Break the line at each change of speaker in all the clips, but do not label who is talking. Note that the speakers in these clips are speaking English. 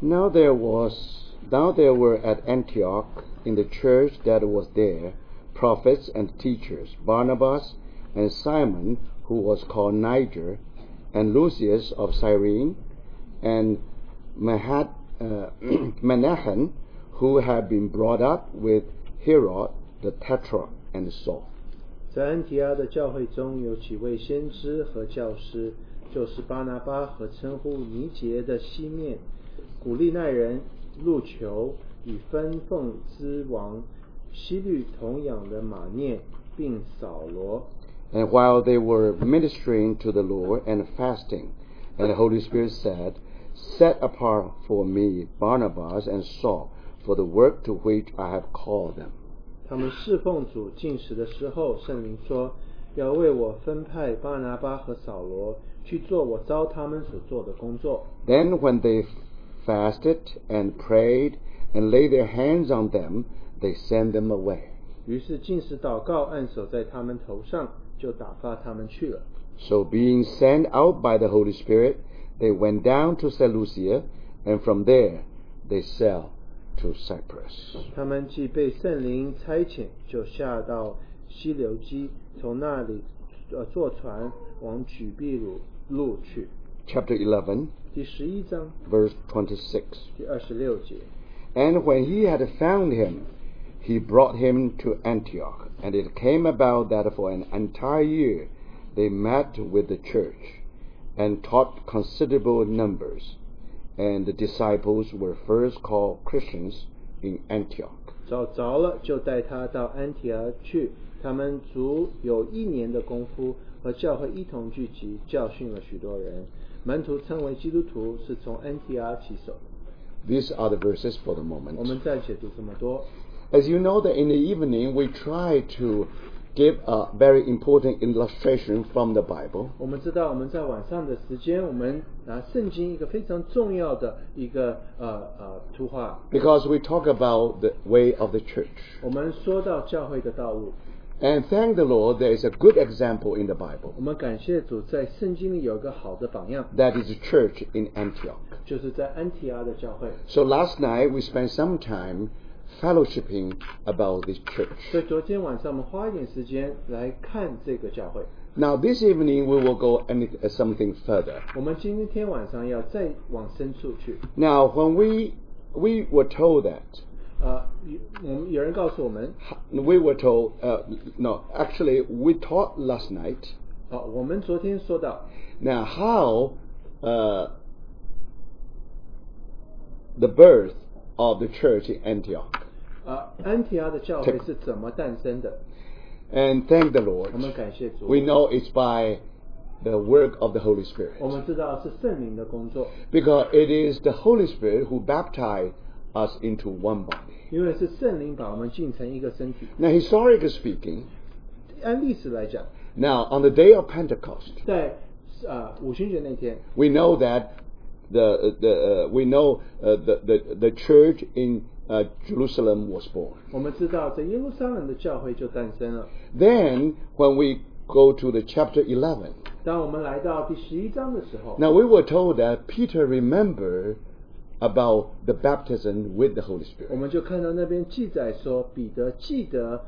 Now there was now there were at Antioch in the church that was there prophets and teachers Barnabas and Simon who was called Niger and Lucius of Cyrene and Mahat, uh, Manahan who had been brought up with Herod the tetrarch and Saul.
在安提阿的教会中有几位先知和教师，就是巴拿巴和称呼尼杰的西面、古利奈人路求与分奉之王西律同养的马涅，并扫罗。
And while they were ministering to the Lord and fasting, and the Holy Spirit said, Set apart for me Barnabas and Saul for the work to which I have called them.
他们侍奉主进食的时候，圣灵说：“要为我分派巴拿巴和扫罗去做我招他们所做的工作。
Then, when they fasted and prayed and laid their hands on them, they sent them away. ”
于是进食祷告，按手在他们头上，就打发他们去了。
So, being sent out by the Holy Spirit, they went down to Seleucia, and from there they sailed to Cyprus.
他们既被圣灵差遣，就下到西流基，从那里呃坐船往举庇鲁路去。
Chapter 11,
第十一章
verse 26.
第二十六节，
And when he had found him, he brought him to Antioch. And it came about that for an entire year they met with the church and taught considerable numbers. And the disciples were first called Christians in Antioch.
找着了就带他到安提阿去。他们足有一年的功夫，和教会一同聚集，教训了许多人。门徒称为基督徒，是从安提阿起手。
These are the verses for the
我们
moment.
暂且读这么多。
As you know, that in the evening we try to give a very important illustration from the Bible.
我们知道，我们在晚上的时间，我们拿圣经一个非常重要的一个呃呃图画，
because we talk about the way of the church.
我们说到教会的道路，
And thank the Lord, there is a good example in the Bible.
我们感谢主在圣经里有一个好的榜样，
That is the church in Antioch.
就是在安提阿的教会。
So last night we spent some time fellowshipping about this
所
church.
以昨天晚上我们花一点时间来看这个教会。
Now this evening we will go any, uh, something further.
我们今天晚上要再往深处去。
Now when we we were told that
呃，有我们有人告诉我们，
we were told uh, no actually we taught last night.
啊、我们昨天说到，
Now how uh, the birth of the church in Antioch.
啊、安提阿的教会是怎么诞生的？
And thank the
我们
Lord.
感谢主。
We know it's by the work of the Holy
我
Spirit.
们知道是圣灵的工作，
Because it is the Holy Spirit who baptized us into one body.
因为是圣灵把我们进成一个身体。
Now, historically speaking,
按历史来讲，
now on the day of Pentecost,
在啊、呃五旬节那天，
we know that the, the uh, we know uh, the, the the church in uh, Jerusalem was born.
我们知道在耶路撒冷的教会就诞生了。
Then, when we go to the chapter 11,
当我们来到第十一章的时候，
now we were told that Peter remembered about the baptism with the Holy Spirit.
我们就看到那边记载说，彼得记得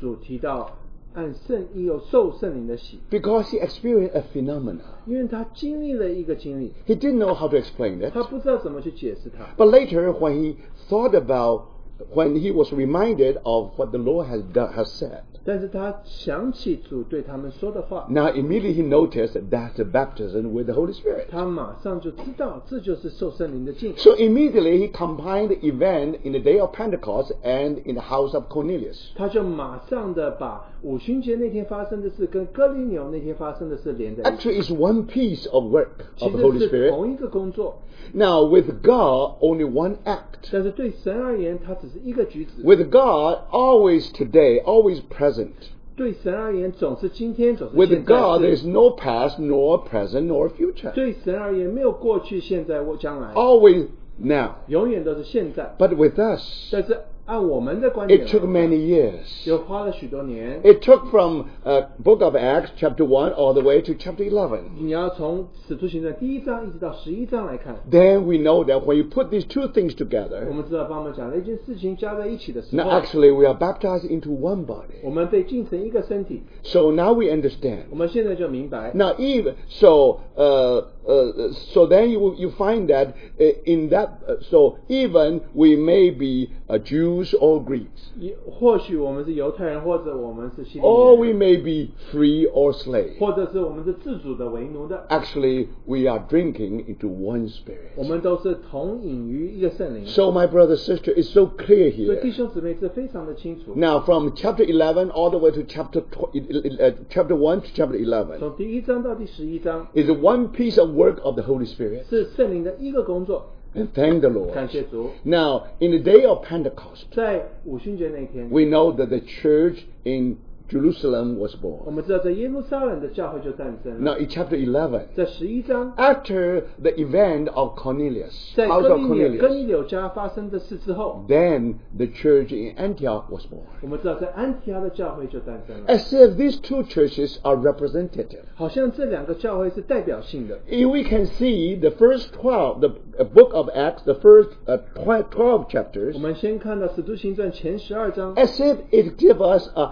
主提到按圣意有受圣灵的洗，
Because he experienced a phenomenon.
因为他经历了一个经历，
He didn't know how to explain it.
他不知道怎么去解释它。
But later, when he thought about, when he was reminded of what the Lord has, done, has said,
但是他想起主对他们说的话，
now immediately he noticed that that's the baptism with the Holy Spirit.
他马上就知道这就是受圣灵的浸。
So immediately he combined the event in the day of Pentecost and in the house of Cornelius.
他就马上的把五旬节那天发生的事跟哥利牛那天发生的事连在一起，
Actually, it's one piece of work
其
of the Holy
实是
Spirit.
同一个工作，
Now, with God, only one act.
但是对神而言，它只是一个举止；
With God, always today, always present.
对神而言，总是今天，总是
With
现在
God,
是
there is no past, nor present, nor future.
对神而言，没有过去、现在或将来，
Oh Always now.
永远都是现在。
But with us,
但是按我们的观点来
It
看
took many years.
就花了许多年。
It took from uh, Book of Acts chapter one all the way to chapter eleven.
你要从《使徒行传》第一章一直到十一章来看，
Then we know that when you put these two things
我
together,
们知道帮我们讲了一件事情加在一起的时
now
候，
actually we are baptized into one
我
body.
们被进成一个身体。
So now we
我
understand.
们现在就明白，
Now even so, uh, uh, so then you you find that uh, in that uh, so even we may be uh, Jews or Greeks,
也或许我们是犹太人，或者我们是希利
or
尼
Oh, we
人，
may be free or slave.
或者是我们是自主的为奴的，
Actually, we are drinking into one spirit.
我们都是同饮于一个圣灵。
So my brother sister, it's so clear
所以弟
here.
兄姊妹这非常的清楚，
Now, from chapter 11 all the way to chapter tw- uh, chapter 1 to chapter 11
从第一章到第十一章
is one piece of work of the Holy Spirit.
是圣灵的一个工作，
And thank the
感
Lord.
谢主。
Now, in the day of Pentecost,
在五旬节那天，
we know that the church in Jerusalem was
我
born.
们知道在耶路撒冷的教会就诞生了。
Now, in chapter 11,
在十一章，
after the event of Cornelius,
在
house
哥
of
尼柳哥
Cornelius,
尼柳家发生的事之后，
then the church in Antioch was born.
我们知道在安提阿的教会就诞生了。
As if these two churches are representative.
好像这两个教会是代表性的。
If we can see the first 12, the uh, book of Acts, the first uh, tw- 12 chapters,
我们先看到《使徒行传》前十二章，
as if it gives us a,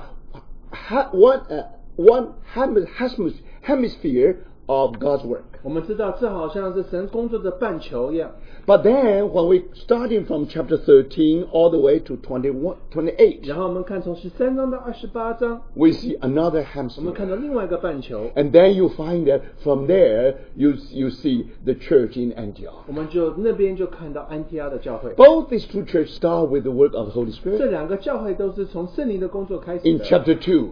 ha- one, uh, one hemi- hesmis- hemisphere of God's work.
我们知道这好像是神工作的半球一样。
But then, when we starting from chapter 13 all the way to 21, 28,
然后我们看从十三章到二十八章，
we see another
我们看
hemisphere.
到另外一个半球，
And then you find that from there, you, you see the church in Antioch.
我们就那边就看到安提阿的教会。
Both these two churches start with the work of the Holy
这
Spirit
两个教会都是从圣灵的工作开始
in
的。
chapter 2.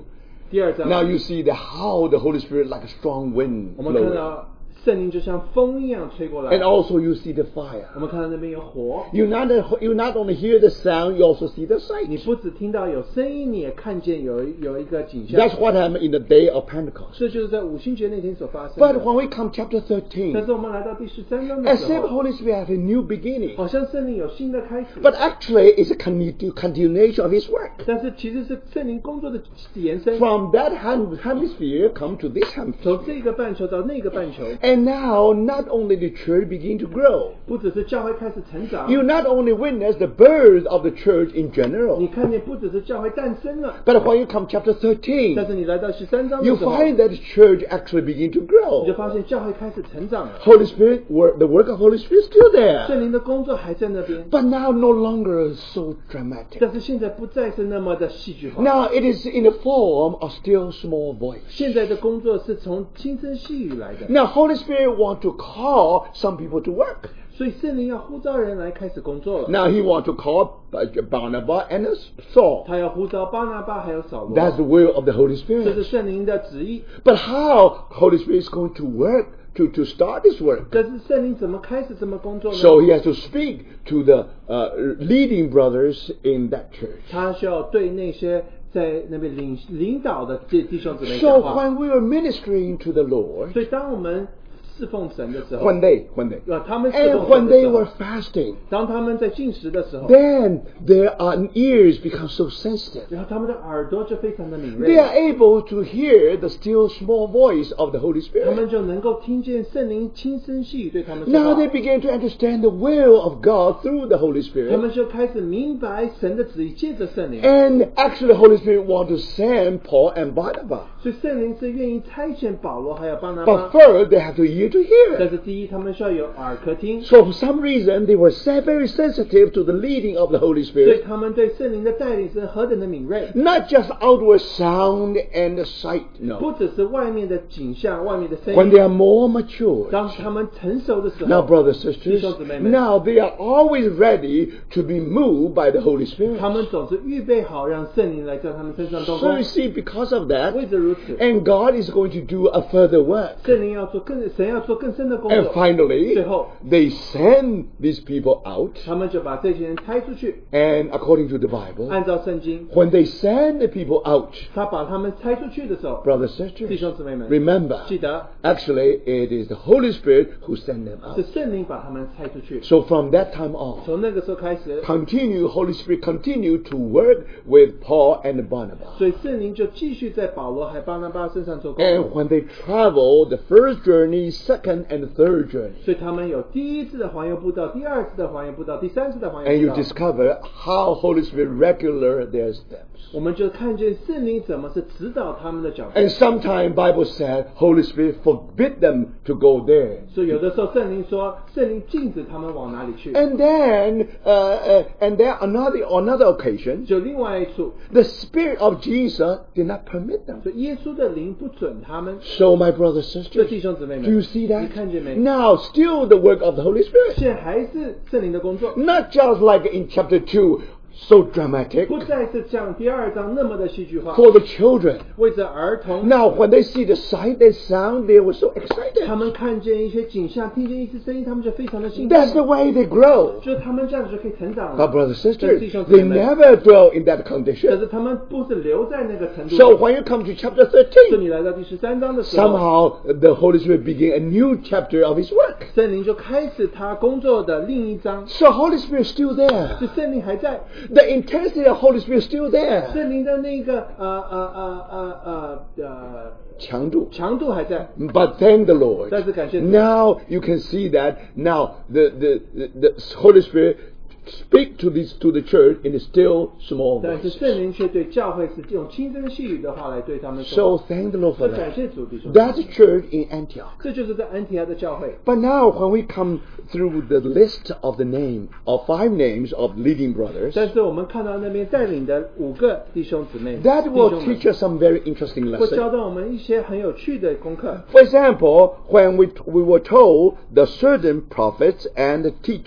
第二章，
Now you see the how the Holy Spirit like a strong wind
我们看
blowing.
到圣灵就像风一样吹过来
And，also you see the fire.
我们看到那边有火。
You not you not only hear the sound, you also see the
你
sight.
不只听到有声音，你也看见有有一个景象
That's，what happened in the day of Pentecost.
这就是在五星节那天所发生
But
的。
when we come chapter
但
13,
是我们来到第十三章的
as
时
if
候，
Holy Spirit have a new beginning.
好像圣灵有新的开始，
But actually, it's a continu- continuation of His work.
但是其实是圣灵工作的延伸，
From that hem- hemisphere, come to this
从
hemisphere.
这个半球到那个半球，
And now, not only the church begin to grow,
不只是教会开始成长，
you not only witness the birth of the church in
你
general,
看见不只是教会诞生了，
but when you come chapter 13,
但是你来到十三章的
you
时候，
find
你
that the church actually begin to grow.
就发现教会开始成长了，
Holy Spirit, work, the work of Holy Spirit is still there,
圣灵的工作还在那边，
but now no longer so dramatic.
但是现在不再是那么的戏剧化，
Now it is in the form of still small voice.
现在的工作是从轻声细语来的，
Now Holy Spirit want to call some people to work.
所以圣灵要呼召人来开始工作了，
Now he want to call uh, Barnabas and Saul.
他要呼召巴拿巴还有扫罗，
That's the will of the Holy
这是
Spirit.
圣灵的旨意。
But how Holy Spirit is going to work to, to start this work?
但是圣灵怎么开始这么工作呢？
So he has to speak to the uh, leading brothers in that church.
他需要对那些在那边领领导的弟弟兄姊妹讲
So
话。
when we were ministering to the Lord,
所以，当我们侍奉神的时候，
when they, when they,
呃，他们侍
And
奉神
哎 when
的
they
时候
were，fasting,
当他们在进食的时候，
then their uh, ears become so sensitive.
然后他们的耳朵就非常的敏
They
锐，
are able to hear the still small voice of the Holy
他们
Spirit.
就能够听见圣灵轻声细语对他们说
Now
话
they，begin to understand the will of God through the Holy
他们
Spirit.
就开始明白神的旨意，借着圣灵。
And actually, the Holy Spirit want to send Paul and Barnabas.
所以圣灵是愿意差遣保罗还有巴拿
But
巴，
first, they have to ear to hear.
但是第一，他们需要有耳可听，所
So for some reason, they were se- very sensitive to the leading of the Holy
以
Spirit.
他们对圣灵的带领是何等的敏锐。
Not just outward sound and sight,
不
no.
只是外面的景象、外面的声
When they
音，
are more mature,
当他们成熟的时
Now,
候，
brothers sisters,
Amen.
now they are always ready to be moved by the Holy
他
Spirit.
们总是预备好让圣灵来在他们身上动
So
工
you。see, because of that,
为此如此，
and God is going to do a further work.
圣灵要做更，神要做更深的工
And
作。
finally,
最后，
they send these people out.
他们就把这些人拆出去，
And according to the Bible,
按照圣经，
when they send the people out,
他把他们拆出去的时候，
brothers
弟
sisters,
兄姊妹们，
remember,
记得
actually, it is the Holy Spirit who sent them
是
out.
圣灵把他们拆出去。
So from that time on,
从那个时候开始，
continue, Holy Spirit continued to work with Paul and Barnabas.
所以圣灵就继续在保罗还巴拿巴身上做工
And
作。
when they traveled, the first journey, second and third journey,
所以他们有第一次的环游步道，第二次的环游步道，第三次的环
and
游
you
步道。
discover how Holy Spirit regular their steps.
我们就看见圣灵怎么是指导他们的脚步。
And sometimes Bible said Holy Spirit forbid them to go there.
所以有的时候圣灵说，圣灵禁止他们往哪里去。
And then, uh, uh, and then another another occasion,
就另外一处，
the Spirit of Jesus did not permit them.
所以耶稣的灵不准他们。
So my brothers
这
sisters,
弟
do
兄姊妹们，
you see
你看见没
that? Now still the work of the Holy Spirit,
现在还是圣灵的工作，
not just like in chapter two, so dramatic
不再是像第二章那么的戏剧化。
for the children.
为着儿童，
Now when they see the sight, the sound, they were so
他
excited.
们看见一些景象，听见一些声音，他们就非常的兴奋。
That's the way they grow.
就是他们这样子就可以成长
But
了。
brothers sisters,
Yes,
they
yes.
never grow in that
可
condition.
是他们不是留在那个程度。
So when you come to chapter
是
13,
你来到第十三章的时候，
somehow the Holy Spirit began a new chapter of His work.
圣灵就开始他工作的另一章，
So Holy Spirit is still there.
就圣灵还在，
The intensity of Holy Spirit is still there.
圣灵的那个呃呃呃呃呃呃
强度.
强度还在。
But thank the Lord.
但是感谢主。
Now you can see that now the, the, the, the Holy Spirit speak to this to the church in a still small
但是
voice.
圣灵却对教会是用轻声细语的话来对他们
So
说。
thank the Lord
这
for
感
that.
谢主弟兄姊妹，
That's the church in Antioch.
这就是在安提阿的教会。
But now, when we come through the list of the name of five names of leading brothers,
但是我们看到那边带领的五个弟兄姊妹，
that
弟
will
兄们
teach us some very interesting
会教
lessons.
到我们一些很有趣的功课。
For example, when we, we were told the certain prophets and the teachers,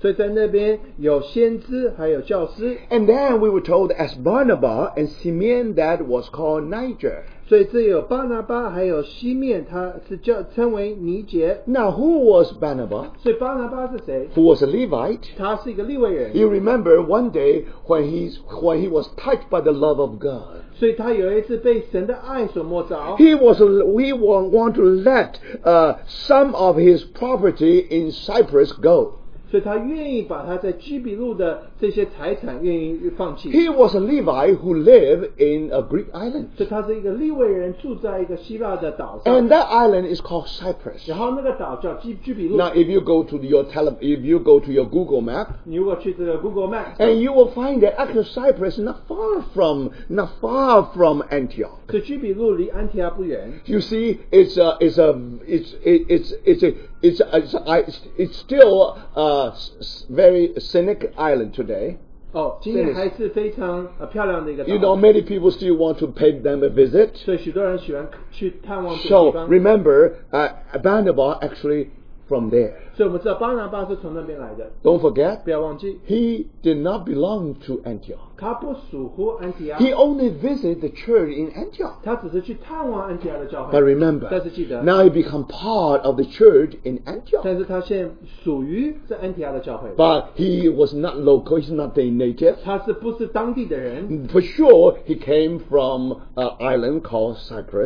所以在那边有先知，还有教师。
and then we were told as Barnabas and Simeon that was called Niger.
所以这有巴拿巴，还有西面，他是叫称为尼杰。
Now, who was Barnabas?
所以巴拿巴是谁？
Who was a Levite?
他是一个立位人，
You remember one day when he's when he was touched by the love of God.
所以他有一次被神的爱所摸着，
He was we want, want to let uh, some of his property in Cyprus go.
所以他愿意把他在居比路的这些财产愿意放弃。
He was a Levite who lived in a Greek island,
所以他是一个立位人，住在一个希腊的岛上
and，that island is called Cyprus.
然后那个岛叫居居比路。
Now, if you go to your tele, if you go to your Google map,
你如果去这个 Google Map，
and you will find that actually Cyprus is not far from not far from Antioch.
这居比路离安提阿不远，
You see, it's a, it's a, it's, it, it's, it's a, it's, a, it's, a, it's, it's still a s- s- very scenic island today.
哦，今天还是非常呃漂亮的一个
You know,
岛，
many people still want to pay them a visit.
所以许多人喜欢去探望这个地
So
方。
remember, uh, Barnabas actually from there.
所以我们知道巴拿巴是从那边来的，
Don't forget,
不要忘记，
he did not belong to Antioch.
他不属乎安提阿，
He only visited the church in Antioch.
他只是去探望安提阿的教
But
会，
remember,
但是记得。
now he become part of the church in Antioch.
但是他现在属于这安提阿的教会，
But he was not local. He's not a native.
他是不是当地的人？
For sure, he came from an island called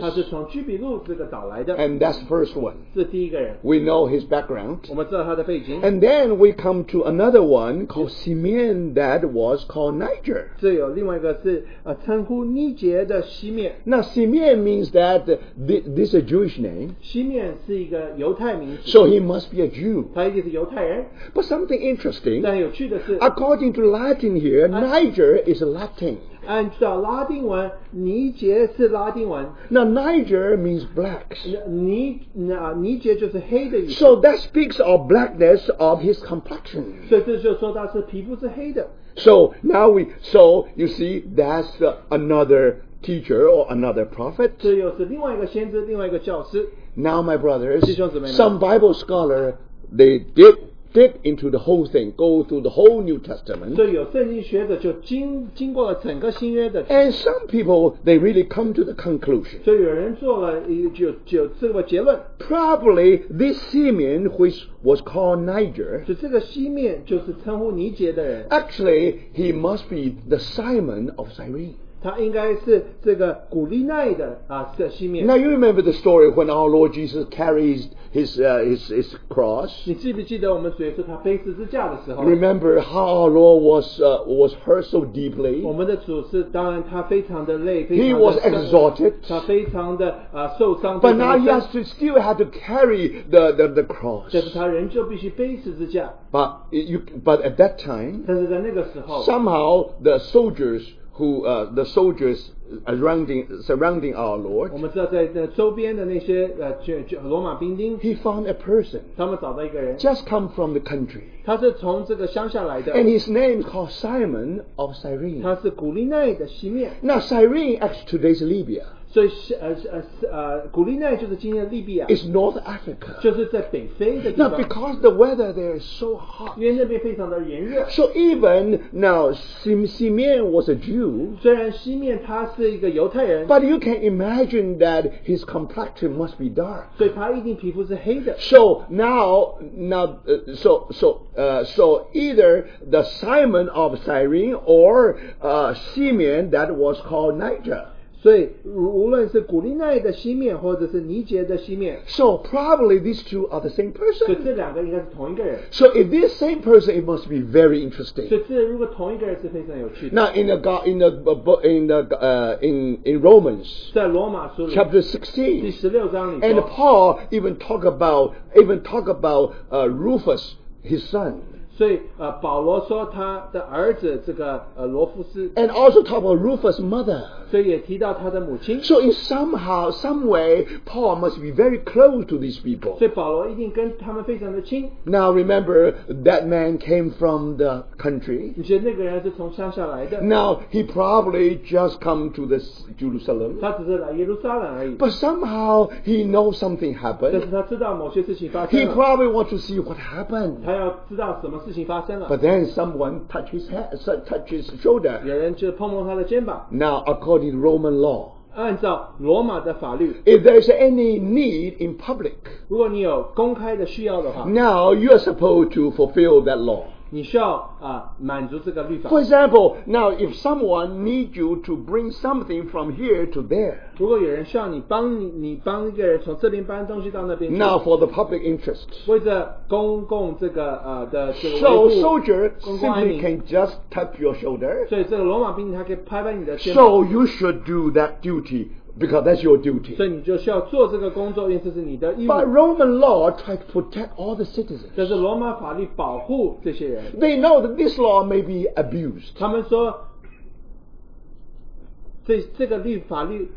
他
Cyprus.
是从居比路这个岛来的，
And that's first one.
这是第一个人，
We know his background.
我们知道他的背景。
And then we come to another one called Simeon that was called Niger.
这有另外一个是呃称呼尼杰的西面，
Now Simeon means that th- this is a Jewish name,
西面是一个犹太名字，
so he must be a Jew.
他一定是犹太人。
But something interesting,
但有趣的是，
according to Latin here, Niger is Latin.
按照拉丁文，尼杰是拉丁文，
Now Niger means blacks.
尼那啊尼杰就是黑的意思。
So that speaks of blackness of his complexion.
所以这就说他是皮肤是黑的，
So now we, so you see, that's uh, another teacher or another prophet.
这又是另外一个先知，另外一个教师。
Now, my brothers,
弟兄姊妹们。
some Bible scholar they did straight into the whole thing, go through the whole New Testament.
所以有圣经学者就经经过了整个新约的，
And some people, they really come to the conclusion.
所以有人做了一就就这个结论，
Probably this Simeon, which was called Niger,
就这个西面就是称呼尼杰的人，
actually he must be the Simon of Cyrene.
他应该是这个古利奈的啊这西面
Now。you remember the story when our Lord Jesus carries his uh, his, his cross.
你记不记得我们主耶稣他背十字架的时候？
Remember how our Lord was uh, was hurt so deeply.
我们的主是当然他非常的累，非
He
常的
was exalted.
他非常的啊、受伤。
But
非
now
常
he
地
has to still have to carry the, the, the cross.
但是他仍旧必须背十字架。
But you but at that time
但是在那个时候，
somehow the soldiers who uh, the soldiers surrounding surrounding our
我
Lord
们知道在那周边的那些呃，就就罗马兵丁，
he found a person
他们找到一个人，
just come from the country
他是从这个乡下来的，
and his name is called Simon of Cyrene.
他是古利奈的西面，
Now Cyrene actually today's Libya
所以是呃是呃是呃古利奈就是今天的利比亚，
is North Africa.
就是在北非的地
Now
方，
because the weather there is so hot.
因为那边非常的炎热。
So even now Sim- Simeon was a Jew
虽然西面他是一个犹太人，
But you can imagine that his complexion must be dark.
所以他一定皮肤是黑的。
So now, now, uh, so so uh, so either the Simon of Cyrene or uh, Simeon that was called Niger.
所以无无论是古利奈的西面，或者是尼杰的西面，
So probably these two are the same
所
person.
以这两个应该是同一个人。
So if this same person, it must be very
所
interesting.
以这如果同一个人是非常有趣的。
Now in the go- in the bo- in the uh, in in Romans
在罗马书里
chapter
第
sixteen,
十六章里
and
说，
Paul even talk about even talk about uh, Rufus, his son.
所以呃，保罗说他的儿子这个呃罗夫斯，
and also talk about Rufus' mother.
所以也提到他的母亲，
So in somehow, some way, Paul must be very close to these people.
所以保罗一定跟他们非常的亲。
Now remember, that man came from the country.
你觉得那个人是从乡下来的，
Now he probably just come to this Jerusalem,
他只是来耶路撒冷而已，
but somehow he knows something
但是
happened.
他知道某些事情发
He
生了，
probably want to see what happened.
他要知道什么事情发生了。
But then someone touch his head, so- touch his shoulder.
有人就碰碰他的肩膀。
Now, according to Roman law,
按照罗马的法律，
if there is any need in public,
如果你有公开的需要的话，
now you are supposed to fulfill that law.
你需要啊、满足这个律法
For。example, now if someone needs you to bring something from here to there,
如果有人需要你帮你你帮一个人从这边搬东西到那边去，
now for the public interest,
为着公共这个呃的这个
so
维护，
soldier
Kung
simply
kuhanin.
can just touch your shoulder.
所以这个罗马兵他可以拍拍你的肩膀
So you should do that duty because that's your duty.
所以你就需要做这个工作，因为这是你的义务。
But Roman law tried to protect all the citizens.
但是罗马法律保护这些人，
They know that this law may be abused.
他们说这这个律法律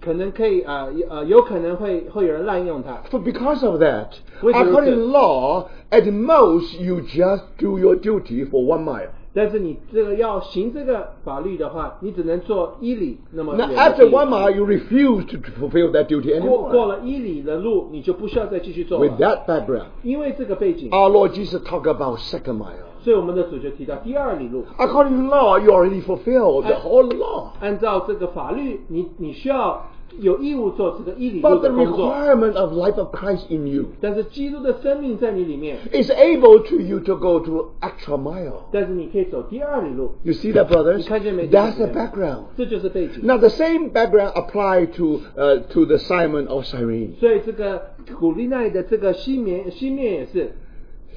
可能可以啊呃有可能会会有人滥用它，
So because of that,
With the
according to
reason.
law, at most you just do your duty for one mile.
但是你这个要行这个法律的话，你只能做一里那么远
Now
的
after
地
one mile you refuse to fulfill that duty
过过
anymore.
了一里的路，你就不需要再继续做
With
了。
that background,
因为这个背景，
our Lord Jesus talked about second mile.
所以我们的主角提到第二里路。
According to law, you already fulfilled the
I-
whole law.
按照这个法律，你你需要有义务做这个一里路
But
的
the
工作，
requirement of life of Christ in you
但是基督的生命在你里面，
is able to you to go to extra mile.
但是你可以走第二里路，
You see that, brothers?
Because you made
That's the
it.
background.
这就是背景。
Now the same background applied to uh, to the Simon of Cyrene.
所以这个古利奈的这个西面西面也是，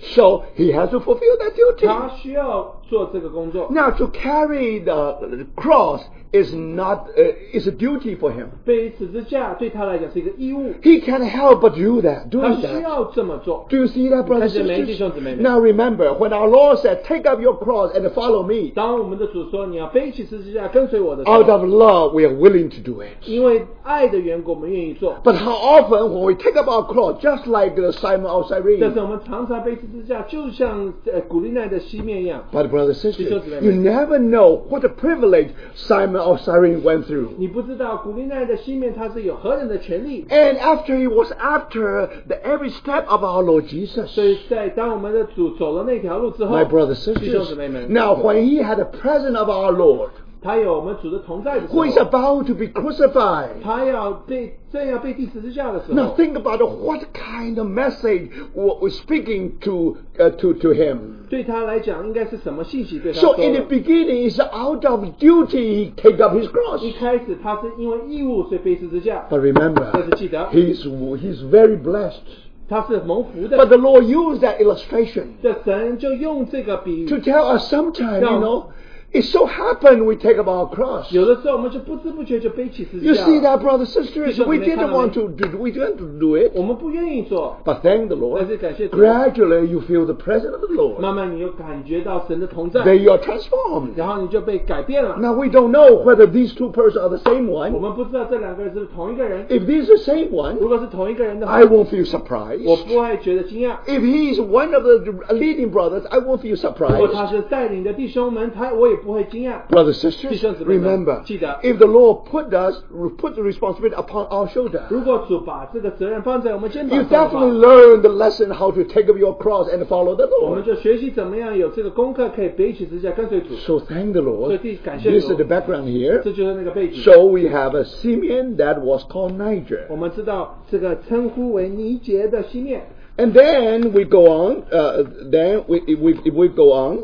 So he has to fulfill that duty.
他需要做这个工作，
Now to carry the cross is not uh, is a duty for him.
背十字架对他来讲是一个义务，
He can't help but do that, do
他需
that.
要这么做。
Do you see that, brothers and
Because the
sisters?
ladies on the
Now remember, when our Lord said, "Take up your cross and follow me,"
当我们的主说你要背起十字架跟随我的时
out
候，
of love, we are willing to do it.
因为爱的缘故，我们愿意做。
But how often when we take up our cross, just like the Simon of
但是
Cyrene?
我们常常背十字架，就像呃古利奈的西面一样。
But brothers and
Because of
sisters,
that.
you never know what a privilege Simon of Cyrene went through.
你不知道古利奈的西面他是有何等的权利，
And after he was after the every step of our Lord Jesus.
所以在当我们的主走了那条路之后
My brothers and
弟兄姊妹
sisters,
们，
now when he had the presence of our Lord,
他有我们主的同在的时
who is
候，
about to be crucified,
他要被正要被钉十字架的时
Now
候，
think about what kind of message was speaking to uh, to to him.
对他来讲应该是什么信息对他
So
说
in the
的？
beginning, it's out of duty he take up his cross.
一开始他是因为义务所以背十字架，
But
但是
remember,
记得
he's he's very blessed.
他是蒙福
But
的。
the Lord used that illustration
这神就用这个比
to
喻，
tell us sometimes, you
No.
know, it so happened we take up our cross.
有的时候我们就不知不觉就背起十
You
字架
see
了。
that, brothers sisters,
Because
we
they
didn't
can't
want to do we didn't want to do it.
我们不愿意做，
But thank the
但
Lord.
是感谢主，
Gradually, you feel the presence of the Lord.
慢慢你又感觉到神的同在，
Then you are transformed.
然后你就被改变了。
Now we don't know whether these two persons are the same
我
one.
们不知道这两个人是不是同一个人。
If these are the same one,
如果是同一个人的话
I，won't feel surprised.
我不会觉得惊讶。
If he is one of the leading brothers, I won't feel
如果他
surprised.
是带领的弟兄们，他我也不会惊讶。
Brothers, sisters,
弟兄姊妹们，
remember,
记得。
if the Lord put us put the responsibility upon our shoulder,
如果主把这个责任放在我们肩
you
膀上的
definitely
话，
learn the lesson how to take up your cross and follow the
我们
Lord.
就学习怎么样有这个功课可以背起支架跟随主。
So thank the Lord.
所以感谢主。
This is the background here.
这就是那个背景。
So we have a Simeon that was called
我
Niger.
们知道这个称呼为尼杰的西面，
And then we go on, uh, then we, if we, if we go on,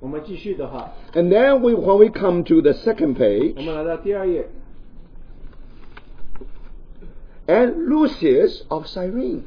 我们继续的话，
And then we, when we come to the second
我
page,
们来到第二页，
and Lucius of Cyrene.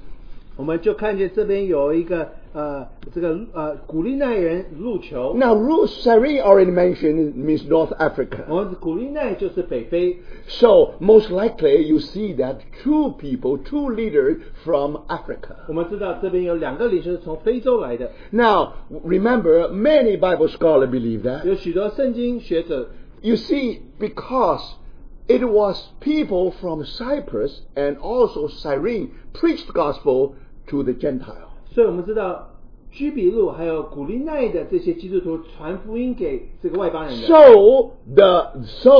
我们就看见这边有一个呃，这个呃古利奈人入球。
Now, Lu- Cyrene already mentioned means North
我
Africa.
们古利奈就是北非，
So, most likely, you see that two people, two leaders from
我
Africa.
们知道这边有两个领袖是从非洲来的，
Now, remember, many Bible scholars believe
有
that.
许多圣经学者，
You see, because it was people from Cyprus and also Cyrene preached gospel to the Gentile.
所以我们知道居比路还有古利奈的这些基督徒传福音给这个外邦人的。
So the so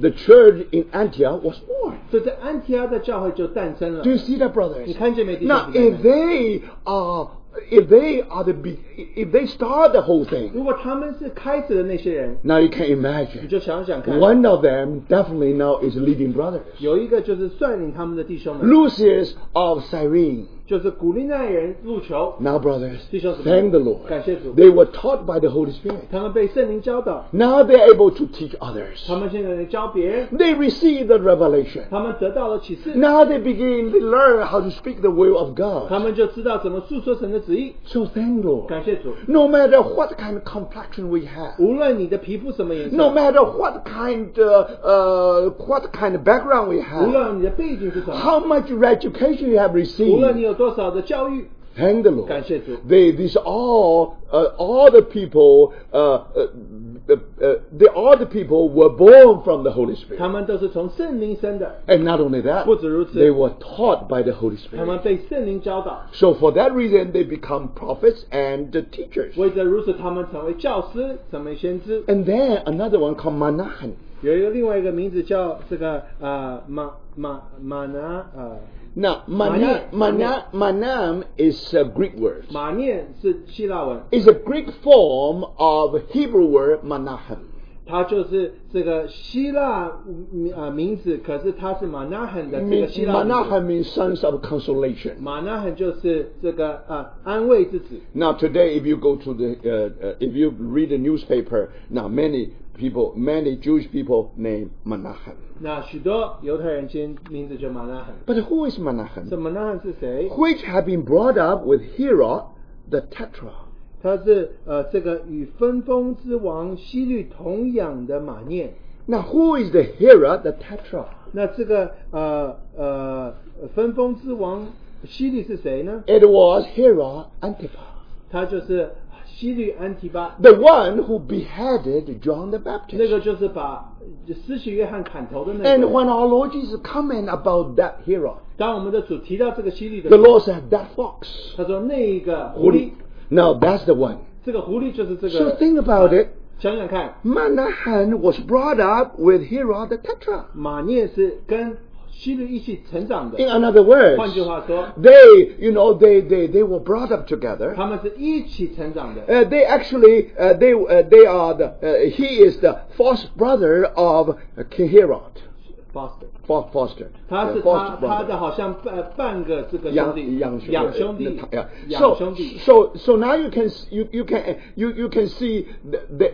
the church in Antioch was born.
所以在安提阿的教会就诞生了
Do。you see that, brothers?
你看见没，弟兄
Now,
姊妹
if
们？
they are, if they are the, be- if they start the whole
如
thing,
果他们是开始的那些人，
now you can
你
imagine.
就想想看，
One of them definitely now is leading brothers.
有一个就是率领他们的弟兄们，
Lucius of Cyrene.
就是古利奈人入球，
Now, brothers,
弟兄姊妹，
thank the Lord.
感谢主。
They were taught by the Holy Spirit.
他们被圣灵教导，
Now they're able to teach others.
他们现在能教别人，
They receive the revelation.
他们得到了启示，
Now they begin to learn how to speak the will of
他
God.
们就知道怎么诉说神的旨意。
So thank the Lord.
感谢主，
No matter what kind of complexion we have,
无论你的皮肤什么颜
no
色，
matter what kind uh, uh, what kind of background we
无
have,
论你的背景是什么，
how much education you have
无论你
received,
有多少的教育，
thank the
感
Lord.
谢主，
They, these all, uh, all the people, uh, uh, uh, the, all the people were born from the Holy
他
Spirit.
们都是从圣灵生的，
And not only that,
不止如此。
they were taught by the Holy
他们
Spirit.
被圣灵教导。
So for that reason, they become prophets and uh, teachers.
为着如此，他们成为教师，成为先知。
And then another one called Manahan.
有一个另外一个名字叫这个呃马马马拿呃
Now, mana,
Mana-
mana, manam is a Greek word.
马念是希腊文，
It's a Greek form of Hebrew word manahem.
它就是这个希腊嗯呃名字，可是它是马纳罕的这个
Mean-
希腊名字。
Manahem means sons of consolation.
马纳罕就是这个呃安慰之子。
Now, today, if you go to the, uh, uh, if you read the newspaper, now many people, many Jewish people name Manahem.
那许多犹太人今名字就马纳罕。
But who is
这
Manahem?
马纳罕是谁？
Which have been brought up with Hero, the tetrarch.
他是呃这个与分封之王希律同养的马念。
Now, who is the Hero, the tetrarch?
那这个呃呃分封之王希律是谁呢？
It was Hero Antipas.
他就是希律安提巴，
The one who beheaded John the Baptist.
那个就是把施洗约翰砍头的那个
And
人。
when our Lord Jesus comment about that hero,
当我们的主提到这个希律的
the
时候，
Lord said, that fox.
他说那一个狐狸
Now that's the one.
这个狐狸就是这个。
So think about it.
想想看，
Manahan was brought up with Herod the Tetrarch.
马涅是跟希律一起成长
In
的，
other words,
换句话说，
they, you know, they, they, they were brought up together.
他们是一起成长的。
Uh, they actually, uh, they, uh, they are the, uh, he is the foster brother of King Herod.
Foster，
Fo- Foster.
他
Uh,
是
foster
他他
brother.
的好像半半个这个兄弟，
young,
养兄弟
uh, yeah.，
养兄
So,
弟。
so, so now you can s- you you can you you can see the the,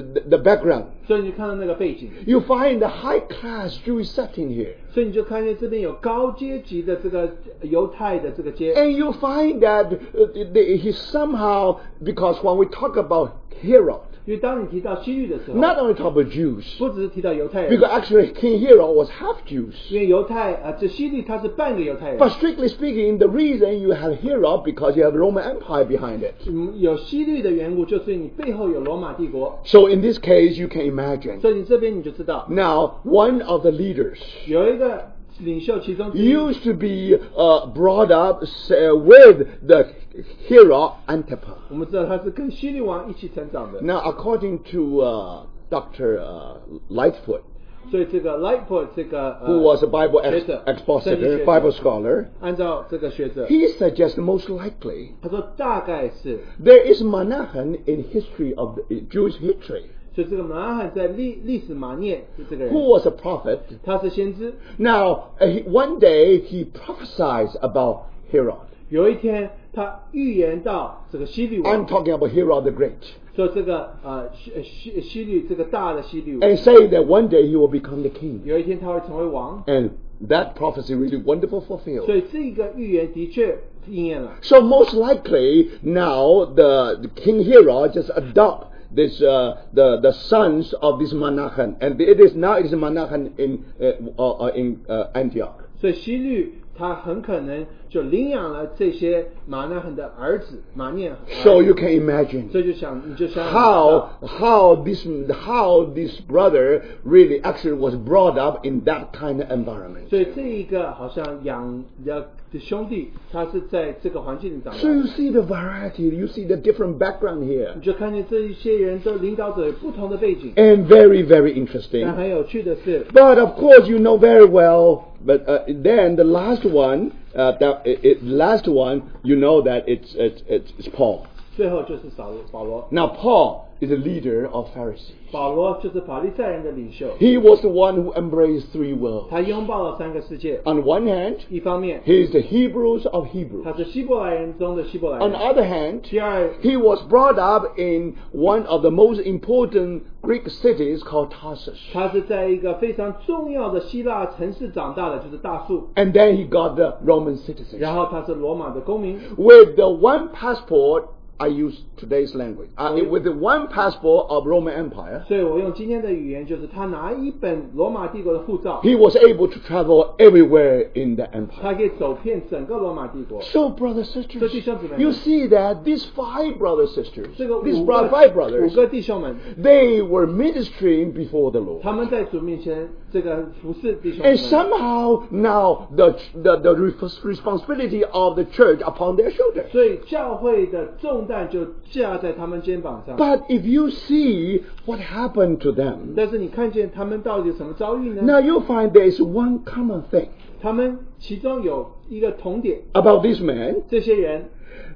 the, the background.
所以你看到那个背景，
You find the high class Jewish setting here,
所以你就看见这边有高阶级的这个犹太的这个阶，
and you find that uh, the, he somehow because when we talk about Herod,
因为当你提到西域的时候，
not only talk about Jews,
不只是提到犹太人，
because actually King Herod was half Jews.
因为犹太啊，这西律他是半个犹太人
But，strictly speaking, the reason you have Herod because you have Roman Empire behind it.
嗯，有西律的缘故，就是你背后有罗马帝国，
So in this case, you can imagine.
所以你这边你就知道
Now, one of the leaders
有一个领袖其中之一
used to be uh, brought up uh, with the hero Antipas.
我们知道他是跟西律王一起成长的，
Now, according to uh, Dr. Uh, Lightfoot,
所以这个 Lightfoot 这个
who
呃，
was a Bible ex-
Yes, sir. Thank
expositor,
you,
Bible
sir.
scholar,
按照这个学者，
he suggests most likely
他说大概是，
there is Manahan in history of the Jewish history,
所以这个马拉罕在历历史马涅是这个
who
人，
was a prophet.
他是先知。
Now, uh, he- one day he prophesies about Herod.
有一天，他预言到这个西律
I'm
王，
talking about Herod the Great.
说这个呃西呃西西律这个大的西律王，
And saying that one day he will become the king.
有一天他会成为王，
And that prophecy really wonderful fulfilled.
所以这个预言的确应验了。
So most likely now the, the king Herod just adopt this uh, the the sons of this Manahan, and it is now it is Manahan in uh, uh, uh, in uh, Antioch.
所以西律他很可能就领养了这些马纳罕的儿子马念罕，
So you can imagine
所以就想你就想想看
how how this how this brother really actually was brought up in that kind of environment.
所以这一个好像养的兄弟，他是在这个环境里长
So
大。
you see the variety, you see the different background here,
你就看见这一些人都领导者有不同的背景，
and very very
但
interesting.
很有趣的是，
But of course, you know very well. But uh, then the last one, uh, that it, it- last one, you know that it's, it's it's it's Paul.
最后就是扫罗保罗，
Now Paul is a leader of Pharisees.
保罗就是法利赛人的领袖，
He was the one who embraced three worlds.
他拥抱了三个世界。
On one hand,
一方面，
he is the Hebrews of
他
Hebrews.
是希伯来人中的希伯来
On the
人；
other hand,
第二，
he was brought up in one of the most important Greek cities called Tarsus.
他是在一个非常重要的希腊城市长大的，就是大树。
And then he got the Roman
然
citizenship
后他是罗马的公民，
with the one passport. I use today's language. Uh, with the one passport of Roman Empire,
所以我用今天的语言就是他拿一本罗马帝国的护照，
he was able to travel everywhere in the empire.
他可以走遍整个罗马帝国。
So, brothers sisters,
弟兄姊妹们。
you see that these five brothers sisters,
这个
these
五
bro-
个
five
五
brothers,
个弟兄们，
they were ministering before the Lord.
他们在主面前这个服侍弟兄
And
们，
somehow now the, the, the re- responsibility of the church upon their shoulders.
所以教会的重担就架在他们肩膀上。
But if you see what happened to them,
但是你看见他们到底有什么遭遇呢？
Now you'll find there is one common thing
他们其中有一个同点，
about this man.
这些人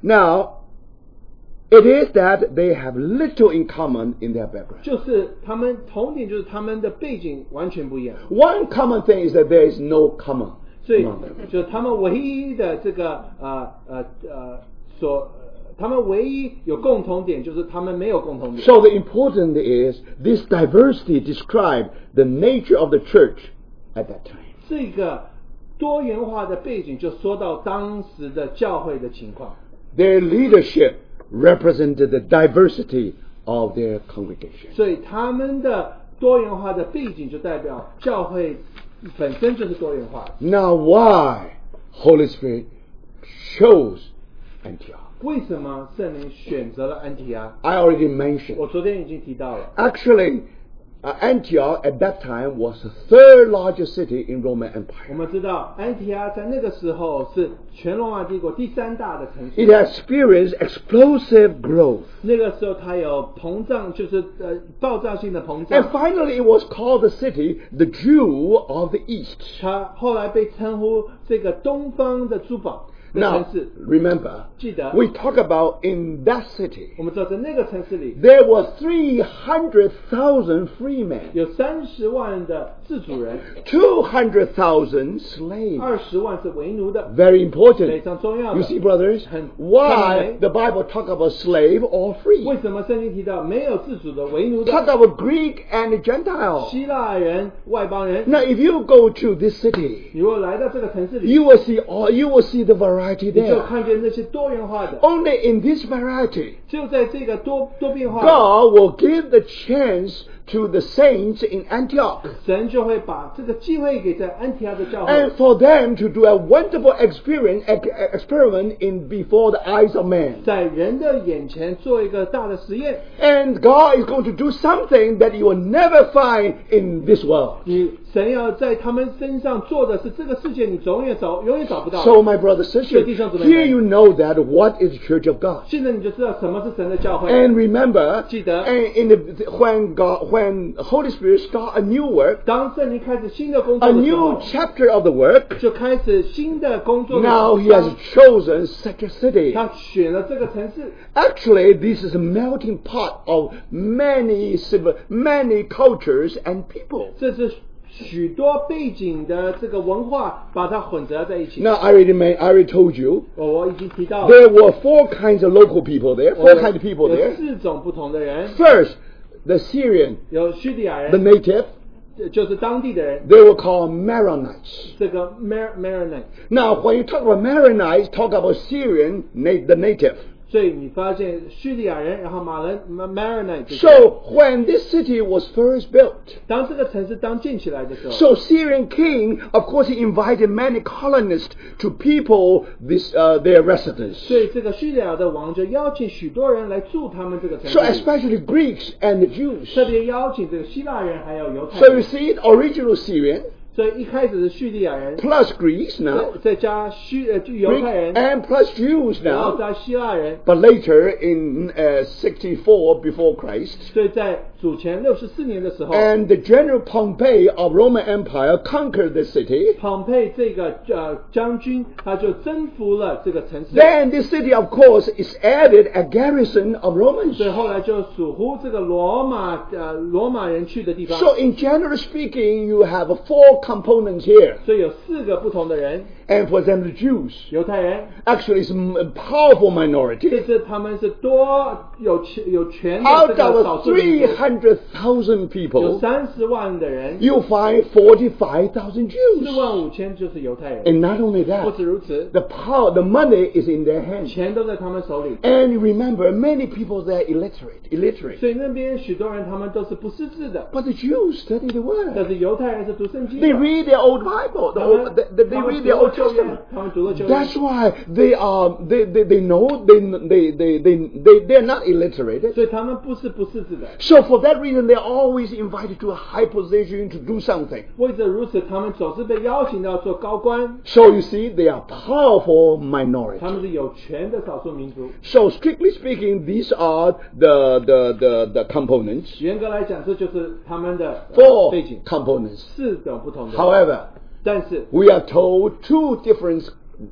Now, it is that they have little in common in their background.
就是他们同点就是他们的背景完全不一样，
One common thing is that there is no common.
所以
among them.
就是他们唯一的这个呃呃呃所，他们唯一有共同点就是他们没有共同点，
So the important is this diversity described the nature of the church at that time.
这个多元化的背景就说到当时的教会的情况，
Their leadership represented the diversity of their congregation.
所以他们的多元化的背景就代表教会本身就是多元化的。
Now why Holy Spirit chose Antioch?
为什么圣灵选择了安提阿？
I already mentioned
我昨天已经提到了，
Actually, Uh, Antioch at that time was the third largest city in Roman
我
Empire.
们知道安提阿在那个时候是全罗马帝国第三大的城市
It，had experienced explosive growth.
那个时候它有膨胀，就是呃爆炸性的膨
And
胀。
finally, it was called the city, the Jew of the East.
它后来被称呼这个东方的珠宝的
Now,
城市。
remember,
记得
we talk about in that city,
我们知道在那个城市里
there were 300,000 free men,
有三十万的自主人，
200,000 slaves.
二十万是为奴的，
Very
非
important.
常重要
You see,
的。
brothers,
And-
why
Come on,
the Bible talk about slave or free?
为什么圣经提到没有自主的为奴
Talk
的
about Greek and Gentile.
希腊人、外邦人？
Now, if you go to this city,
你如果来到这个城市里，
you will see all, you will see the variety
你就
there.
看见那些多元化的，
Only in this variety,
就在这个多多变化，
God will give the chance to the saints in Antioch
神就会把这个机会给在安提阿的教会
and，for them to do a wonderful experience ex- experiment in before the eyes of man.
在人的眼前做一个大的实验。
And God is going to do something that you will never find in this world.
你神要在他们身上做的是这个世界，你永远找永远找不到的。
So, my brothers and sisters, here you know that what is Church of God.
现在你就知道什么是神的教会。
And remember,
记得。
and in the, when God, when Holy Spirit start a new work,
当圣灵开始新的工作
a
的时候
new，chapter of the work,
就开始新的工作的时
now
候。
He has chosen such a city.
他选了这个城市，
Actually, this is a melting pot of many civil, many cultures and people.
这是许多背景的这个文化把它混合在一起。
Now, I already, ma- I already told you,
我我已经提到了，
there were four kinds of local people there,
我有
four kinds of people
有
there.
四种不同的人，
First, the Syrian,
有叙利亚
the
人，
native,
就是当地的人，
they were called Maronites.
这个 Mar Maronite。
Now, when you talk about Maronites, talk about Syrian, na- the native.
所以你发现叙利亚人，然后马人 Maronite 这些人。
So, when this city was first built,
当这个城市当建起来的时候，
so Syrian king, of course, he invited many colonists to people this uh, their residence.
所以这个叙利亚的王就邀请许多人来住他们这个城
So,
市里，
especially Greeks and Jews.
特别邀请这个希腊人还有犹太
So you
人。
see, original Syrian
所以一开始是叙利亚人，
plus Greeks now,
再加叙呃就犹
Greek
太人，
and plus Jews
然后
now.
加希腊人。
But later in uh, 64 before Christ,
所以在主前六十四年的时候，
and the general Pompey of Roman Empire conquered the city.
庞培这个呃将军他就征服了这个城市，
Then this city, of course, is added a garrison of Romans.
所以后来就属乎这个罗马呃罗马人去的地方。
So, in general speaking, you have four components here.
所以有四个不同的人，
And for example, the Jews.
犹太人，
Actually, it's a powerful
这
minority.
是他们是多有权有权的
Out
这个少
of
数民族，
300,000
有
people,
三十万的人，
you find 45,000
四万
Jews.
五千就是犹太人。
And not only
不止
that,
如此，
the power, the money is in their hands.
钱都在他们手里，
And remember, many people there are illiterate, illiterate.
所以那边许多人他们都是不识字的，
But the Jews study the
但
word.
是犹太人是读圣经的
They read their old Bible, the
他
old,
们
they, they
他们
read
读
their
了
Old
旧约
Testament.，
他们读了旧约，
That's why they are they, they, they know they they they they they they're not illiterated.
所以他们不是不识字的。
So for that reason, they're always invited to a high position to do something.
为着如此，他们总是被邀请到做高官，
So you see, they are powerful
他
minority.
们是有权的少数民族。
So strictly speaking, these are the the the, the components.
严格来讲，这就是他们的、呃背
Four
景，
components.
四种不同的。
However,
但是
we are told two different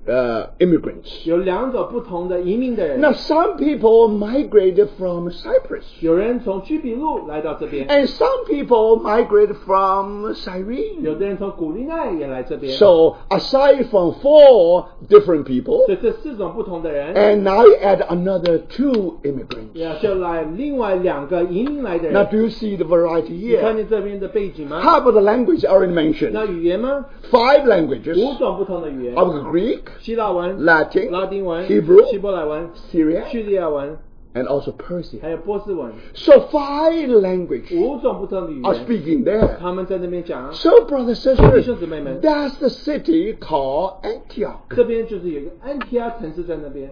uh, immigrants.
有两种不同的移民的人，
Now, some people migrated from Cyprus,
有人从居比路来到这边，
and some people migrated from Cyrene.
有的人从古利奈也来这边。
So aside from four different people,
所以这四种不同的人，
and now you add another two immigrants.
也就来另外两个移民来的
Now
人。
do you see the variety
你看
here?
见这边的背景吗？
How about the language I already
那
mentioned?
语言吗？
Five languages
五种不同的语言：
of Greek,
希腊文、
Latin,
拉丁文、希
Hebrew,
伯来文、叙
Syriac,
利亚文，
and also Persian.
还有波斯文，
So five languages
五种不同的语
are
言，
speaking there.
他们在那边讲。啊
So brothers and sisters,
弟兄姊妹们。
that's the city called Antioch.
这边就是有一个安提阿城市在那边，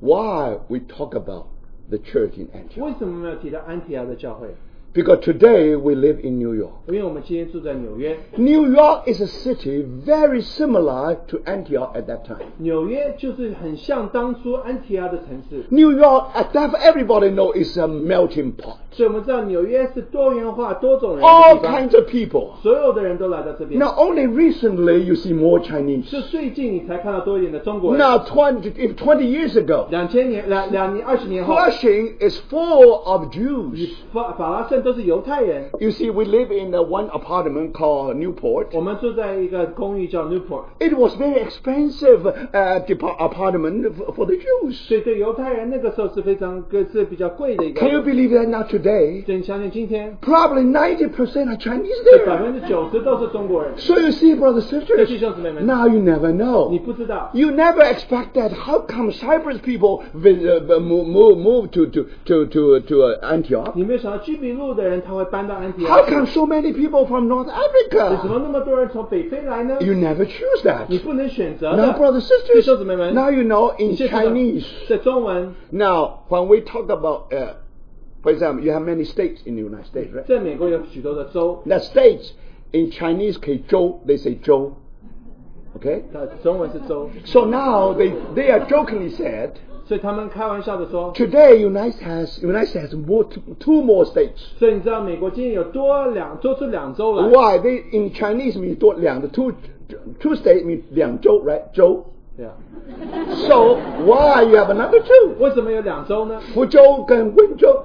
Why we talk about the church in Antioch?
为什么没有提到安提阿的教会？
Because today we live in New York.
因为我们今天住在纽约，
New York is a city very similar to Antioch at that time.
纽约就是很像当初安提阿的城市，
New York, at that everybody know, is a melting pot.
所以我们知道纽约是多元化、多种人的
All
地方，
kinds of people.
所有的人都来到这边。
Now, only recently you see more Chinese.
是最近你才看到多一点的中国人。
Now, 20, if 20 years ago,
两千年、两两年、二十年后，
Flushing is full of Jews.
法法拉盛都是犹太人。
You see, we live in uh, one apartment called Newport.
我们住在一个公寓叫 Newport，
It was very expensive uh, depa- apartment f- for the Jews.
所以对犹太人那个时候是非常个是比较贵的一个。
Can you believe that now today?
所以你想想今天，
Probably 90% are Chinese
这百
there.
分之九十都是中国人。
So you see, brothers and
所以
sisters,
弟兄姊妹们，
now you never
你
know.
不知道，
You never expect that. How come Cyprus people vi- uh, move, move, move to, to, to, to, to uh, Antioch?
你没有想到居民路的人他会搬到安提阿
How，come so many people from North
为什
Africa?
么那么多人从北非来呢？
You never choose that.
你不能选择
Now,
的。
brothers and sisters,
弟兄姊妹们，
now you know in
你就知道
Chinese.
在中文，
Now, when we talk about, uh, for example, you have many states in the United States, right?
在美国有许多的州，
Now, states in Chinese, 可以州, they say 州. Okay?
它呃中文是州，
So now they, they are jokingly said,
所以他们开玩笑的说，
today United has United States has more two, two more states.
所以你知道美国今天有多两多出两州来，
Why they in Chinese mean 多两的 two two states mean 两州 right 州.
对啊，
So why you have another two?
为什么有两州呢？
福州跟温州.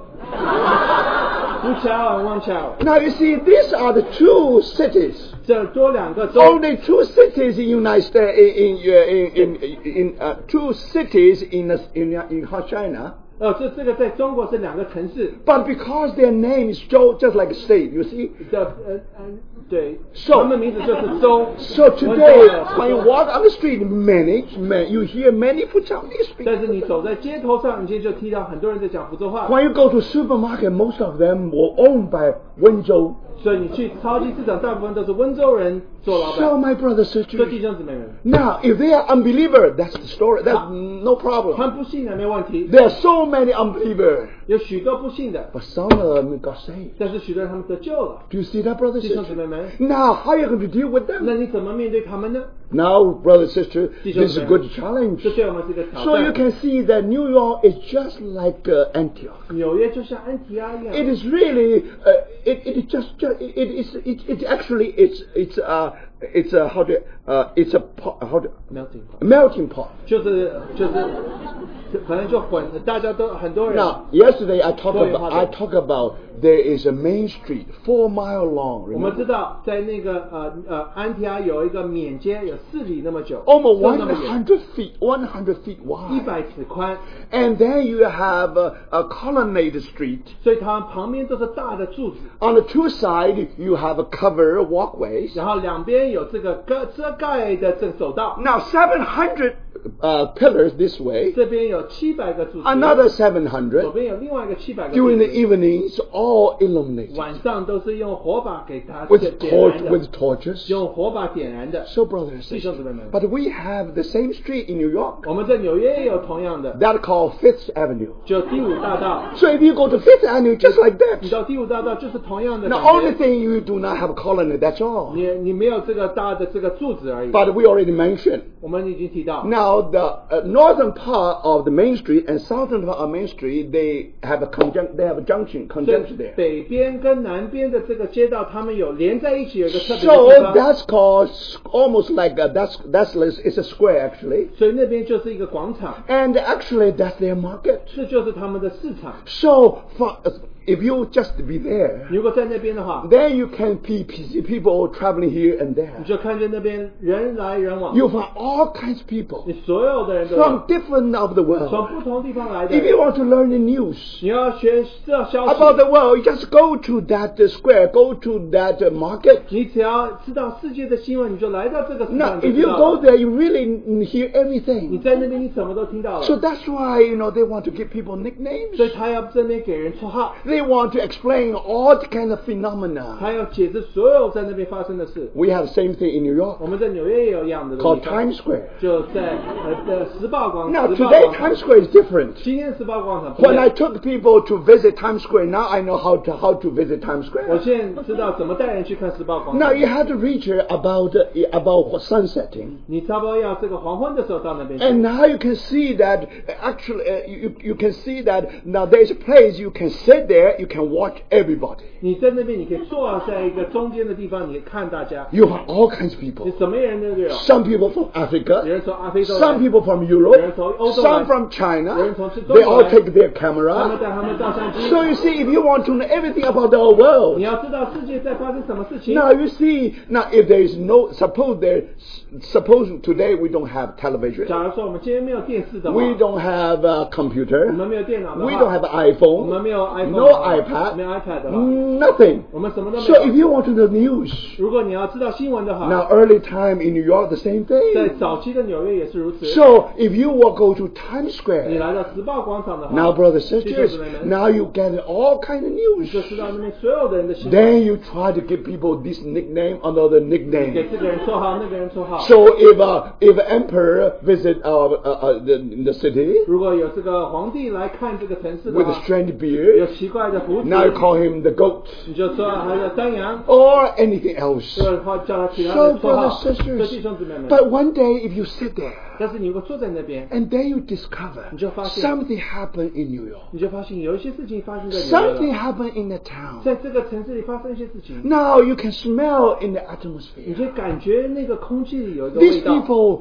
啊
乌桥和旺桥，
Now you see these are the two cities.
这多两个州，
Only two cities in United States in uh, in in, in, in uh, two cities in uh, in uh, in China.
呃，这这个在中国是两个城市
But because their name is Zhou, just like a state, you see.
的，呃呃，对，
So-
他们名字就是州。
So today, when you walk on the street, many, many you hear many Chinese
但
speak.
是你走在街头上，你今天就听到很多人在讲福州话，
When you go to supermarket, most of them were owned by Wenzhou.
所以你去超级市场，大部分都是温州人做老
So
板。
my brothers sisters,
所以弟兄姊妹们，
now if they are unbeliever, that's the story. That's no
他
problem.
们不信的没问题，
There are so many unbelievers,
有许多不信的，
but some of them got saved.
但是许多人他们得救了。
Do you see that, brothers
弟兄姊妹
sisters?
们，
Now, how are you going to deal with
那
them?
你怎么面对他们呢？
Now, brothers sisters, this is a
弟兄姊妹们，
good challenge.
这对我们是一个挑
So you
战。
can see that New York is just like uh, Antioch.
纽约就像安提阿一样，
It is really, uh, it, it is just, ju- it, it is, it, it actually, it's, it's, uh, it's a, how do, uh, it's a, po- how do,
没有情况
a melting pot.
就是就是，可能就混，大家都很多人。
Now, yesterday I talked
Go ahead,
about, I
Father.
talk about there is a main street, four mile long,
我们知
remember?
道，在那个呃呃安提阿有一个缅街，有四里那么久，
Almost
就那么远，
100 feet, 100 feet
一
wide.
百尺宽，
And then you have a, a colonnade street.
所以它旁边都是大的柱子，
On the two sides, you have a cover walkways.
然后两边有这个遮遮盖的这个走道，
Now, 700 uh, pillars this way,
这边有七百个柱子，
another
左
700.
边有另外一个七百个柱
During the
子，
evenings, all illuminated
晚上都是用火把给它点
with, tor-
点燃的
with，torches.
用火把点燃的。
So, brothers and sisters,
弟兄姊妹们。
but we have the same street in New York
我们在纽约也有同样的，
that called Fifth Avenue.
就第五大道，
So, if you go to Fifth Avenue, just like
你
that.
到第五大道就是同样的
The
感
only
觉，
thing you do not have a colony, that's all.
你你没有这个大的这个柱子而已。
But we already mentioned.
我们已经提到，
Now, the uh, northern part of the main street and southern part of main street, they have a conjunct, they have a junction,
这
conjunction there.
北边跟南边的这个街道，他们有连在一起，有一个特别的
So
地方，
that's called s- almost like a, that's that's like- it's a square actually,
所以那边就是一个广场，
and actually that's their market.
这就是他们的市场。
So for, if you just be there,
如果在那边的话，
then you can be see people traveling here and
你
there.
就看见那边人来人往，
You find all kinds of
你
people
所有的人都有
from different of the
从
world.
不同地方来的
If you
人。
want to learn the news
你要学这道消
about
息，
the world, you just go to that uh, square, go to that uh, market.
你只要知道世界的新闻，你就来到这个市
Now,
场就
if
知
you
道
go
了。
there, you really mm, hear
你
everything.
在那边，你什么都听到了
So，that's why you know they want to give people nicknames.
所以他要这边给人绰号，
They want to explain all kind of phenomena.
他要解释所有在那边发生的事。
We have same thing in New
我
York
们在纽约也有一样的东
called
西。
Times Square.
就在呃的十八广
Now
十八
today
广场
Times Square is different.
今天十八广场不一
When I
样，
took people to visit Times Square, now I know how to how to visit Times
我
Square.
现在知道怎么带人去看十八广
Now
场。
you have to reach her about uh, about sunsetting,
你差不多要这个黄昏的时候到那边去。
and now you can see that uh, actually uh, you you can see that now there is a place you can sit there, you can watch everybody.
你在那边，你可以坐在一个中间的地方，你看大家，
You have all kinds of
你
people.
什么人都有。
Some people from
有人
Africa,
从阿非洲来，
some people from
有人
Europe,
从欧洲来
some from China.
有人从中国来。
They all take their
他们
camera.
带他们照相机。
So you see, if you want to know everything about our
你
world,
要知道世界在发生什么事情。
now you see, now if there is no, suppose there, suppose today we don't have television,
假如说我们今天没有电视的话，
we
我
don't have a computer,
们没有电脑的话，
we don't have
我
iPhone,
们没有 iPhone，
no
的话没有
iPad,
iPad 嗯的话，
nothing.
我们什么都没
So
有。
if you want to know news,
如果你要知道新闻的话，
now early time in New York, the same
在
thing.
早期的纽约也是如此。
So if you will go to Times
你
Square,
来到时报广场的话，
now brothers
弟兄
sisters,
姊妹们，
now you get all kind of
你就知
news.
道那边所有的人的新闻，
Then you try to give people this nickname, another
给
nickname.
这个人绰号，那个人绰号。
So if uh, if emperor visit uh, uh, uh, the, the city
如果有这个皇帝来看这个城市的
with
话
a，strange
有
beard,
奇怪的胡子，
now you call him the goat
你就说他叫张扬，
or anything else.
这话叫他其他的
So,
绰
brothers,
号，
sisters，
这弟兄姊妹们。
But one day if you sit there
但是你如果坐在那边，
and then you discover
你就发现-
something happened in New York,
你就发现有一些事情发生在纽约
something
了，
happened in the town.
在这个城市里发生一些事情，
Now you can smell in the
你
atmosphere.
就感觉那个空气里有一个味
These
道。
people,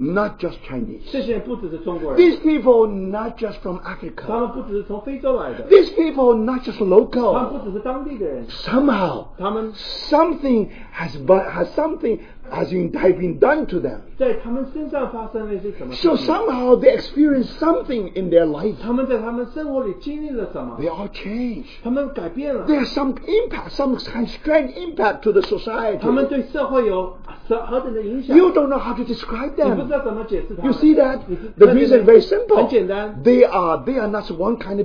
not just Chinese.
这些人不只是中国人，
These people, not just from
他
Africa.
们不只是从非洲来的，
These people, not just
他们
local.
不只是当地的人，
Somehow,
他们
something has, bu- has something has been, has been done to them.
在他们身上发生了一些什么事
So
情？
somehow they experience something in their life.
他们在他们生活里经历了什么
They？all change.
他们改变了，
There's some impact, some kind of strange impact to the society.
他们对社会有何何等的影响？
You don't know how to describe
你不知
them.
道怎么解释它
You see that?
你知
The reason is very simple.
很简单，
They are they are not one kind of
它不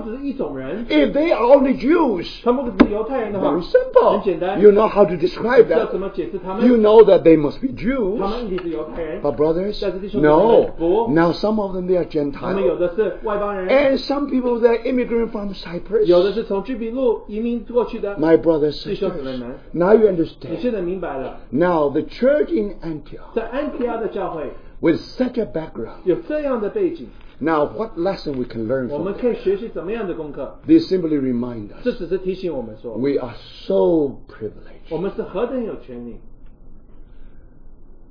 people.
只是一种人，
If they are only Jews,
他们不只是犹太人的话
very，simple.
很简单，
You know how to
你
describe
知道怎
them.
么解释他
You
们？
know that they must be
他
Jews.
们一定是犹太人，
But brothers,
但是弟兄姊妹们，
no.
不。
Now some of them they are
他们有
Gentile,
的是外邦人，
and some people they are immigrant from Cyprus.
有的是从居比路移民过去的。
My brothers,
弟兄姊妹
sisters.
们，
Now you
你
understand.
现在明白了，
Now the church in Antioch
在安提阿的教会
with such a background.
有这样的背景，
Now what lesson we can learn
我
from
们
them?
可以学习怎么样的功课？
They simply remind us
这只是提醒我们说，
we are so
我
privileged
们是何等有权利，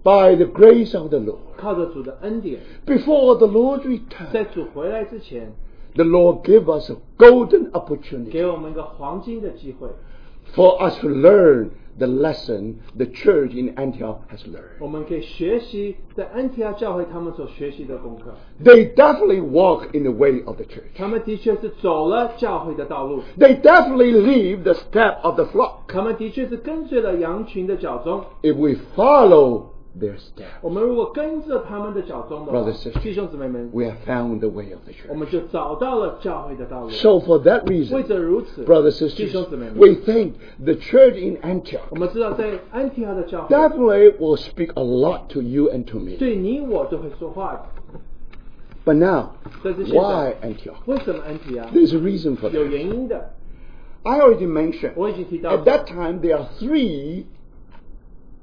by the grace of the Lord.
靠着主的恩典，
Before the Lord
在
returns,
主回来之前，
the Lord give us a golden opportunity
给我们一个黄金的机会，
for us to learn the lesson the church in Antioch has learned.
我们可以学习在安提阿教会他们所学习的功课。
They definitely walk in the way of the church.
他们的确是走了教会的道路，
They definitely leave the step of the flock
他们的确是跟随了羊群的脚踪。
if we follow their step.
我们如果跟着他们的脚踪的话
Brothers and sisters，
弟兄姊妹们，
We have found the way of the
我
church.
们就找到了教会的道路。
So for that
为
reason,
着如此，
brothers
弟
sisters,
兄姊妹们，
we think the church in Antioch
我们知道在安提阿的教会，
definitely will speak a lot to you and to me.
对你我都会说话的。
But now,
但是现
why
在，
Antioch?
为什么安提阿？
There's a reason for
有
that.
原因的，
I already mentioned
我已经提到
at
过
that。time there are three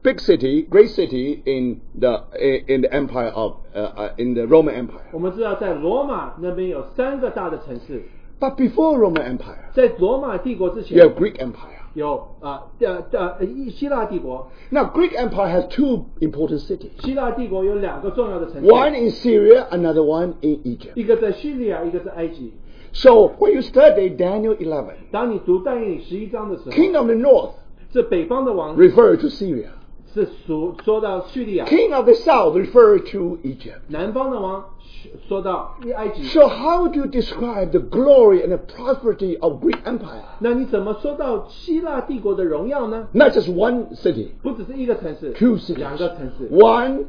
big city, great city in the eh, in the empire of uh, uh, in the Roman Empire.
我们知道，在罗马那边有三个大的城市，
But before Roman Empire,
在罗马帝国之
you
前
have Greek Empire.
有啊呃呃希希腊帝国，
Now Greek Empire has two important cities.
希腊帝国有两个重要的城
One
市，
in Syria, another one in Egypt.
一个在叙利亚，一个在埃及。
So when you study Daniel 11,
当你读但以理十一章的时候，
king of the north
这北方的王
referred to Syria.
是属说到叙利亚，
King of the south referred to Egypt.
南方的王是说到埃及。
So how do you describe the glory and the prosperity of Greek Empire?
那你怎么说到希腊帝国的荣耀呢？
Not just one city,
不只是一个城市，
two cities.
两个城市，
One,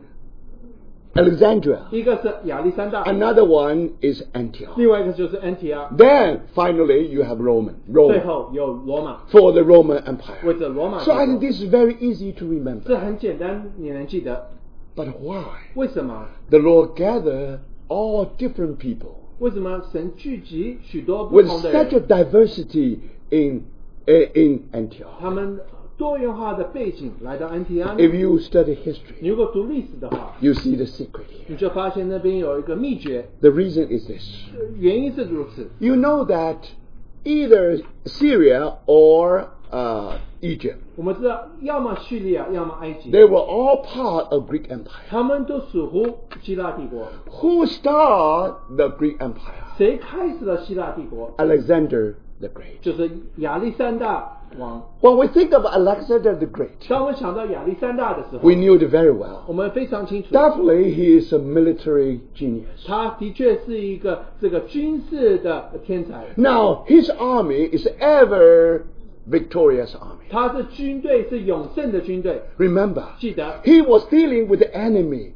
Alexandria.
一个是亚历山大，
Another one is Antioch.
另外一个就是安提阿，
Then finally you have Roman,
最
Rome
后有罗马，
for the Roman
为
Empire.
着罗马帝
So I think
国。
this is very easy to
这
remember.
很简单，你能记得。
But why?
为什么？
The Lord gathered all different people
为什么神聚集许多不
with
同的
such a
人？
diversity in, eh, in Antioch.
他们多元化的背景来到安提阿。
If you study history,
你如果读历史的话，
you see the secret here.
你就发现那边有一个秘诀，
The reason is this
呃原因是如此。
you know that either Syria or uh, Egypt,
我们知道，要么叙利亚，要么埃及，
they were all part of Greek Empire.
他们都属乎希腊帝国。
Who started the Greek Empire?
谁开始了希腊帝国？
Alexander the Great.
就是亚历山大王。
When we think of Alexander the Great,
当我们想到亚历山大的时候
we，knew it very
我
well.
们非常清楚，
Definitely, he is a military genius.
他的确是一个这个军事的天才。
Now, his army is ever victorious army.
他的军队是永胜的军队，
Remember,
记得
he was dealing with the enemy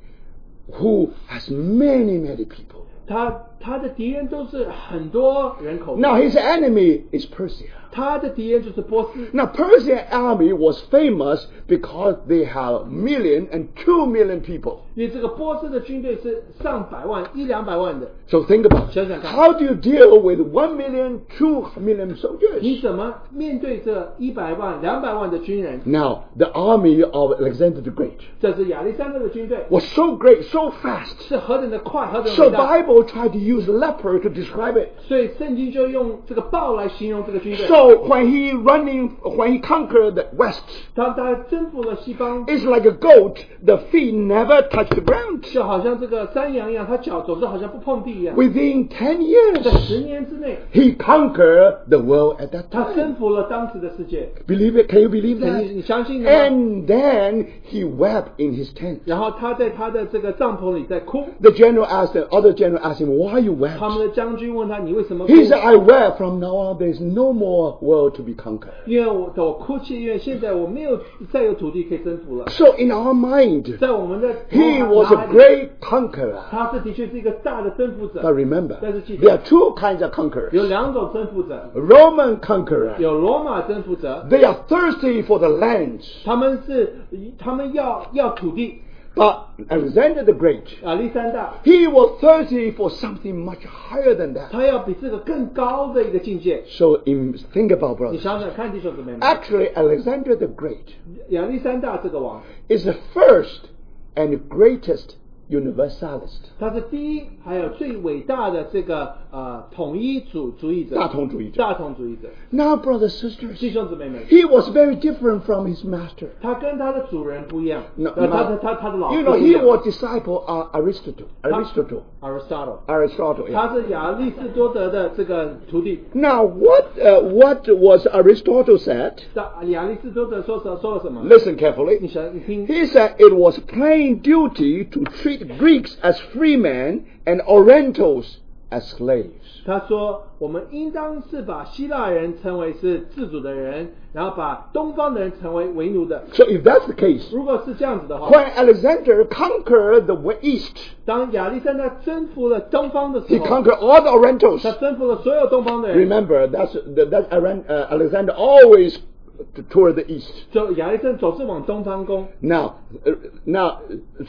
who has many, many people.
他他的敌人都是很多人口，
Now, his enemy is Persia.
他的敌人就是波斯。
Now, Persian army was famous because they have million and two million people.
因为这个波斯的军队是上百万、一两百万的，
So think about it.
想想看。
How do you deal with one million, two million
你
soldiers?
怎么面对这一百万、两百万的军人？
Now, the army of Alexander the Great
这是亚历山大的军队，
was so great, so fast.
是何等的快，何等的
So
大！
Bible tried to use leper to describe it.
所以圣经就用这个豹来形容这个军队。
So when he running, when he conquered the west,
当他征服了西方，
it's like a goat. The feet never touch the ground.
就好像这个山羊一样，他脚总是好像不碰地一样。
Within ten
在十
years,
年之内，
he conquered the world at that
他征
time.
服了当时的世界。
Believe it? Can you believe
你你
that?
相信他吗？
And then he wept in his tent.
然后他在他的这个帐篷里在哭。
The general asked the other general asked him, "Why you wept?"
他们的将军问他：“你为什么哭？”
He said, "I wept from now on. There's no more world to be conquered."
因为我我哭泣，因为现在我没有再有土地可以征服了。
So in our mind,
在我们的
he was
脑海
a
里
great conqueror.
他是的确是一个大的征服
But
者。
remember,
但是记得-
there are two kinds of conquerors:
有两种征服者，
Roman conquerors.
有罗马征服者，
They are thirsty for the lands,
他们是他们要要土地。
but Uh, Alexander the Great,
亚历山大
he was thirsty for something much higher than that.
他要比这个更高的一个境界。
So in, think about
你
brothers.
想想看，弟兄姊妹们，
Actually, Alexander the Great
亚历山大这个王，
is the first and greatest universalist.
他是第一，还有最伟大的这个呃统一主主义者，
大同主义者。
大同主义者。
Now, brothers sisters,
弟兄姊妹们，
he was very different from his master.
他跟他的主人不一样，
No,
呃他
no.
的他他的老师
You know,
不
he
一样。
was disciple of Aristotle. Aristotle.
Aristotle，
Aristotle. yeah.
他是亚里士多德的这个徒弟。
Now, what uh, what was Aristotle said?
那亚里士多德说什说了什么？
Listen
你
carefully.
想你听，
He said it was plain duty to treat Greeks as free men and Orientals as slaves.
他说我们应当是把希腊人称为是自主的人，然后把东方的人成为为奴的。
So, if that's the case,
如果是这样子的话，
when Alexander conquered the we- East,
当亚历山大征服了东方的
he
时候，
conquered all the Orientals.
他征服了所有东方的人。
Remember, that's that, that Iran- uh, Alexander always t- toward the east.
就亚历山总是往东方攻。
Now, uh, now,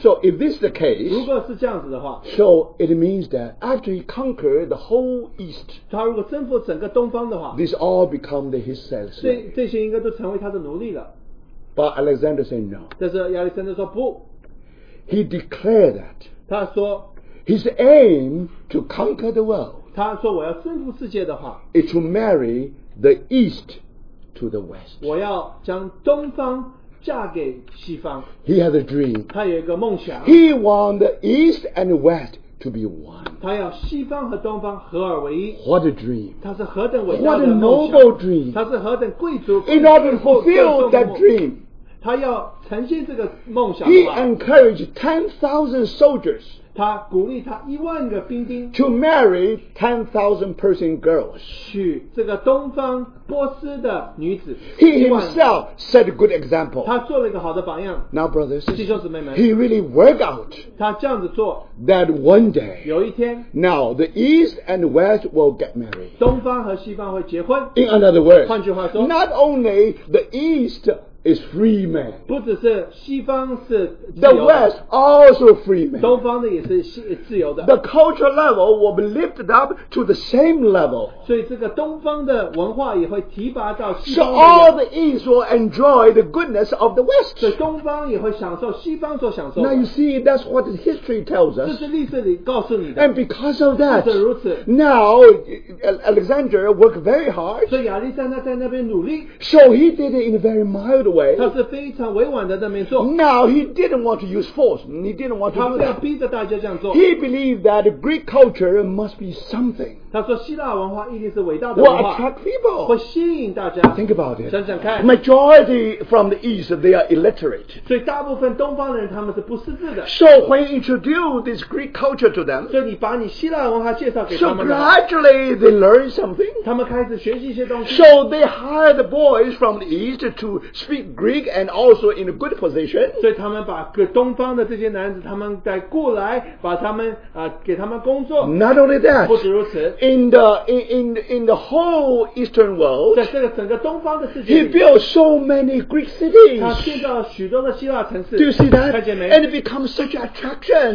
so if this is the
如
case,
果是这样子的话，
so it means that after he conquered the whole east,
他如果征服整个东方的话，
these all become the, his
这
slaves.
这些应该都成为他的奴隶了。
But Alexander said no.
但是亚历山大说不，
He declared that
他说
his aim to conquer the world
他说我要征服世界的话，
is to marry the east to the west.
我要将东方嫁给西方。
He had a dream.
他有一个梦想，
He want the east and the west to be one.
他要西方和东方合二为一。
What a dream!
他是何等伟
What
大
a
的梦
noble
想！
dream!
他是何等贵族
In order to fulfill
贵族
that dream,
他要呈现这个梦想的
he
话，
encouraged 10,000 soldiers
他鼓励他一万个兵丁
to marry 10,000 Persian girls.
娶这个东方波斯的女子。
He
一万
himself set a good example.
他做了一个好的榜样。
Now, brothers,
弟兄姊妹们，
he really worked out
他这样子做，
that one day,
有一天
now the East and West will get married.
东方和西方会结婚。
In other words,
换句话说，
not only the East is free man.
不只是西方是自
The
由的
West also free man.
东方的也是西自由的，
The cultural level will be lifted up to the same level.
所以这个东方的文化也会提拔到西
So
方啊
all
的人，
the East will enjoy the goodness of the
所以
West.
东方也会享受西方所享受
Now
的
you。see, that's what the history tells
这
us.
是历史里告诉你
And
的。
because of that,
是如此。
now Al- Alexander worked very hard.
所以亚历山大在那边努力，
So he did it in a very mild way.
他是非常委婉的在那边做，
Now he didn't want to use force. He didn't want to
他
do
不要
that.
逼着大家这样做。
He believed that Greek culture must be something
他说希腊文化一定是伟大的
will
文化，
attract
会
people.
吸引大家。
Think about it.
想想看，
Majority from the East, they are illiterate.
所以大部分东方的人他们是不识字的，
So when you introduce this Greek culture to them,
所以你把你希腊文化介绍给他
so
们的，
gradually they learn something.
他们开始学习一些东西，
So they hire the boys from the East to speak Greek and also in a good position.
所以他们把各东方的这些男子，他们再过来，把他们啊、给他们工作。
Not only
不止
that,
如此，
in the in in, in the whole Eastern world,
在这个整个东方的世
He
界里，
built so many Greek
他
cities.
建造了许多的希腊城市
Do you see，that?
看见
And
没？
it becomes such an
所以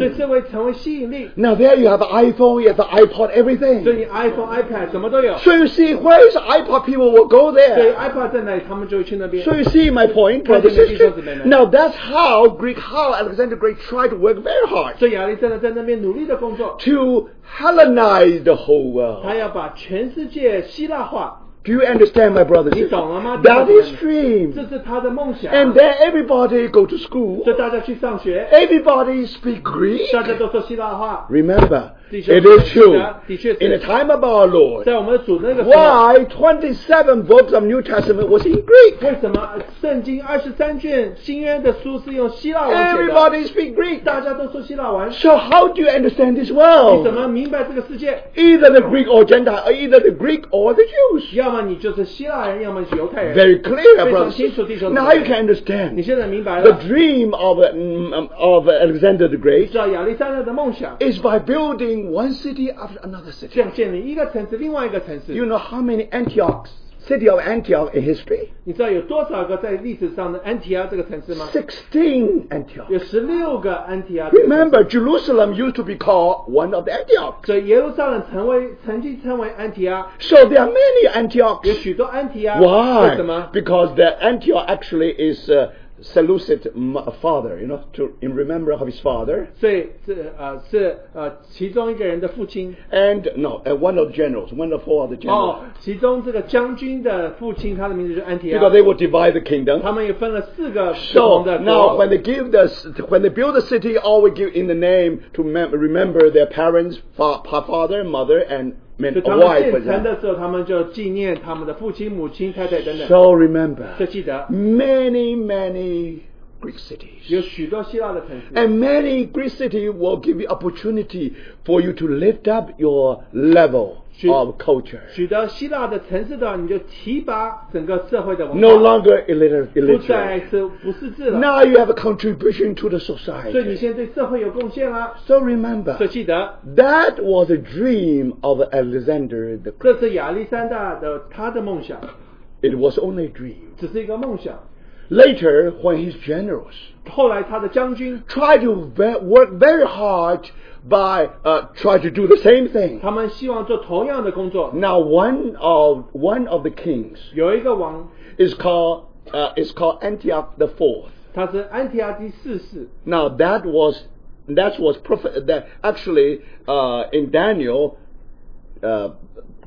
attraction.
这会成为吸引力。
Now there you have an iPhone, you have an iPod,
所
everything.
以你 iPhone、iPad 什么都有。
So you see, where is the iPod? People will go
所以
there.
iPad 在哪里，他们就会去那边
So。you see my point, brother
Brother,
sister?
Jesus, amen.
Now that's how Greek, how Alexander Great tried to work very hard
所以亚历山大在那边努力的工作，
to Hellenize the whole
他
world.
要把全世界希腊化，
Do you understand, my brother? sister?
你懂了吗？
That is
这
dream.
是他的梦想。
And then everybody go to
所
school.
以大家去上学，
Everybody speak Greek.
大家都说希腊话。
Remember,
弟兄们，
it is true.
记得，的确是。
In the time of our Lord,
在我们主那个时候，
why 27 books of New Testament was in Greek?
为什么圣经二十三卷新约的书是用希腊文写的？
Everybody speak Greek.
大家都说希腊文，
So how do you understand this
你怎
world?
么明白这个世界？
Either the Greek or Gentile, or either the Greek or the Jews.
要么你就是希腊人，要么你是犹太人。
Very clear,
非常
brothers.
清楚，弟兄们。
Now you can
你
understand
现在明白
the
了，
dream of um, um, of Alexander the
知
Great
道亚历山大的梦想，
is by building one city after another
这
city.
样建立一个城市，另外一个城
You
市。
know how many Antiochs, city of Antioch in history?
你知道有多少个在历史上的安提阿这个城市吗？
16 Antioch.
有十六个安提阿这个城市。
Remember, Jerusalem used to be called one of the Antiochs.
所以耶路撒冷成为曾经称为安提阿，
So there are many
有
Antiochs.
许多安提阿。为
Why?
什么？
Because the Antioch actually is uh, Seleucid m- father, you know, to in remembrance of his father.
所以这呃是呃其中一个人的父亲
And no, uh, one of the generals, one of four of the
哦
generals.
其中这个将军的父亲，他的名字就是安提
Because
阿。
they will divide the kingdom.
他们也分了四个不同
So
的
now,
国
when。they give the c- when they build the city, all we give in the name to mem- remember their parents, fa- pa- father, mother, and men,
就
a
他们
wife. for
建城
example.
的时候，他们就纪念他们的父亲、母亲、太太等等。
So remember.
就记得
many, many Greek cities.
有许多希腊的城市，
And many Greek cities will give you opportunity for you to lift up your level
She-
of culture.
许多希腊的城市的话，你就提拔整个社会的文
No
化，
longer illiter-
不再
illiterate.
是不识字了。
Now you have a contribution to the
所以你
society.
现在对社会有贡献啦。
So remember,
所以记得，
that was a dream of Alexander the Great.
这是亚历山大的他的梦想，
It was only a dream.
只是一个梦想。
Later, when his generals
后来他的将军，
tried to ve- work very hard by uh, try to do the same thing.
他们希望做同样的工作。
Now one of one of the kings
有一个王，
is called uh, is called Antioch the Fourth.
他是安提阿第四世，
Now that was that was prophet that actually uh, in Daniel uh,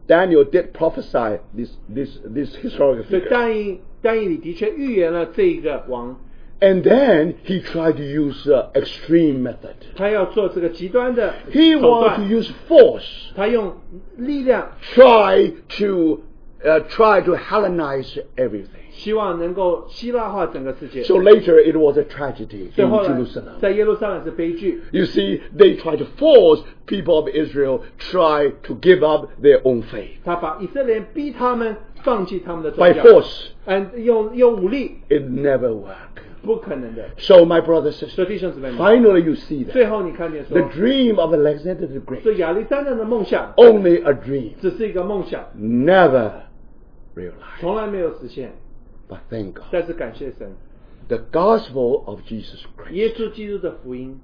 Daniel did prophesy this this this historical
所以
figure.
但以但以理的确预言了这一个王，
And then he tried to use uh, extreme method.
他要做这个极端的
He
手
wanted to
段，
use force,
他用力量
try to uh, try to Hellenize everything.
希望能够希腊化整个世界。
So later it was a tragedy in
所以后来
Jerusalem.
在耶路撒冷是悲剧，
You see, they try to force people of Israel try to give up their own faith
他把以色列人逼他们放弃他们的宗
by
教，
force.
嗯，用用武力，
It never worked.
不可能的。
So, my brothers and
所
sisters,
以弟兄姊妹们，
finally you see
最
that
后你看见
the
说，
dream Oh of Alexander the Great
所以亚历山大的梦想
only a dream,
只是一个梦想，
never realized.
从来没有实现。
But thank God.
但是感谢神，
The gospel of Jesus
耶
Christ.
稣基督的福音，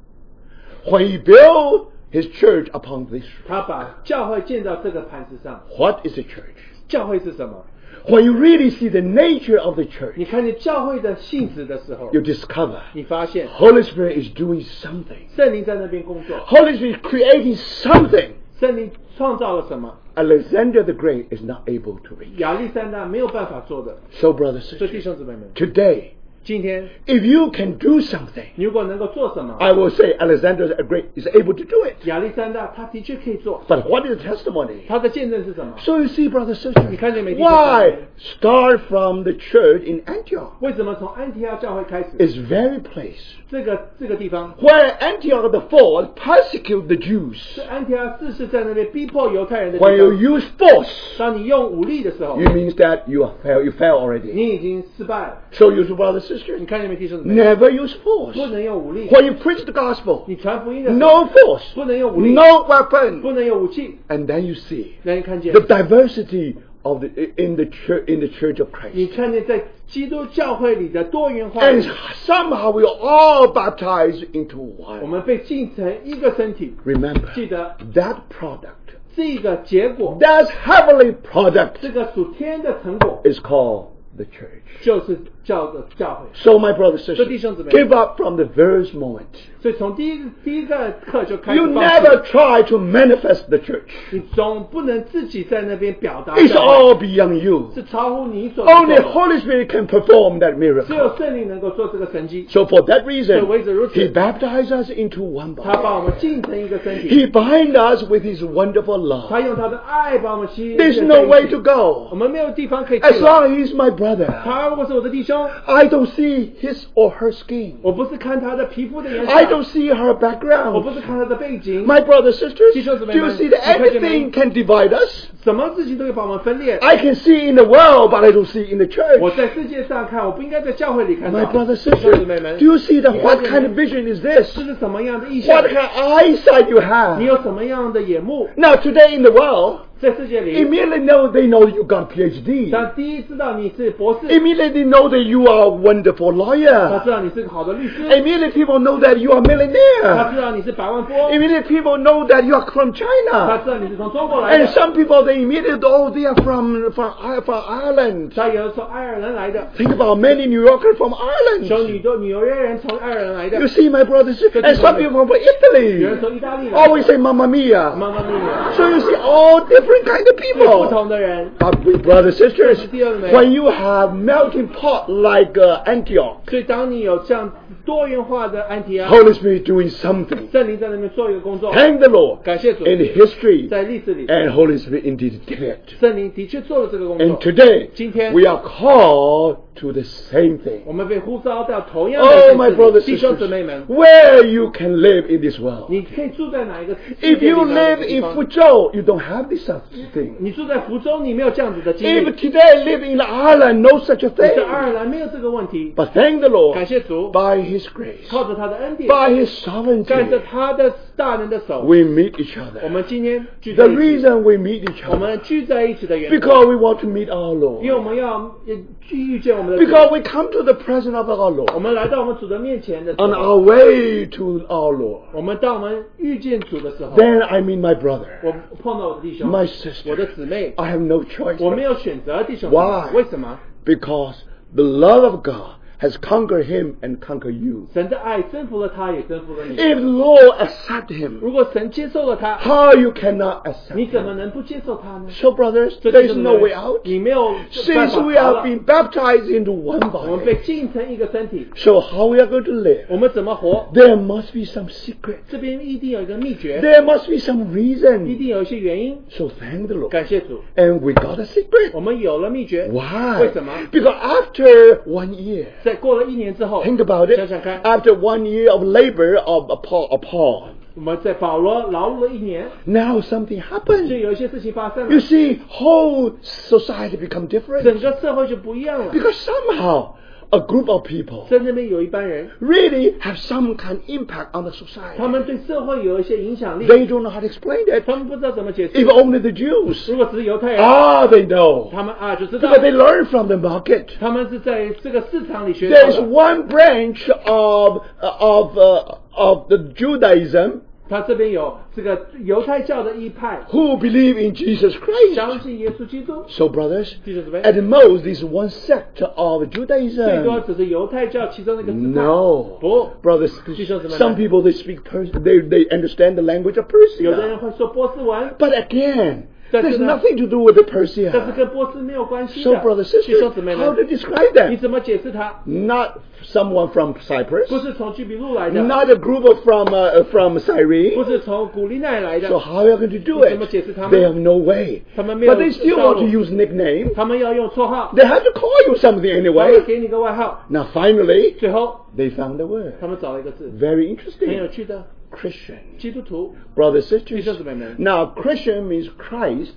When he built his church upon this
他把教会建到这个磐石上。
What is a church?
教会是什么？
When you really see the nature of the church,
你看见教会的性质的时候
you，discover
你发现
Holy Spirit is doing something.
圣灵在那边工作，
Holy Spirit is creating something
圣灵创造了什么？
Alexander the Great is not able to reach.
亚历山大没有办法做的。
So, brothers
所以弟
sisters,
兄姊妹们，
today,
今天
if you can do something,
你如果能够做什么，
I will say Alexander the Great is able to do it.
亚历山大他的确可以做，
But what is the testimony?
他的见证是什么？
So you see, brothers sisters,
你看见没？
why start from the church in Antioch?
为什么从安提阿教会开始，
It's very place
这个这个地方，
where Antioch the force persecute the Jews.
安提阿自是在那边逼迫犹太人的地
When you
方。
use force,
当你用武力的时候
you，means that you are fail, you fail already.
你已经失败了。
So you see, brothers sisters,
你看见没，弟兄姊妹？
never use force.
不能用武力，
When you preach the gospel,
你传福音的时候
no force,
不能用武力，
no
不
weapon,
能用武器。
and then you see
让你看见
the，diversity of the in the church in the church of
你
Christ.
看见在基督教会里的多元化，
And somehow we are all baptized into
我
one.
们被浸成一个身体。
Remember
记得
that product,
这个结果，
that heavenly product
这个属天的成果，
is called the church.
就是叫做教会。
So my brothers and sisters,
所以弟兄姊妹，
give up from the first moment.
所以从第一第一个课就开
You
始放弃
never try to manifest the church.
你总不能自己在那边表达
It's
教会，
all beyond you.
是超乎你所能
Only
做的。
Holy Spirit can perform that
只
miracle.
有圣灵能够做这个神迹，
So for that reason,
所以为此如此，
He baptized us into one
他把我
body.
们浸成一个身
He
体，
bind us with His wonderful
他
love.
用他的爱把我们吸引。
There's no way to
我
go.
们没有地方可以去
As
了。
long as He's my brother,
他如果是我的弟兄，
I don't see his or her skin.
我不是看他的皮肤的颜
I don't
色，
see her
我不
background.
是看他的背景，
My brothers, sisters, do you
弟兄姊妹们，
see that
你看见没？
anything can divide us?
什么事情都会把我们分裂。
I can see in the world, but I don't see in the
我
church.
在世界上看，我不应该在教会里看到。
My brothers,
弟兄姊妹
sisters,
们
do，you see that
你看见没？
what kind of vision is this?
这是什么样的意象
What？kind of eyesight you
你
have?
有什么样的眼目？
Now today in the world,
在世界里，
immediately know they know you got PhD.
当第一知道你是博士，
Immediately know that you are a wonderful
他
lawyer.
知道你是个好的律师，
Immediately people know that you are millionaire.
他知道你是百万富翁，
Immediately people know that you are from
他
China.
知道你是从中国来
And
的，
some people they immediately oh they are from from, I- from Ireland.
他有人从爱尔兰来的，
Think about many New Yorkers from
有
Ireland.
女的纽约人从爱尔兰来的
You，see my brothers and some people from
有人从
Italy.
意大利来
Always
的，
say Mamma Mia.
妈妈咪咪，
So you see all different kind of
是不
people.
同的人。
But we brothers sisters,
Yes.
when you have melting pot like uh, Antioch,
所以当你有这样多元化的安提阿，
Holy Spirit doing something.
圣灵在那边做一个工作，
Thank the Lord
感谢主，
in history
在历史里，
and Holy Spirit indeed did it.
圣灵的确做了这个工
And
作。
today
今天-
we are called to the same
我
thing.
们被呼召到同样的
Oh
城
my
市里
brothers
弟兄姊妹们
sisters,，where you can live in this world.
你可以住在哪一个世界里
If
哪一
you
个
live
地
in
方
Fuzhou, you don't have this such thing.
你住在福州，你没有这样子的经历。
If today live in Ireland, no such a
你在爱
thing.
尔兰没有这个问题。
But thank the Lord
感谢主，
by His grace,
靠着他的恩典，
by His
带着
sovereignty.
他的大人的手，
we meet each
我
other.
们今天聚在
The
一起。
reason we meet each
我
other
们聚在一起的原因，
because we want to meet our
因为我
Lord.
们要呃去遇见我们的主。
Because we come to the presence of our
我
Lord
们来到我们主的面前的时
on
候，
our way to our Lord.
我们当我们遇见主的时候，
Then I meet my brother,
我碰到我的弟兄，
my
我的
sister.
姊妹，
I have no choice
我没有选择弟兄
Why？
为什么？
because the love of God has conquered him and conquered you.
神的爱征服了他，也征服了你。
If the Lord accept him,
如果神接受了他，
how you cannot accept
你怎么
him?
能不接受他呢？
So brothers,
这
there is
就是
no way out.
你没有
Since
办法
we
逃
have
了
been baptized into one
我们被
body,
浸成一个身体，
so how we are going to live?
我们怎么活？
There must be some secret.
这边一定有一个秘诀，
There must be some
一
reason.
定有一些原因。
So thank the Lord.
感谢主，
And we got a
我
secret.
们有了秘诀。
Why?
为什么？
Because after one year,
在过了一年之后，
think about it,
想想看。
after one year of labor of of Paul, of Paul
我们在保罗劳碌了一年，
now something
就
happened.
有一些事情发生
You
了，
see, whole society become
整
different.
个社会就不一样了。
Because somehow a group of people
在那边有一班人，
really have some kind of impact on the
他
society.
们对社会有一些影响力，
They don't know how to explain that.
他们不知道怎么解释
If。only the Jews.
如果只是犹太人，
Ah, they know.
他们啊就知道
Because they learn from the market.
他们是在这个市场里学到
There is
的。
one branch of, of, uh, of the Judaism
他这边有这个犹太教的一派，
who believe in Jesus Christ.
相信耶稣基督，
So, brothers,
弟兄姊妹，
at most, this is one sector of
最多
Judaism.
只是犹太教其中的一个支派。不
No, brothers.
弟兄姊妹们。
Some people they speak Persian. They they understand the language of
有的人
Persia.
会说波斯文，
But again,
但是
there's
呢，
nothing to do with the
但是
Persia.
跟波斯没有关系
So,
的。
brothers,
弟
sisters,
兄姊妹
how
们
to，describe
你
them?
怎么解释他？
Not someone from Cyprus.
不是从居比路来的，
Not a group of from uh, from
不
Cyrene.
是从古利奈来的
So，how are you going to do it?
你怎么解释他们？
They have no way.
他们没有
But they still
道路。
want to use nickname.
他们要用绰号，
They have to call you something
他
anyway.
们给你个外号。
Now finally,
最后，
they found a
他
word.
们找了一个字，
Very
很有
interesting.
趣的
Christian.
基督徒，
Brothers,
弟
sisters.
兄姊妹们，
Now, Christian means Christ,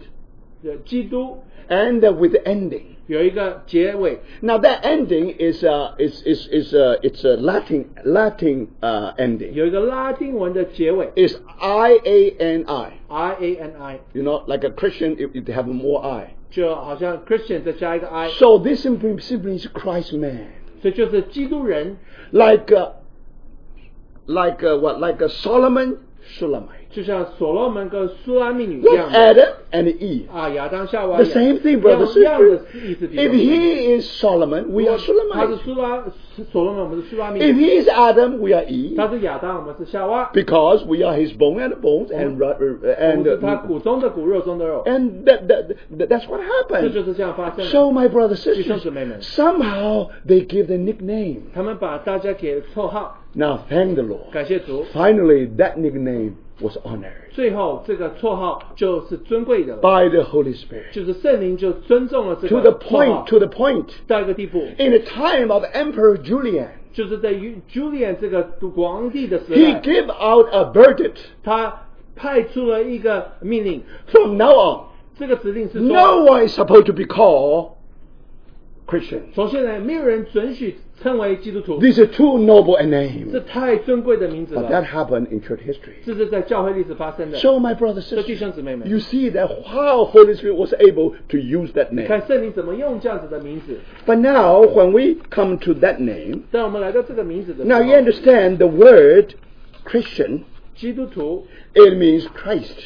呃基督
and uh, with the ending.
有一个结尾，
Now, that ending is uh, is is is uh, it's a Latin Latin uh, ending.
有一个拉丁文的结尾
It's I A N I.
，I A N I，
You know, like a Christian, it, it have more I.
就好像 Christian 再加一个 I，
So this simply simply is Christ man,
所以就是基督人，
like uh, like uh, what like a Solomon Shulamite,
就像所罗门跟苏拉密女一
like
样的
Adam and Eve.
啊，亚当夏娃
The same thing, brother
一样的
sister.
意思。弟兄
If
姊妹
he is Solomon, we are
他是
Shulamite.
苏拉所罗门，我们是苏拉密
If
女；
he is Adam, we are Eve.
他是亚当，我们是夏娃。
because we are his bone and bones and ru- uh,
我们
and
是他
uh,
骨中的骨，肉中的肉，
and that, that, that- that's what
这就
happened.
是这样发生的。
So my brothers sisters,
弟兄姊妹们。
somehow they give the nickname.
他们把大家给绰号，
Now thank the Lord.
感谢主。
Finally, that nickname was honored
最后这个绰号就是尊贵的了，
by the Holy Spirit
就是圣灵就尊重了这
哦 to the
个绰号
point to 嗯 the point.
到一个地步，
In the time of Emperor Julian,
就是在于 Julian 这个皇帝的时
he
代，
gave out a verdict
他派出了一个命令，
from now on.
这个指令是
No
说，
one is supposed to be called Christian.
从现在没有人准许称为基督徒，
These are two noble
这
names,
太尊贵的名字
but that
了，
happened in church history.
这是在教会历史发生的。
So, my brothers
这
and
弟
sisters,
兄姊妹们，
you see that how Holy Spirit was able to use that
你
name.
看圣灵怎么用这样子的名字。
But now, when we come to that name,
当我们来到这个名字的时
now
候
you understand the word Christian,
基督徒
it means Christ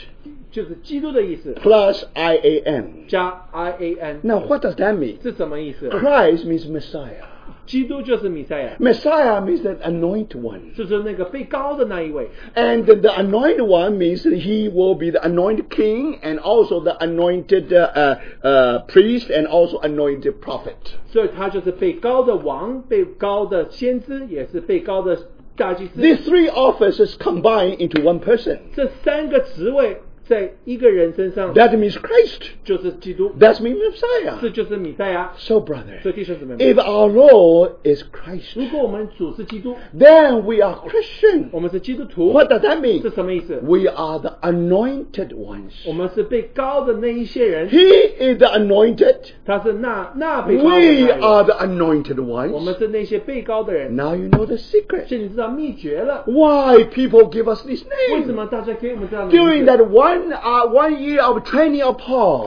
就是基督的意思，
plus I A N.
加 I A N
Now, what does that mean?
是什么意思？
Christ means Messiah.
基督就是弥赛亚，
Messiah means the anointed one.
就是那个被高的那一位。
And the anointed one means that he will be the anointed king and also the anointed uh, uh, uh, priest and also anointed prophet.
所以他就是被高的王，被高的先知，也是被高的大祭司。
These three offices combine into one person.
这三个职位在一个人身上
That means Christ.
就是基督，
That means
这
Messiah.
就是弥赛亚。
So, brother,
所以弟兄姊妹们，
if our Lord is Christ,
如果我们主是基督，
then we are Christian.
我们是基督徒，
What does that
是
mean?
什么意思？
We are the anointed ones.
我们是被高的那一些人，
He is the anointed.
他是那那被高的那一
We
人
are the anointed
我们
ones.
是那些被高的人。
Now you know the secret.
是你知道秘诀了，
Why people give us this
为什
name?
么大家给我们这样的名
During
字？
that one uh, one year of training of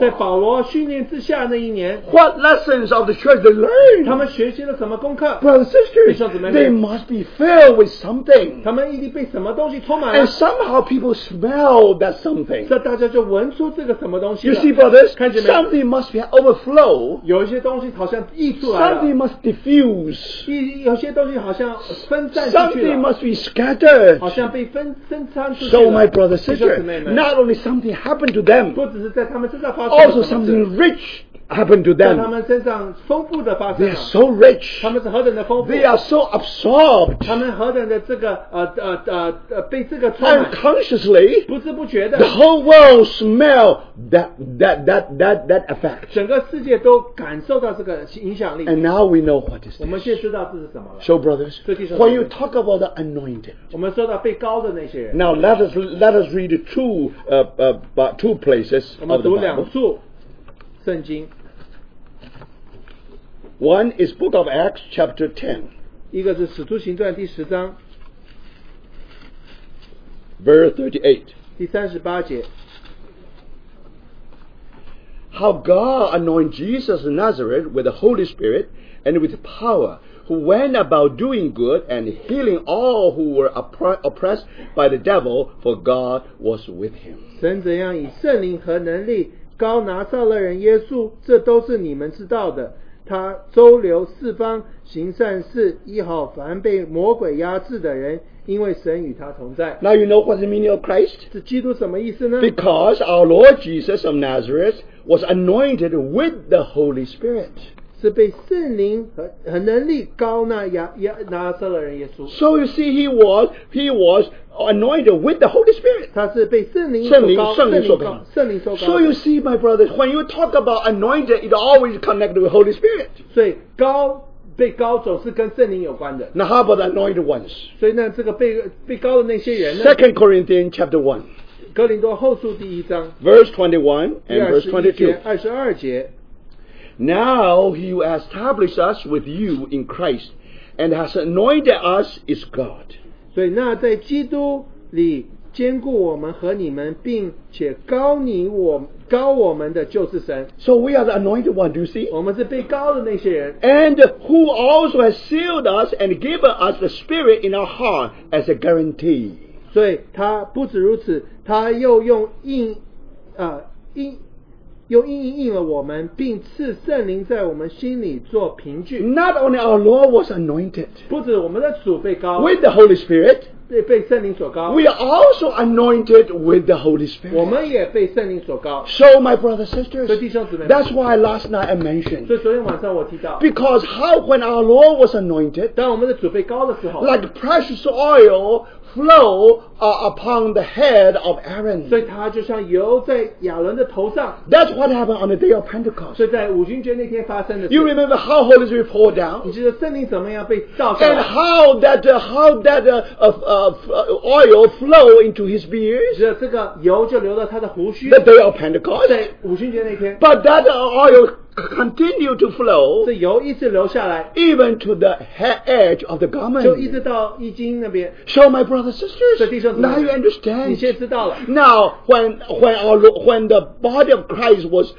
在
Paul,
保罗训练之下那一年，
what lessons of the church they
他
learned?
们学习了什么功课？
Brothers and
弟兄姊妹们。
sisters, they must be filled with something.
他们一定被什么东西充满了
And，somehow people smell that something.
这大家就闻出这个什么东西
You
了
see,。brothers,
看见没有？
something must be an overflow.
有一些东西好像溢出来了，
Something must diffuse.
一有些东西好像分散出去
Something
了，
must be scattered.
好像被分分散出去
So,
了。
my brother,
弟兄姊
sister,
妹们，
not only something happened to them,
不只是在他们身上发生了
also
什么事
something rich happened to
在他
them.
们身上丰富的发
They are
生了。
so rich.
他们是何等的丰富，
They are so absorbed.
他们何等的这个呃呃呃呃被这个充满，
Unconsciously,
不知不觉的，
the whole world smell that that that that that effect.
整个世界都感受到这个影响力。
And now we know what is
我
this.
们现在知道这是什么了。
So, brothers,
这弟兄姊妹。
when you talk about the anointed,
我们说到被高的那些人，
now let us let us read two uh, uh, bu- two places
我
of
们
the
读两
Bible.
处圣经，
One is book of Acts chapter 10,
一个是《使徒行传》第十章
verse 38.
第三十八节，
How God anointed Jesus of Nazareth with the Holy Spirit and with power, who went about doing good and healing all who were oppre- oppressed by the devil, for God was with him.
神怎样以圣灵和能力高拿撒勒人耶稣，这都是你们知道的。他周流四方，行善事，医好凡被魔鬼压制的人，因为神与他同在。
Now you know what's the meaning of Christ?
这基督什么意思呢？
Because our Lord Jesus of Nazareth was anointed with the Holy Spirit.
是被圣灵和和能力高那压压拿撒勒人耶稣，
So you see, he was he was anointed with the Holy Spirit.
他是被圣灵
圣灵
所高
圣灵所
高
高，
圣灵所高的。
So you see, my brothers, when you talk about anointed, it always connected with Holy Spirit.
所以高被高总是跟圣灵有关的。
Now, how about the anointed ones?
所以呢，这个被被高的那些人呢，
Second Corinthians chapter one,
格林多后书第一章
verse twenty-one
第
and
二
verse
十一节、
twenty-two.
二十二节，
Now he who established us with you in Christ and has anointed us is God.
所以那在基督里兼顾我们和你们，并且高你我高我们的就是神，
So we are the anointed one. Do you see?
我们是被高的那些人，
And who also has sealed us and given us the Spirit in our heart as a guarantee.
所以他不止如此，他又用印啊、印用印印印了我们，并赐圣灵在我们心里做凭据。
Not only our Lord was anointed
不止我们的主被高，
with the Holy Spirit,
被被圣灵所高，
we are also anointed with the Holy
我
Spirit.
们也被圣灵所高。
So, my brothers and sisters,
所以弟兄姊妹们
that's why last night I mentioned
所以昨天晚上我提到，
Because how when our Lord was anointed,
当我们的主被高的时候，
like precious oil flow uh, upon the head of
所以
Aaron.
他就像油在亚伦的头上。
That's what happened on the day of Pentecost.
所以在五旬节那天发生的事
You remember how Holy Spirit poured
你
down,
记得圣灵怎么样被照下
and
来？
how that uh, how that uh, of, of, uh, oil flow into his
你
beard
知道这个油就流到他的胡须
the。day of Pentecost.
在五旬节那天，
But that uh, oil continued to flow
这油一直流下来，
even to the he- edge of the
就一直
garment.
到易经那边。
So, my brothers and sisters,
所以弟兄姊妹们，
now you
你
understand.
现在知道了。
Now, when when our Lo- when the body of Christ was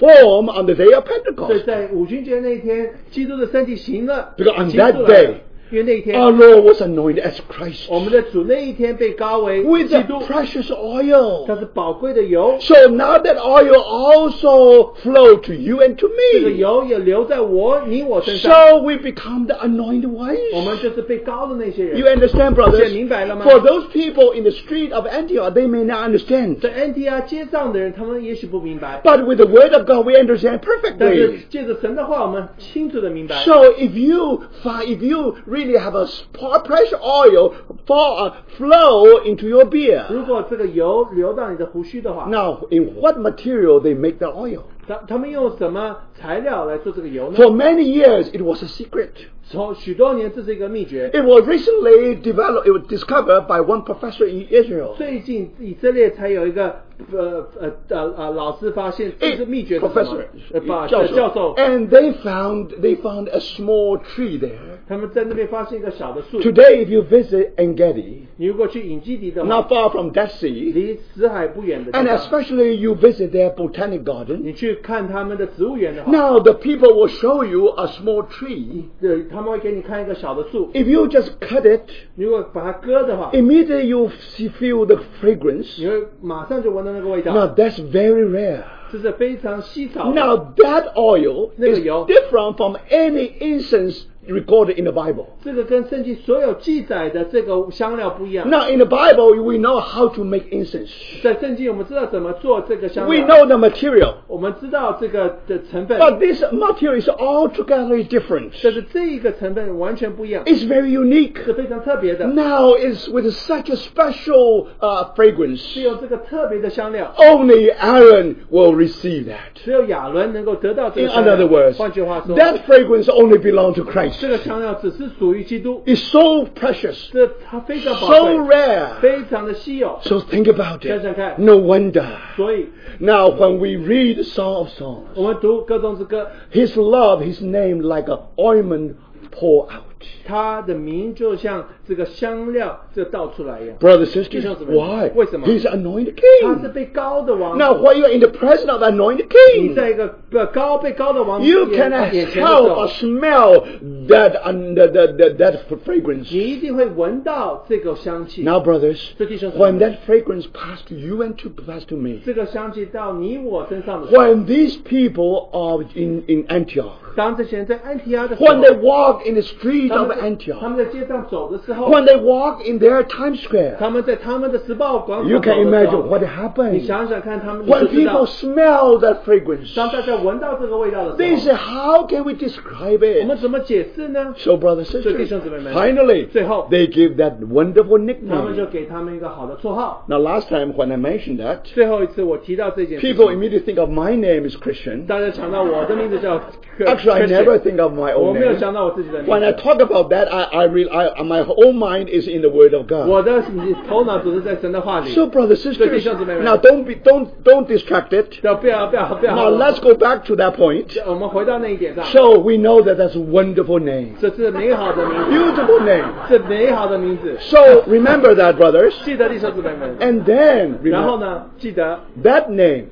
formed on the day of
所以
Pentecost,
在五旬节那一天，基督的身体行了，
Because on
行出来
that
了
day，
因为那一天
our Lord was anointed as Christ
我们的主那一天被高为
with
基督
the，precious
它
oil.
是宝贵的油，
So now that oil also flowed to you and to
这个
me.
油也留在我你我身上，
So we become the anointed
我们
ones.
就是被高的那些
You
人。
understand, brothers?
现在明白了吗？
For those people in the street of Antioch, they may not understand.
在 NTR 街上的人，他们也许不明白，
But with the word of God, we understand
但是
perfectly.
借着神的话，我们清楚的明白。
So if you find, if you really have a sp- pressure oil for uh, flow into your
如
beer,
果这个油流到你的胡须的话，
now in what material they make the oil?
他他们用什么材料来做这个油呢？
For many years, it was a secret.
从许多年，这是一个秘诀。
It was recently developed, it was discovered by one professor in Israel.
最近以色列才有一个呃呃呃呃老师发现，这是秘诀是什么
哎 professor,
呃把
教哎
教授，
and they found they found a small tree there.
他们在那边发现一个小的树。
Today, if you visit Engedi,
你如果去影基地的话，
not far from Dead Sea,
离死海不远的地
and
方，
especially you visit their botanic garden,
你去看他们的植物园的话，
Now the people will show you a small tree.
呃，他们会给你看一个小的树，
If you just cut it,
如果把它割的话，
immediately you see- feel the fragrance.
你会马上就闻到那个味
Now
道，
that's very rare.
这是非常稀少的。
Now that oil
There
is
you go.
different from any incense recorded in the Bible.
这个跟圣经所有记载的这个香料不一样。
Now in the Bible we know how to make incense.
在圣经我们知道怎么做这个香
We know
料，
the material,
我们知道这个的成分。
but this material is altogether different.
但是这一个成分完全不一样，
It's very unique.
是非常特别的，
Now it's with such a special uh, fragrance.
只有这个特别的香料，
Only Aaron will receive that.
只有亚伦能够得到这
In
个香料。
other words,
换句话说，
that fragrance only belongs to Christ
这个香料只是属于基督，
is so precious,
这它非常宝
so
贵，
rare.
非常的稀有。
So think about
想想看。
it. No wonder.
所以，
Now, when we read the Song of Songs,
我们读各种之歌，
His love, His name, like a ointment pour out.
他的名就像这个香料就倒出来一样，
Brothers and sisters,
弟兄姊妹，
why?
为什么？
He's anointed
他是
king.
被高的王。
Now, when you're in the presence of anointed
你
king,
在一个个高被高的王
you
面
cannot
眼前的时
help
候
but，smell that, um, that, that, that, that fragrance.
你一定会闻到这个香气。
Now, brothers,
这弟兄姊妹
when that fragrance passed to you and to pass to me,
这个香气到你我身上的时候，
when these people are in, in Antioch,
当这些人在安提阿的时候
when，they walk in the street
他
of
们在他
Antioch,
们在街上走的时候，
when they walk in their Times Square,
他们在他们的时报广场
you
走
can
的时
imagine
候
what，happened.
你想想看，他们你就
When
知道
people，smell that fragrance,
当大家闻到这个味道的
they
时
say,
候，
How can we describe
我们
it?
怎么解释呢？
So, brothers and sisters,
所以弟兄姊妹们，
finally,
最后，
they give that wonderful
他们就
nickname.
给他们一个好的绰号。
Now, last time when I mentioned that,
最后一次我提到这件事
people
情，
immediately think of my name is Christian.
大家想到我的名字叫
Actually, I never
Christian
think of my
我
own
没有
name.
想到我自己的名
When I
字，
talk about that, I, I, real, I my whole mind is in the Word of God.
我的头脑只是在神的话里。
So, brothers and sisters,
所以弟兄姊妹们。
now don't be don't don't distract it.
要不要不要不要
Now let's go back to that point.
我们回到那一点上，
So we know that that's a wonderful name,
这是美好的名字，
beautiful name.
这美好的名字。
So remember that, brothers.
记得弟兄姊妹 们，
And then
然后
remember
呢，记得
that name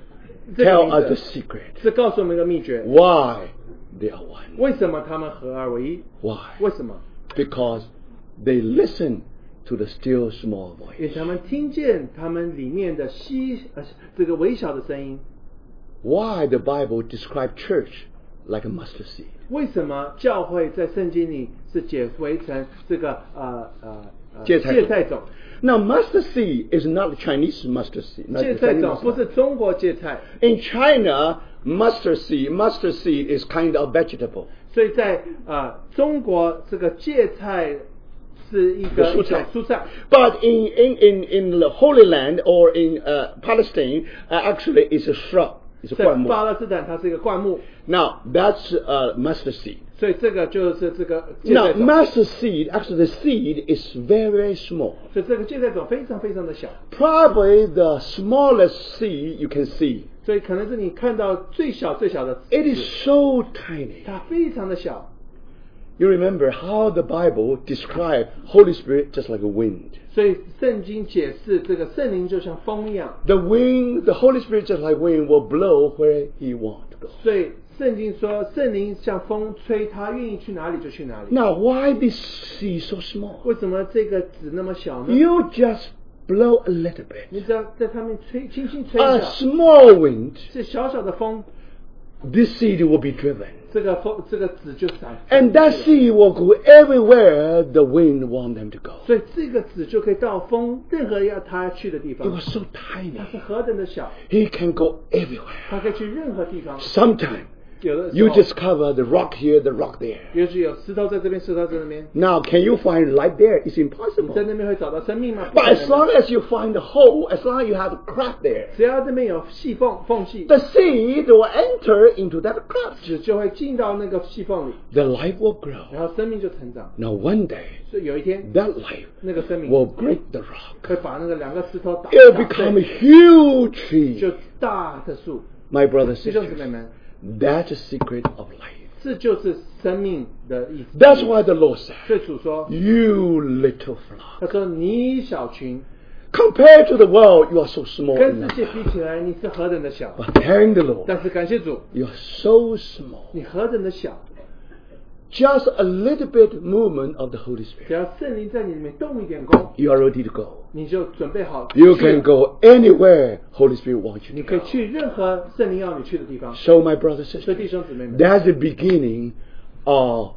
这个
tell us
名
the
字
secret
是告诉我们一个秘诀，
why they are one.
为什么他们合二为一？
Why?
为什么？
Because they listen to the still small
因为
voice.
他们听见他们里面的细呃这个微小的声音。
Why the Bible describes church like a mustard seed?
为什么教会在圣经里是解为成这个呃呃呃
芥菜种
芥菜种？
Now mustard seed is not Chinese mustard seed. not
芥菜
Chinese
种不
mustard.
是中国芥菜，
In China, mustard seed mustard seed is kind of vegetable.
所以在呃中国这个芥菜是一个
蔬菜
一种蔬菜，
But in in in, in the Holy Land or in uh, Palestine, uh, actually it's a shrub. It's a
在
plant.
巴勒斯坦它是一个灌木，
Now that's uh, mustard seed.
所以这个就是这个芥
Now
菜种。
mustard seed, actually the seed is very very small.
所以这个芥菜种非常非常的小，
Probably the smallest seed you can see.
所以可能是你看到最小最小的，
It is so tiny.
它非常的小。
You remember how the Bible described Holy Spirit just like a wind.
所以圣经解释这个圣灵就像风一样，
The wind, the Holy Spirit just like wind will blow where he want to go.
所以圣经说圣灵像风吹，他愿意去哪里就去哪里。
Now why this seed so small?
为什么这个纸那么小呢？
You just blow a little bit.
你只要在上面吹，轻轻吹一
A
下，
small wind,
这小小的风，
this seed will be driven.
这个风这个纸就散。
And that seed will go everywhere the wind want them to go.
所以这个纸就可以到风任何要它去的地
It
方，
was so
它是
tiny.
何等的小，
He can go everywhere.
它可以去任何地方。
Sometime
有的时
you
候，
discover the rock here, the rock there.
也许有石头在这边，石头在那边，
Now, can you find light there? It's
你在
impossible.
那边会找到生命吗？不可
But
能
as long as you find the hole, as long as you have a crack there,
只要那边有细缝缝隙，
the seed will enter into that crack.
纸就会进到那个细缝里，
The life will grow.
然后生命就成长。
Now, one day,
所以有一天，
that life
那个生命
will break the rock.
会把那个两个石头打
It
打
will
碎
become a huge
就
tree.
大的树。
My brothers
弟
and
兄姊妹
sisters,
们，
that's the secret of life.
这就是生命的意思。
That's why the Lord said,
所以主说，
You little
他
flock.
说你小群
Compared to the world, you are so small. in
跟世
number.
界比起来，你是何等的小。
But thank the Lord,
但是感谢主，
you are so small.
你何等的小，
Just a little bit movement of the Holy
只
Spirit.
要圣灵在你里面动一点功，
You are ready to go.
你就准备好。
You can go anywhere Holy Spirit wants you
你
to
可以
go.
去任何圣灵要你去的地方。
So, my brothers and
所以弟
sisters,
兄姊妹们，
that's the beginning of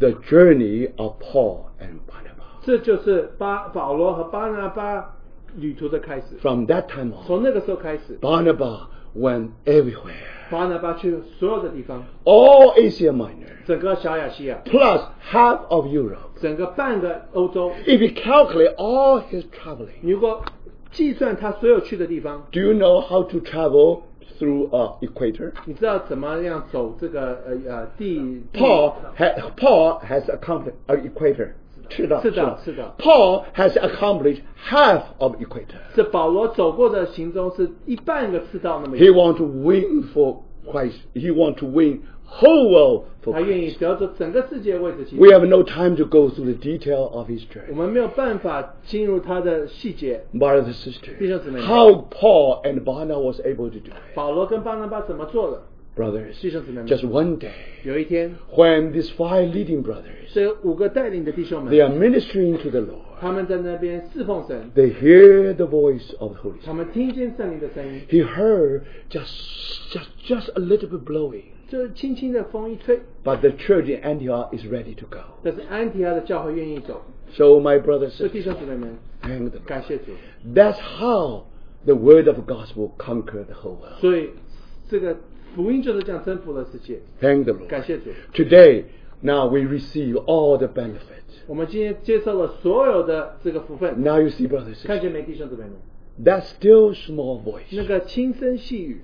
the journey of Paul and Barnabas.
这就是巴保罗和巴拿巴旅途的开始。
From that time on,
从那个时候开始，
Barnabas went everywhere,
巴拿巴去所有的地方，
all Asia Minor,
整个小亚细亚，
plus half of Europe.
整个半个欧洲。
If you calculate all his traveling,
你如果计算他所有去的地方，
do you know how to travel through uh, equator.
你知道怎么样走这个呃呃
嗯
地
Paul ha- Paul has accomplished uh, equator. 赤道，
赤道，
赤道。
赤道。
Paul has accomplished half of equator.
这保罗走过的行踪是一半个赤道那么
He
远，
want to win for Christ. He want to win whole world for
他愿意
Christ.
得着整个世界为自己。
We have no time to go through the detail of his
我
church.
们没有办法进入他的细节。
Brothers and sisters,
弟兄姊妹们。
how Paul and Barnabas was able to do it.
保罗跟巴拿巴怎么做的？
Brothers,
弟兄姊妹们。
just one day,
有一天，
when these five leading brothers,
这五个带领的弟兄
they
们，
are ministering to the Lord,
他们在那边侍奉神，
they hear the voice of the Holy
他
Spirit.
们听见圣灵的声音，
He heard just, just, just a little bit blowing,
就是轻轻的风一吹。
but the church in Antioch is ready to go.
但是安提阿的教会愿意走，
So my brothers
所以
and
弟
sisters,
兄姊妹们，
thank the Lord.
感谢主。
That's how the word of gospel conquered the whole world.
所以这个福音就是这样征服了世界。
Thank the Lord.
感谢主，
Today, now we receive all the benefits.
我们今天接受了所有的这个福分。
Now you see, brothers,
看见没，弟兄姊妹们，
that still small voice
那个轻声细语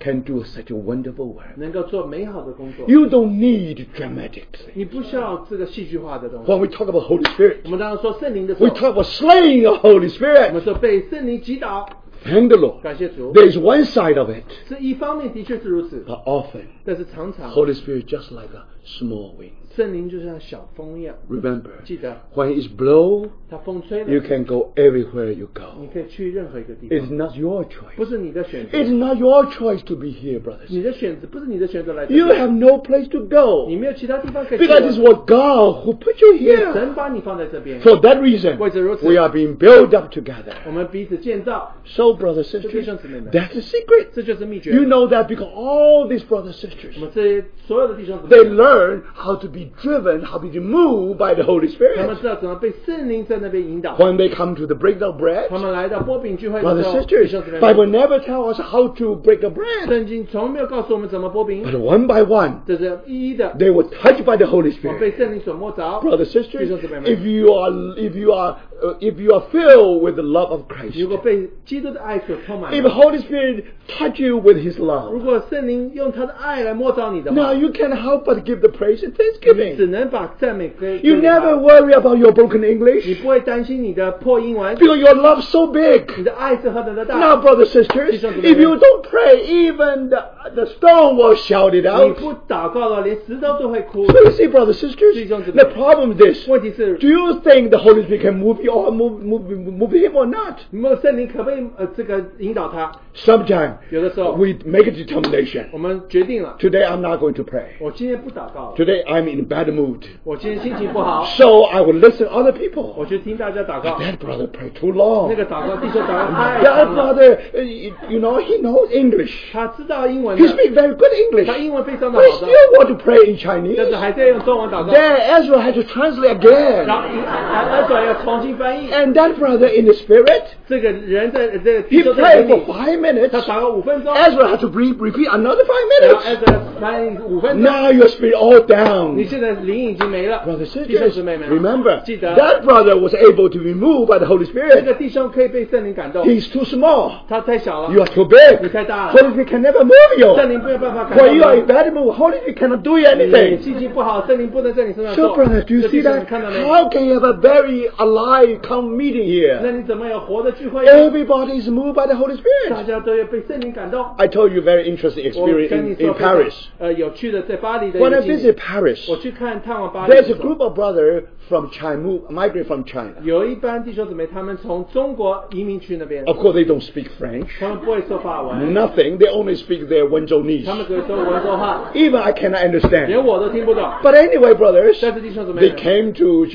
can do such a wonderful work.
能够做美好的工作。
You don't need dramatic
你
things.
不需要这个戏剧化的东西。
When we talk about Holy Spirit,
我们当然说圣灵的时
we
候，
talk about slaying of Holy
我们
Spirit.
说被圣灵击倒，
Thank the Lord.
感谢主。
There is one side of it,
这一方面的确是如此
but，often
但是常常
Holy Spirit just like a small wind.
圣灵就像小风一样，
Remember,
记得
when it's blow,
它风吹
you
了，
can go everywhere you
你
go.
可以去任何一个地
It's
方，
not your choice.
不是你的选择，
It's not your choice to be here, brothers.
你的选择不是你的选择来这
You
里，
have no place to
你
go
没有其他地方可以去
because it's
了。
what God who put you
因为
here.
神把你放在这边，
For that reason,
为此如此。
we are being built up
我
together.
们彼此建造，
So, brothers and
这弟兄姊妹们。
sisters, that's the secret.
这就是秘诀。
You know that because all these brothers and
我们
sisters
这些所有的弟兄姊
they
妹，
learn how to be driven, how to be moved by the Holy
他们
Spirit.
知道怎么被圣灵在那边引导。
When they come to the break of bread,
他们来到波饼聚会的
brothers
时
and
候，弟兄姊
sisters,
妹
Bible
们，
never tells us how to break a bread,
圣经从没有告诉我们怎么波饼，
but one by one
这是一一的，
they were touched by the Holy
我被
Spirit.
圣灵所摸着。
brothers and sisters,
弟兄姊妹们。
if you are if you are uh, if you are filled with the love of Christ,
如果被基督的爱所充满
if the
了，
Holy Spirit touch you with His
如
love,
果圣灵用他的爱来摸着你的
now
话，
you can help but give the praise and
你只
thanksgiving.
能把赞美归
You
给他
never worry about your broken
你
English
不会担心你的破英文，
because your love's so
你
big.
的爱是何等的大。
Now, brothers and sisters, if you don't pray, even the, the stone will shout it
你
out.
不祷告了，连石头都会哭。
So you see, brothers and sisters, the problem is this.
问题是
Do，you think the Holy Spirit can move you or move, move, move him or not?
没有圣灵可不可以呃这个引导他？
Sometimes
有的时候
we make a determination.
我们决定了，
Today I'm not going to pray.
我今天不祷告了，
Today I'm in bad mood.
我今天心情不好，
So I will listen to other
我
people.
去听大家祷告。
That brother prayed too
那
long.
个祷告，弟兄祷告太
That
长了
brother, uh, you know, he knows English.
他知道英文
He
的，
speaks very good
他
English.
英文非常的
But he
好的
still，want to pray in
但是
Chinese.
还在用中文祷告。
Then Ezra had to translate
然
again.
后一而而且要重新翻译。
And that brother in the spirit,
这个人在这个
he
弟兄在
prayed
这
for
里，
five minutes.
他祷告五分钟，然
Ezra had to re- repeat another five
后挨
minutes.
着翻译五分钟。
Now your spirit all
你
down.
现在灵已经没了，
Brother
弟兄
sisters,
姊妹们
remember
记得
that brother was able to be moved by the Holy
这
Spirit.
个弟兄可以被圣灵感动，
He's too small.
他太小
You
了
are，too
你
big.
太大了，
Holy Spirit can never move you.
圣灵没有办法感
When you are
动
in
你。
bad mood, Holy Spirit cannot do
你
anything.
心情不好，圣灵不能在你身上
So,
做。
brother, do
这
you see
弟兄你
that?
看到没？
How can you have a very alive come meeting
那
here?
你怎么有活的聚会呢？
Everybody is moved by the Holy
大
Spirit.
家都要被圣灵感动。
I told you a very interesting
我
experience
跟你
in, in
说非
Paris.
常呃有趣的，在巴黎的一
When I
个经历
visit。Paris,
我去看探望巴黎的
there's
时
a
候
group of brothers from China, migrate from China.
有一班弟兄姊妹，他们从中国移民去那边，
Of course, they don't speak French.
他们不会说法文，
Nothing. They only speak their Wenzhonese.
他们只会说文州话，
Even I cannot
连
understand.
我都听不懂。
But anyway, brothers,
但是弟兄姊妹
they
们，
came to,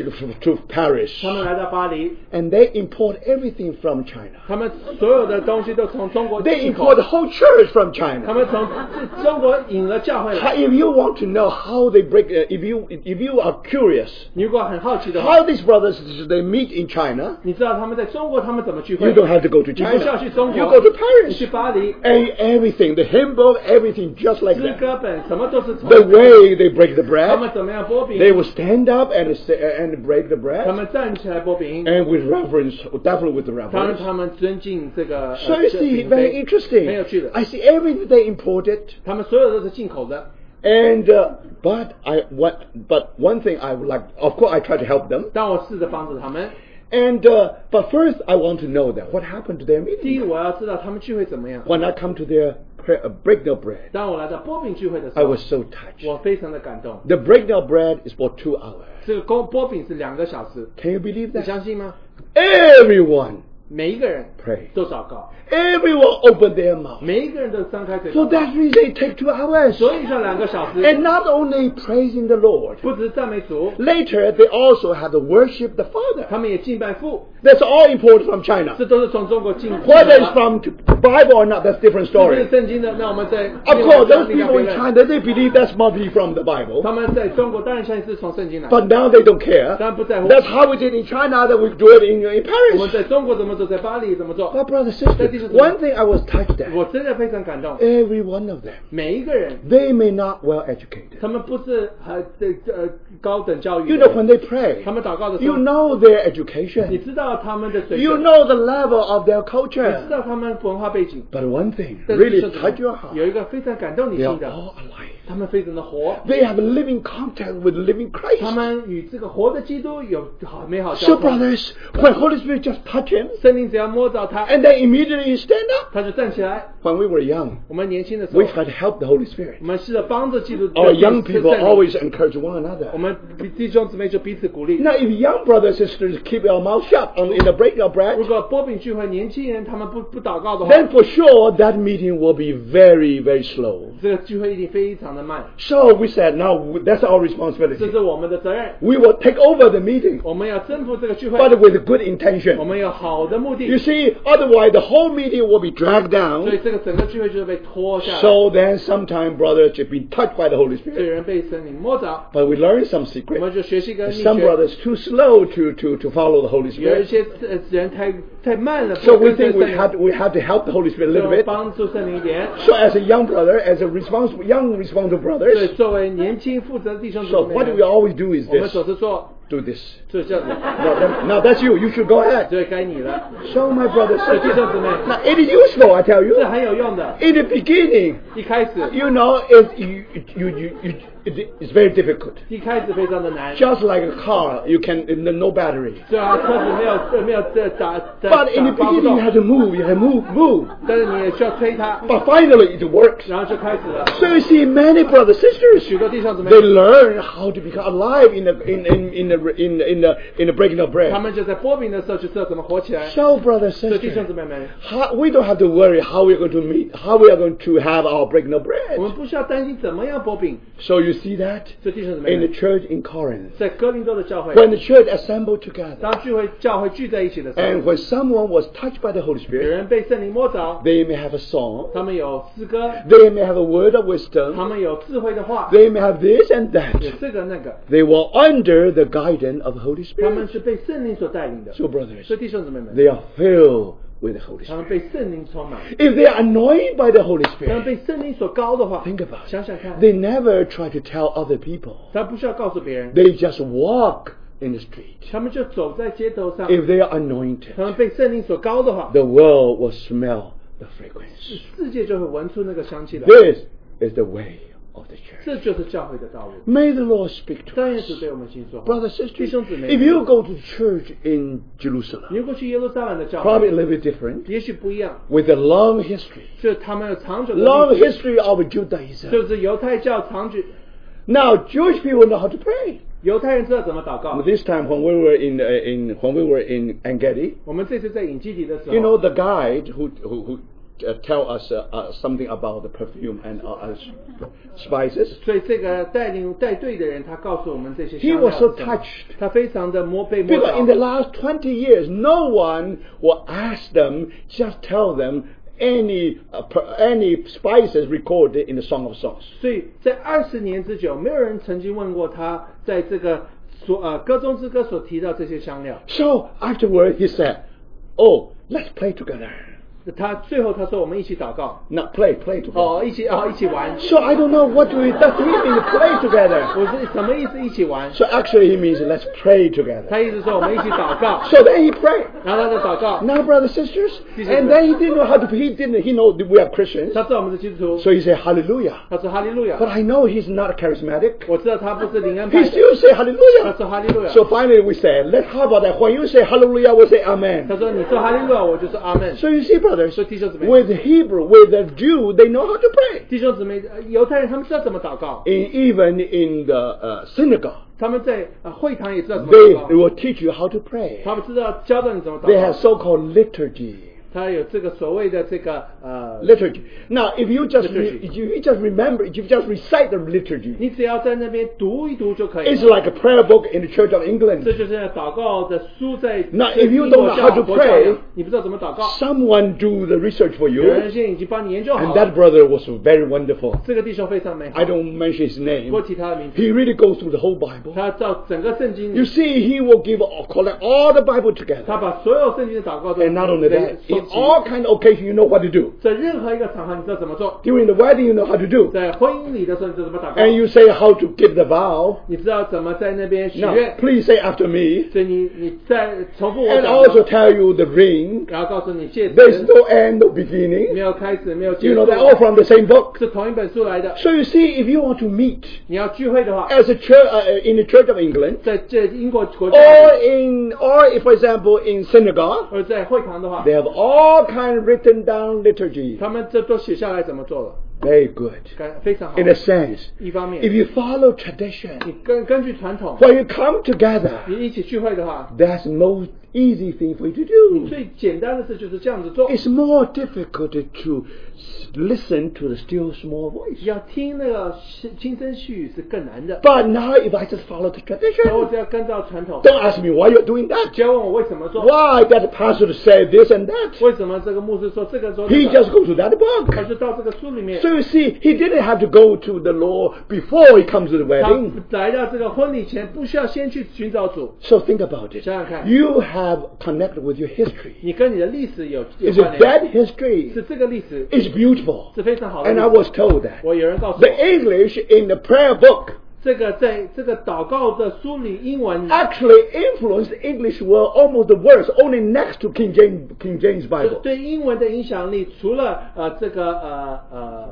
to Paris
他们来到巴黎，
and they import everything from China.
他们所有的东西都从中国
They
进口
import the，whole church from
他
China.
们从中国引了教会
How-
来。
If you want to know how they break, uh, if you if you are curious
你如果很好奇的话，
how these brothers and sisters, they meet in China,
你知道他们在中国他们怎么聚会
you don't have to go to
你不需要
China.
去
You
中国，
go to
你去
Paris.
巴黎，
And everything, the hymn book, everything, just like
诗
that.
歌本什么都是从
The way they break the
他们
bread,
怎么样剥饼，
they will stand up and sa- and break the
他
bread,
们站起来剥饼，
and with reverence, definitely with
当然
reverence.
他们尊敬这个。
So
呃
you
这
see, very
饼杯
interesting.
很有趣的。
I see everything they imported,
他们所有都是进口的，
and uh, but I what but one thing I would like, of course, I try to help them,
但我试着帮助他们。
and uh, but first I want to know that what happened to their
第一，
meeting
我要知道他们聚会怎么样。
when I come to their pre- uh, breakdown bread.
当我来到波饼聚会的时
I
候
was，so touched.
我非常的感动。
The breakdown bread is for two hours.
这个波波饼是两个小时，
Can you believe
你
that?
相信吗？
Everyone
每一个人
prayed.
都祷告，
Everyone opened their mouth.
每一个人都张开嘴
For
祷告，
that reason, it takes two hours.
所以这两个小时
And not only praising the Lord,
不只是赞美主，
later they also had to worship the
他
Father.
们也敬拜父，
That's all imported from China.
这都是从中国进口的。
Whether it's from t- Bible or not, that's different
这不是
story.
圣经的，那我们在
Of course, those
另外
people in
别人
China they believe that's must be from the
他
Bible,
们在中国当然相信是从圣经来的，
but now they don't care.
当然不在乎。
That's how we did in China. That we do it in, in
我们
Paris.
在中国怎么做，在巴黎怎么做，
But brother, sister,
That is-
one thing I was touched at.
我真的非常感动。
Every one of them,
每一个人，
they may not well educated.
他们不是很这呃高等教育
You
的
know when they pray,
他们祷告的时
you
候，
know their
你
education,
知道他们的水
you
准，
know the level of their
你知
culture.
道他们文化背景。
But one thing
但是
really
说实话
touched your heart.
有一个非常感动你
They
心
are
的，
all alive.
他们非常的活，
They have living contact with living
他
Christ.
们与这个活的基督有好美好
So
交通。
brothers, when Holy Spirit just touch him,
圣灵只要摸到他，
and then immediately he stand up.
他就站起来。
When we were young,
我们年轻的时候
we，tried to help the Holy Spirit.
我们试着帮着基督
Our young
就是
people
圣灵
always encourage one
我
another.
们弟兄姊妹就彼此鼓励。
Now, if young brothers and sisters keep our mouth shut on, in the break of bread,
如果波饼聚会年轻人他们不不祷告的话，
then for sure that meeting will be very, very slow.
这个聚会一定非常的慢。
So we said, now that's our
这
responsibility.
是我们的责任，
We will take over the meeting,
我们要征服这个聚会，
but with good
我
intention.
们有好的目的
You，see, otherwise the whole meeting will be dragged
所以
down.
这个整个聚会就会被拖下来。
So then, sometime brothers should be touched by the Holy
这个
Spirit.
人被神灵摸着，
But we learn some
我
secret.
们就学习跟秘
Some
诀。
brothers too slow to, to, to follow the Holy
有
Spirit.
一些呃人太太慢了，
So
不
we
跟随
think we
圣灵
had we had to help the Holy Spirit a
所以
little
我们
bit.
帮助圣灵一点。
So as a young brother, as a responsible young responsible
对，
brothers,
作为年轻负责的弟兄姊
so
妹
what we
们，
always do is
我们
this:
总是做
do this.
就是这样子，
Now, that- now that's you. You should go ahead.
所以该你了。
So my brother,
所以弟
sister,
兄姊妹
now it is useful. I tell
是
you.
很有用的。
In the beginning,
一开始，
you know, it, you, you, you, you, it, it's very difficult.
一开始非常的难，
Just like a car, you can no battery.
虽然车子没有呃没有这打打
But in the
打发不
beginning,
动
you，have to move. You have to move, move.
但是你也需要推它，
But finally, it works.
然后就开始了。
So you see, many brothers sisters,
许多弟兄姊妹
they，learn how to become alive in the in in in the in the, in the, in the breaking of
他
bread.
们就在波饼的时候就知道怎么火起来。
So brothers
所以弟兄姊
sisters,
妹们，
how, we don't have to worry how we're going to meet, how we are going to have our breaking of
我们
bread.
不需要担心怎么样波饼。
So you see that
所以弟兄姊妹
in the
们，
church in Corinth,
在哥林多的教会，
when the church assembled together,
当聚会教会聚在一起的时
and
候，
when someone was touched by the Holy
有
Spirit,
人被圣灵摸着，
they may have a song,
他们有诗歌，
they may have a word of
他
wisdom,
们有智慧的话，
they may have this and
有
that.
这个那个，
They were under the guidance of the Holy
他们
Spirit.
是被圣灵所带领的。
So brothers.
所以弟兄姊妹们，
They are filled with the Holy
他
Spirit.
们被圣灵充满，
If they are anointed by the Holy
他们
Spirit,
被圣灵所高的话
think，about
想想看
it. They never try to tell other people.
他不需要告诉别人，
They just walk in the street.
他们就走在街头上，
If they are
他们
anointed,
被圣灵所高的话，
the world will smell the fragrance.
世界就会闻出那个香气来。
This is the way of the church.
这就是教会的道路。
May the Lord speak to
当然
us.
是对我们心说话。
Brother,
弟
sisters,
兄姊妹，
if you go to church in
你
Jerusalem,
如果去耶路撒冷的教
probably a
会，
little bit different,
也许不一样，
with a long history.
就是他们有长久的
Long
历史，
history of Judaism.
就是犹太教长久，
Now, Jewish people know how to pray.
犹太人知道怎么祷告。
This time when we were in uh, in when we were in Engedi,
我们这次在引基底的时
you know
候，
the guide who who, who uh, tell us uh, uh, something about the perfume and uh, uh, spices.
所以这个带领带队的人，他告诉我们这些
He
香料
was
是
so
什么。
touched
他非常的摸被摸
because in the
着，
last twenty years, no one will ask them, just tell them any, uh, per- any spices recorded in the Song of Songs.
所以在二十年之久，没有人曾经问过他，在这个所呃歌中之歌所提到这些香料。
So afterward, he said, Oh, let's play together.
他最后他说我们一起祷告，
Not play, play together.
哦，一起哦一起玩。
So I don't know what we, that really means play together.
我是什么意思？一起玩？
So actually, he means let's pray
他
together.
意思说我们一起祷告，
So then he prayed.
然后他就祷告。
Now, brothers and sisters,
This is
and
right.
then he didn't know how to. He didn't. He know that we are Christians,
他知道我们是基督徒，
so he said Hallelujah.
他说哈利路亚
But。I know he's not charismatic.
我知道他不是灵恩派
He
的，
still say
他
Hallelujah.
说哈利路亚。
So finally, we say, let how about that? When you say Hallelujah, we say
他
Amen.
说你说哈利路亚，我就说阿门。
So you see, brothers,
所以弟兄姊妹，
with Hebrew, with the Jew, they know how to pray.
弟兄姊妹，呃犹太人他们知道怎么祷告，
In, even in the uh, synagogue,
他们在呃会堂也知道怎么
they
祷告，
will teach you how to pray.
他们知道教导你怎么
They have
祷告。
so-called liturgy.
他有这个所谓的这个呃，
Liturgy. Now, if you just re-
Ah, Liturgy.
if you just remember, if you just recite the liturgy,
你只要在那边读一读就可以
It's
了。
like a prayer book in the Church of
这
England.
就是祷告的书在。
Now,
在
if you
英
don't
国
know
教
how to
国教养
pray-
你不知道怎么祷告，
Someone do the research for
有人
you.
现在已经帮你研究好
And
了
that。brother was very wonderful.
这个弟兄非常美好
I，don't mention his
不
name.
提他的名字，
He really goes through the whole Bible.
他照整个圣经
You see, he will give all, collect all the Bible
他
together.
把所有圣经的祷告都
And not only that,
收
in
集
all kind of occasion, you know what to do.
在任何一个场合，你知道怎么做。
During the wedding, you know how to do.
在婚姻里的时候，你知道怎么祷告
And you say how to give the vow.
你知道怎么在那边许
Now,
愿。
please say after me.
所以你你再重复我
And
讲
also
的，
tell you the ring.
然后告诉你戒
There's
指
no end, no
没
beginning.
有开始，没有结
You
束
know, they're all from the same book.
是同一本书来的。
So you see, if you want to meet
你要聚会的话，
as a church uh, in the Church of England,
在这英国国家，
or in, or if, for example, in synagogue,
而在会堂的话
they，have all kind of written down liturgy.
他们这都写下来怎么做了，
Very good.
感非常好
In。a sense,
一方
if
面，
you follow
你
tradition,
根根据传统，
when you come together,
你一起聚会的话，
that's most easy thing for you to do.
最简单的事就是这样子做。
Mm It's more difficult to s- listen to the still small voice.
要听那个是轻声细语是更难的。
But now, if I just follow the
然后我
tradition,
只要跟照传统，
don't ask me why you're doing that.
只要问我为什么做，
Why that pastor said this and that.
为什么这个牧师说这个说
He
这
just
个，
goes to that
他
book.
就到这个书里面
So，you see, he didn't have to go to the law before he comes to the
他
wedding.
来到这个婚礼前不需要先去寻找主，
So think about it.
想想看。
You have connected with your history.
你跟你的历史有有
It's
关
a
联，
dead history.
是这个历史
It's beautiful.
是非常好的历
And I
史。
was told that.
我有人告诉
The
我，
English in the prayer book
这个在这个祷告的书里英文，
actually influenced the English were almost the worst, only next to King James, King James
就
Bible.
对英文的影响力，除了呃这个呃呃。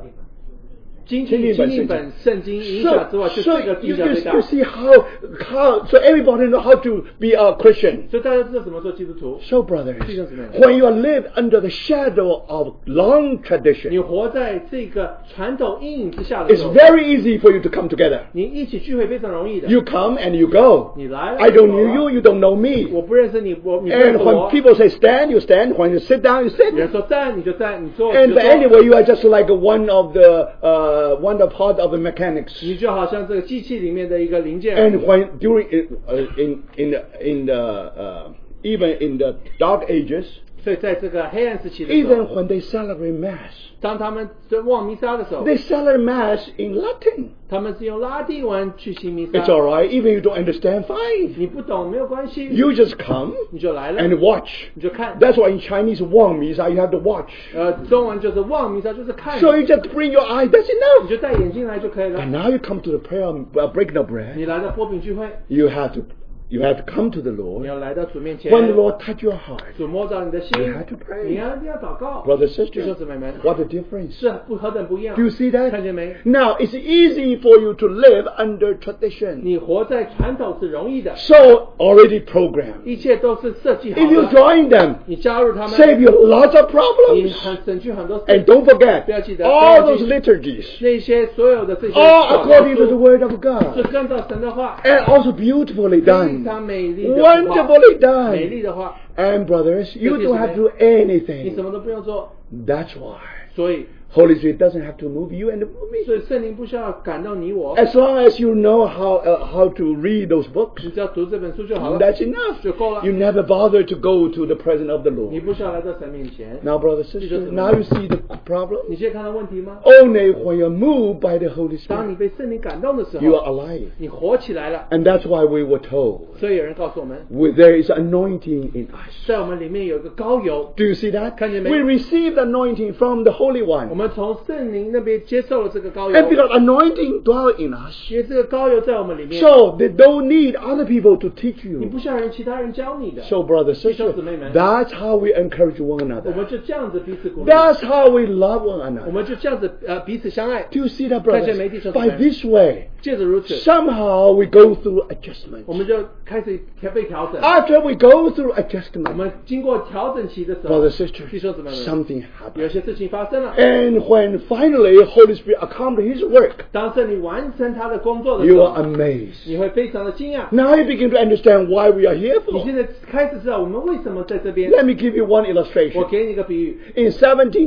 经
经
济
历
经
本
济
圣经
本圣经影响之外，
So,
就
so
这个
you,
影响最
you,
大
you。see how, how, so everybody know how to be a Christian.
所以大家知道怎么做基督徒。
So, brothers,
Jesus' name.
when you live under the shadow of long
你
tradition,
活在这个传统阴影之下的
it's
时候，
very easy for you to come together.
你一起聚会非常容易的。
You come and you go.
你来了
I don't
你走
know
了
you, you don't know me.
我不认识你，我你不认识
And
我
when。people say stand, you stand. When you sit down, you
有人
sit.
说站你就站，你坐你
And
就
but
坐，
anyway, you are just like one of the uh, one of part of the mechanics.
你就好像这个机器里面的一个零件。
And when during uh, in in the, in the uh, even in the dark ages,
所以在这个黑暗时期的时
even
候，
when they celebrate mass,
当他们在望弥撒的时候，
they celebrate mass in Latin.
他们是用拉丁文去行弥撒
It's。all right. Even you don't understand, fine.
你不懂没有关系，
You just come
你就来了，
and watch.
你就看。
That's why in Chinese, Wang means that you have to watch.
呃，中文就是望弥撒，就是看，
So you just bring your eye. That's
你
enough.
就戴眼镜来就可以
But
了。
now you come to the prayer, uh, break the
你
bread.
来到波饼聚会，
You have to, you have to come to the
你
Lord.
要来到主面前，
When the Lord touch your heart,
主摸着你的心
You have to，pray.
你要一定要祷告。
brother
弟兄
sister,
姊妹们，
what a difference.
是不何等不一样
Do you see
看见
that?
没？
Now it's easy for you to live under tradition.
你活在传统是容易的，
So already programmed.
一切都是设计好
If you
的。
join them,
你加入他们，
save you lots of
你
problems.
很省去很多事
And。don't forget,
不要记得，
all
不要记得。
those liturgies,
那些所有的这些
all
祷告
according to the
书
Word of
是
God,
跟到神的话，
and also beautifully
非
done,
常美丽的话，
wonderfully
美丽
done.
的话，
And brothers, you
Yes, yes,
don't have to do
你什
anything.
么都不用做。
That's why
所以
Holy Spirit doesn't have to move you and move me.
所以圣灵不需要感动你我，
As long as you know how uh, how to read those books,
你只要读这本书就好了，
that's enough.
就够了
You。never bother to go to the presence of the
你
Lord.
不需要来到神面前。
Now, brother, sister, now you see the problem.
你现在看到问题吗？
Only when you're moved by the Holy
当你
Spirit,
被圣灵感动的时
you
候，
are alive.
你活起来了。
And that's why we were told
所以有人告诉我们，
we- there is anointing in us.
在我们里面有一个高油，
Do you Oh see that?
看见没？
We receive the anointing from the Holy
我
One.
们从圣灵那边接受了哎这个高油，
And because anointing dwells in us,
因为这个高油在我们里面，
so they don't need other people to teach
你不
you.
需要人其他人教你的。
So, brother, sister,
弟兄姊妹们，
that's how we encourage one
我
another.
们就这样子彼此鼓励，
That's how we love one
我
another.
们就这样子呃彼此相爱。
Do you see that, brothers?
看见没，弟兄姊妹？
By this way,
借着如此，
somehow we go through
我
adjustment.
们就开始调被调整。
After we go through
我
adjustment,
们经过调整期的哎时候，
brother, sister,
弟兄姊妹们，
something
有
happens.
些事情发生了。
And when finally Holy Spirit accomplishes His work,
当圣灵完成他的工作的时
you
候
are，amazed.
你会非常的惊讶。
Now you begin to understand why we are here
你
for.
现在开始知道我们为什么在这边。
Let me give you one
我
illustration.
给你一个比喻，
In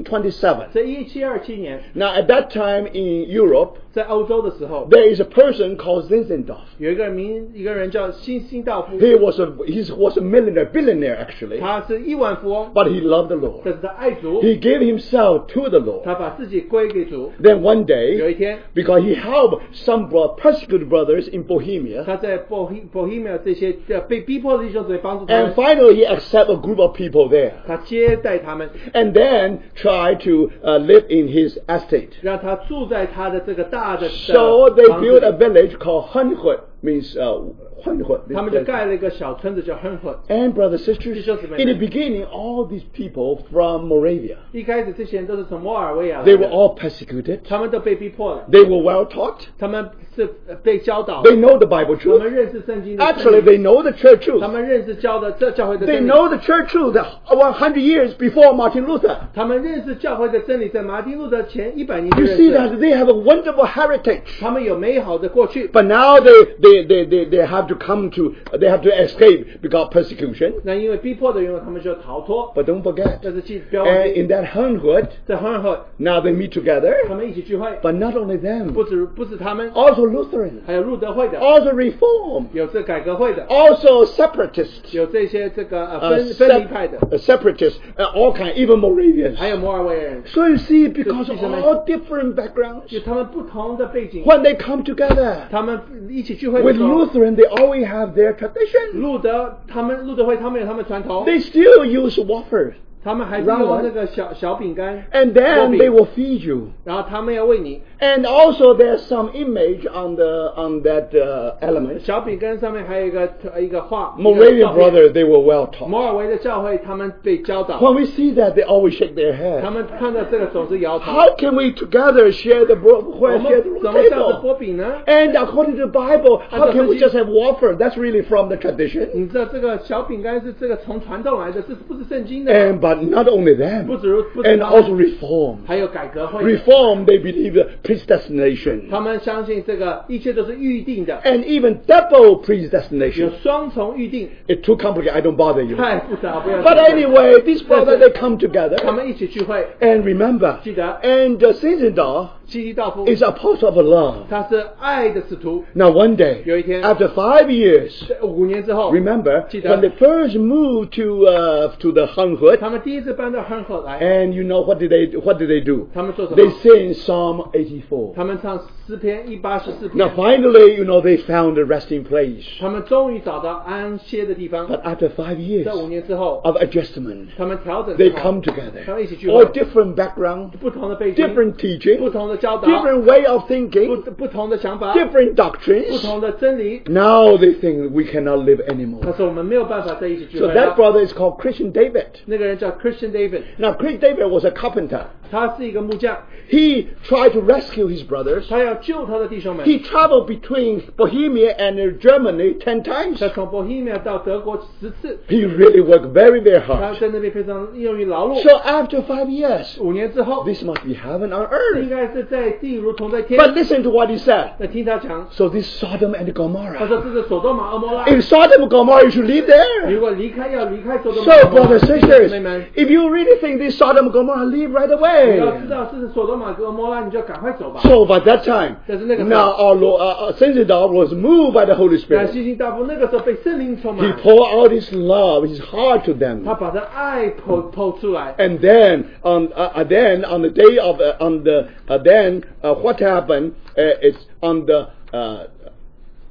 1727,
在一七二七年，
now at that time in Europe,
在欧洲的时候，
there is a person called Zinzendorf.
有一个名，一个人叫辛辛道夫，
He was a he was a millionaire, billionaire actually,
他是亿万富翁，
but he loved the
但
Lord.
是他爱主，
He gave himself to the
他
Lord.
把自己归给主。
Then one
有一
day,
天，
because he helped some bro- persecuted brothers in Bohemia,
他在 Bohe- Bohemia 这些呃被逼迫的弟兄姊妹帮助他
and
们，
finally he accepted a group of people there,
他接待他们，
and then tried to uh, live in his estate.
让他住在他的这个大的
So
的
they
房子
built a
里。
village called Hunhut, means uh, Hunhut.
他们就盖了一个小村子叫 h e n h u
And brothers sisters,
弟兄姊妹们。
in the beginning, all these people from Moravia,
一开始这些人都是从摩尔维亚来
they were
的，
all persecuted.
他们都被逼迫了，
They were well taught.
他们是呃被教导的
They，know the Bible
他们
truth.
认识圣经的真理。
Actually, they know the church
他
truth.
们认识教的这教会的
They
真理，
know the church truth that 100 years before Martin Luther.
他们认识教会的真理，在马丁路德前一百年就
You
认
see
识，
that they have a wonderful heritage.
他们有美好的过去。
But now they, they, they, they, they have to come to, they have to escape because of persecution.
那因为逼迫的缘故，他们就要逃脱。
But don't forget,
但是记不要忘
and
记，
in that Hunhut,
在红人后，
now they meet together.
他们一起聚会，
But not only them,
不止不止他们，
also Lutheran,
还有路德会的，
also Reform,
有这改革会
哦
的，
also separatists,
有这些这个呃
uh,
分分离派
sep-
的，
uh, separatists, uh, all kind, even Moravians.
还有摩尔维人，
So you see, because of
弟兄们。
all different backgrounds,
就他们不同的背景，
when they come together
他们一起聚会的
with
时候，
Lutheran, they always have their tradition.
路德他们路德会他们有他们传统，
They still use wafer,
他们还是
让我
用那个小小饼干，
and then
Robbie.
they will feed you.
然后他们要为你。
And also, there's some image on the on that uh, element.
小饼干上面还有一个一个画。一个
Moravian
照片
brother, they were well taught.
摩尔维的教会，他们被教导，
When we see that, they always shake their head.
他们看到这个总是摇头。
How can we together share the bro-
我
well,
们
share the
怎
room
么这样子
table?
波饼呢？
And according to the Bible, how can we
按照圣经-
just have wafer? That's really from the tradition.
你知道这个小饼干是这个从传统来的，这是不是圣经的？
And but not only
不
them,
止不止
and
他
also
们，
reform.
还有改革会，
Reform, they believe the predestination,
他们相信这个一切都是预定的，
and even double
有
predestination.
双重预定，
It's too complicated. I don't bother you.
太复杂，不要。
哎 But anyway, these brothers
Yes,
they come together,
他们一起聚会，
and remember,
记得
and uh, Zinzendorf
基督道夫，
is apostle of love.
他是爱的使徒。
Now one day,
有一天-
after five years,
在五年之后，
Remember,
记得。
when they first moved to uh, to the
他
Hunhut,
们第一次搬到汉口来，
and you know what did they what did they do?
他们做什
哎 They
么？
sing Psalm 84.
他们唱诗篇一八十四
Now
篇，
finally, you know, they found a resting place.
他们终于找到安歇的地方。
But after five years
在五年之后，
of adjustment,
他们调整
they
好
come
他
together.
们一起聚
All
会，
different background,
不同的背景，
different
不
teaching,
同的教导，
different way of
不
thinking,
不同的想法，
different
不
doctrines.
同的真理。
Now they think we cannot live
他
anymore.
说我们没有办法在一起聚
So
会
that
了。
brother is called Christian David.
那个人叫 Christian David，
Now Christian David was a carpenter.
他是一个木匠，
He tried to rescue his brothers.
他要救他的弟兄们。
He traveled between Bohemia and uh, Germany ten times.
他从 Bohemia 到德国十次，
He really worked very, very
他
hard.
在那边非常用于劳碌。
So after five years,
五年之后，
this must be heaven on earth.
应该是在地如同在天。
But listen to what he said.
那听他讲，
So this Sodom and
他说
Gomorrah.
这是索多玛恶魔拉。
If Sodom and Gomorrah, you should live
如
there.
果离开要离开索多玛
So,
恶魔拉
brothers
弟
and
兄姊
sisters,
妹们，
if you really think this Sodom and Gomorrah, leave right away.
你
Hey!
要知道这是索多玛和摩拉，你就赶快走吧。
So by that time,
但是那个时候-
now our Lord, uh, uh, Saint John was moved by the Holy Spirit.
但信心大夫那个时候被圣灵充
He
满，
poured out His love, His heart to
他
them.
把他爱抛抛出来。
And then, on uh, uh, then on the day of uh, on the uh, then uh, what happened? Uh, it's on the uh,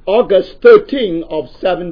August 13 of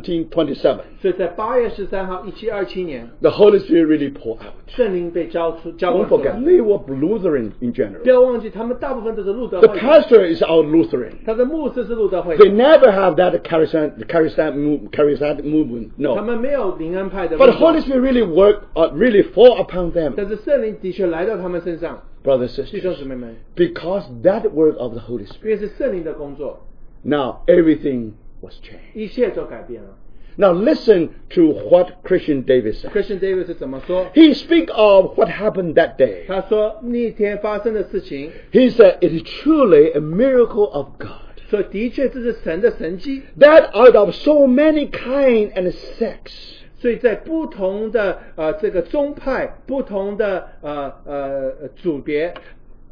1727.
所以在八月十三号，一七二七年，
The Holy Spirit really poured out.
圣灵被交出交
Don't
管出来
forget, they were Lutheran in
不
general.
要忘记，他们大部分都是路德
The
会的，
pastor is our Lutheran.
他的牧师是路德会的，
They never have that charismatic, charismatic, move- charismatic movement. No.
他们没有灵恩派的路
But
德
the Holy Spirit really worked, uh, really fall upon
但
them,
是圣灵的确来到他们身上，
brothers
弟兄姊
sisters,
妹们，
because that work of the Holy
因
Spirit.
为是圣灵的工作，
Now everything was changed.
一切都改变了。
Now listen to what Christian David said.
Christian David 是怎么说？
He speak of what happened that day.
他说那天发生的事情，
He said, "It is truly a miracle of God
说的确这是神的神迹，
that out of so many kind and sects."
所以在不同的呃这个宗派、不同的呃呃呃组别，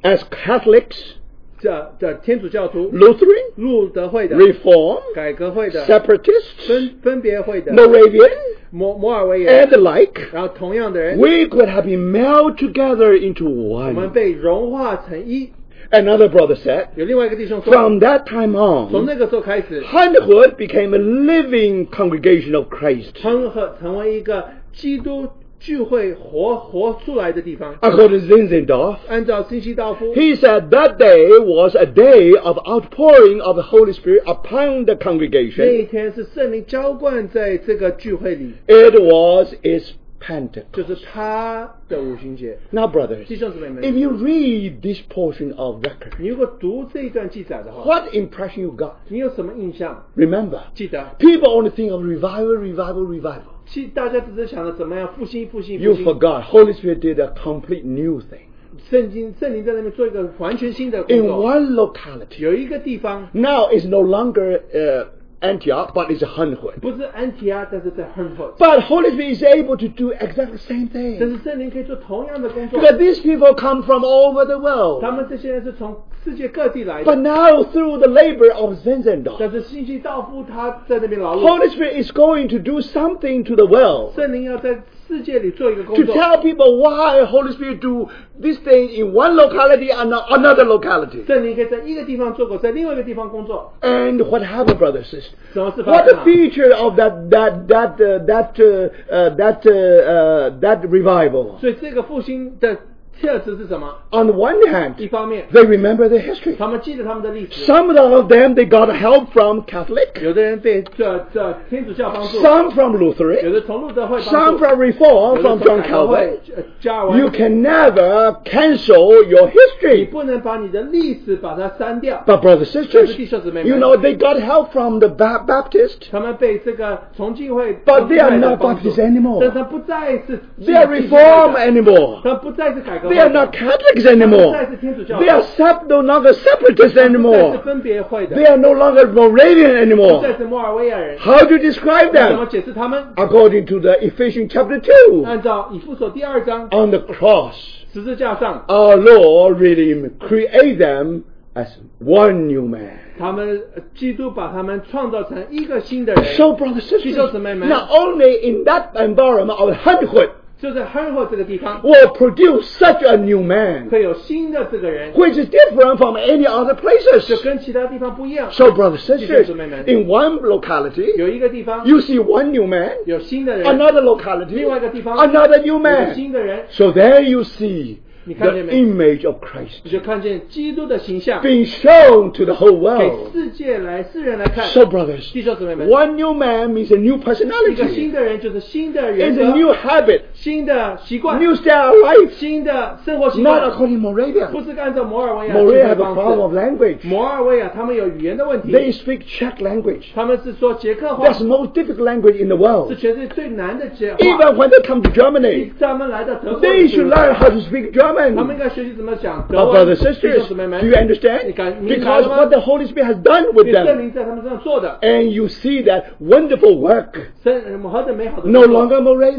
as Catholics,
这这天主教徒、
Lutheran,
路德会的、
Reform,
改革会的、
Separatists,
分分别会的、
Moravian,
摩摩尔维
and
人
the，like,
然后同样的人，
we could have been melded together into
我们
one.
被融化成一。
Another brother said,
有另外一个弟兄说，
from that time
从
on,
那个时候开始，
Hundredhood became a living congregation of Christ,
成和成为一个基督聚会活活出来的地方。
according to Zinzendorf.
按照信息道夫，
He said that day was a day of outpouring of the Holy Spirit upon the
那一
congregation.
天是圣灵浇灌在这个聚会里，
It was its
就
Pentecost.
是他的五旬节。
Now, brothers,
弟兄姊妹
If
们，
you read this portion of record,
你如果读这一段记载的话，
what impression you got?
你有什么印象？
Remember,
记得，
people only think of revival, revival, revival.
其大家只是想着怎么样复兴、复兴、复
You
兴。
forgot Holy Spirit did a complete new thing
圣经圣灵在那边做一个完全新的工
in
作。
one locality.
有一个地方
Now it's no longer uh, Antioch, but it's Hunhood.
不是安提阿，但是在 h e r f o r d
But Holy Spirit is able to do exactly the same
但是
thing
圣灵可以做同样的工作。
because these people come from all over the world.
他们这些人是从世界各地来
But
的，
now through the labor of
但
Zinzendorf,
是信息道夫他在那边劳碌，
Holy Spirit is going to do something to the world.
圣灵要在世界里做一个工
to
作，
tell people why Holy Spirit do this thing in one locality and not another locality.
圣灵可以在一个地方做过，在另外一个地方工作，
And what happened, brothers and sisters?
什么事发
What
生啊
the
了？
feature of that that that uh, that uh, uh, that uh, uh, that revival?
所以这个复兴的特质是什么？
On one
一
hand,
方面，
they remember the history.
他们记得他们的历史，
Some of them they got help from Catholic,
有的人被这这天主教帮助，
some from
有
Lutheran,
的从路德会帮
some
助，
from
有
Reform,
的从
from John
改革
Calvin.
会呃加尔文，
You can never cancel your
你
history.
不能把你的历史把它删掉。
But brothers and sisters,
弟兄姊妹们。
you know they got help from the ba- Baptist.
他们被这个重庆会
But they are
帮助
not Baptists
但是
anymore.
他不再是
They are
基督教
Reform
的
anymore.
他不再是改革会
They
的，
are not Catholics
他不再
anymore.
是天主教的，
They are sep- no longer separatists
他不再是
anymore.
分别会的，
They are no longer Moravian
不再
anymore.
是摩尔维亚人。
How do you describe
那怎么
them?
解释他们？
According to the Ephesians chapter 2,
按照以父所第二章
on the cross,
十字架上，
our Lord really created them as one new man.
他们呃基督把他们创造成一个新的人，
So, brothers and sisters,
弟兄姊妹们。
not only in that environment of hundredhood
就在 h e r o 这个地方
will produce such a new man,
会有新的这个人，
which is different from any other places.
就跟其他地方不一样。
So, brothers and sisters,
弟兄姊妹们。
in one locality,
有一个地方
you see one new man,
有新的人，
another locality,
另外一个地方，
another new
有一个
man.
新的人，
So, there you see the
你看见没？
image of Christ
你就看见基督的形象
being shown to the whole
给
world.
世界来世人来看。
So, brothers,
弟兄姊妹们，
one new man means a new
一个新
personality,
的人就是新的
it's
人
a
格、
new habit,
新的习惯、
new style of life,
新的生活习
not
惯，
according to
不
Moravian.
是按照摩尔维亚
Moravian
的
have a
方
problem of
式。
language,
摩尔维亚他们有语言的问题，
they speak Czech language.
他们是说捷克话
That's，the most difficult language in the
是
world.
全世界最难的捷话。
Even when they come to Germany,
他们来到德国的
They
时
should
候，
learn how to speak 问
他们
你
应。该学习怎么想。
My
德文
brothers and
弟兄
sisters,
姊妹们
do you
你
understand?
感明白
Because
了
what
吗？
the Holy Spirit has done with
你证
them.
明在他们身上做的，
And you see that wonderful work.
生何等美好的工
No
作
longer
不再是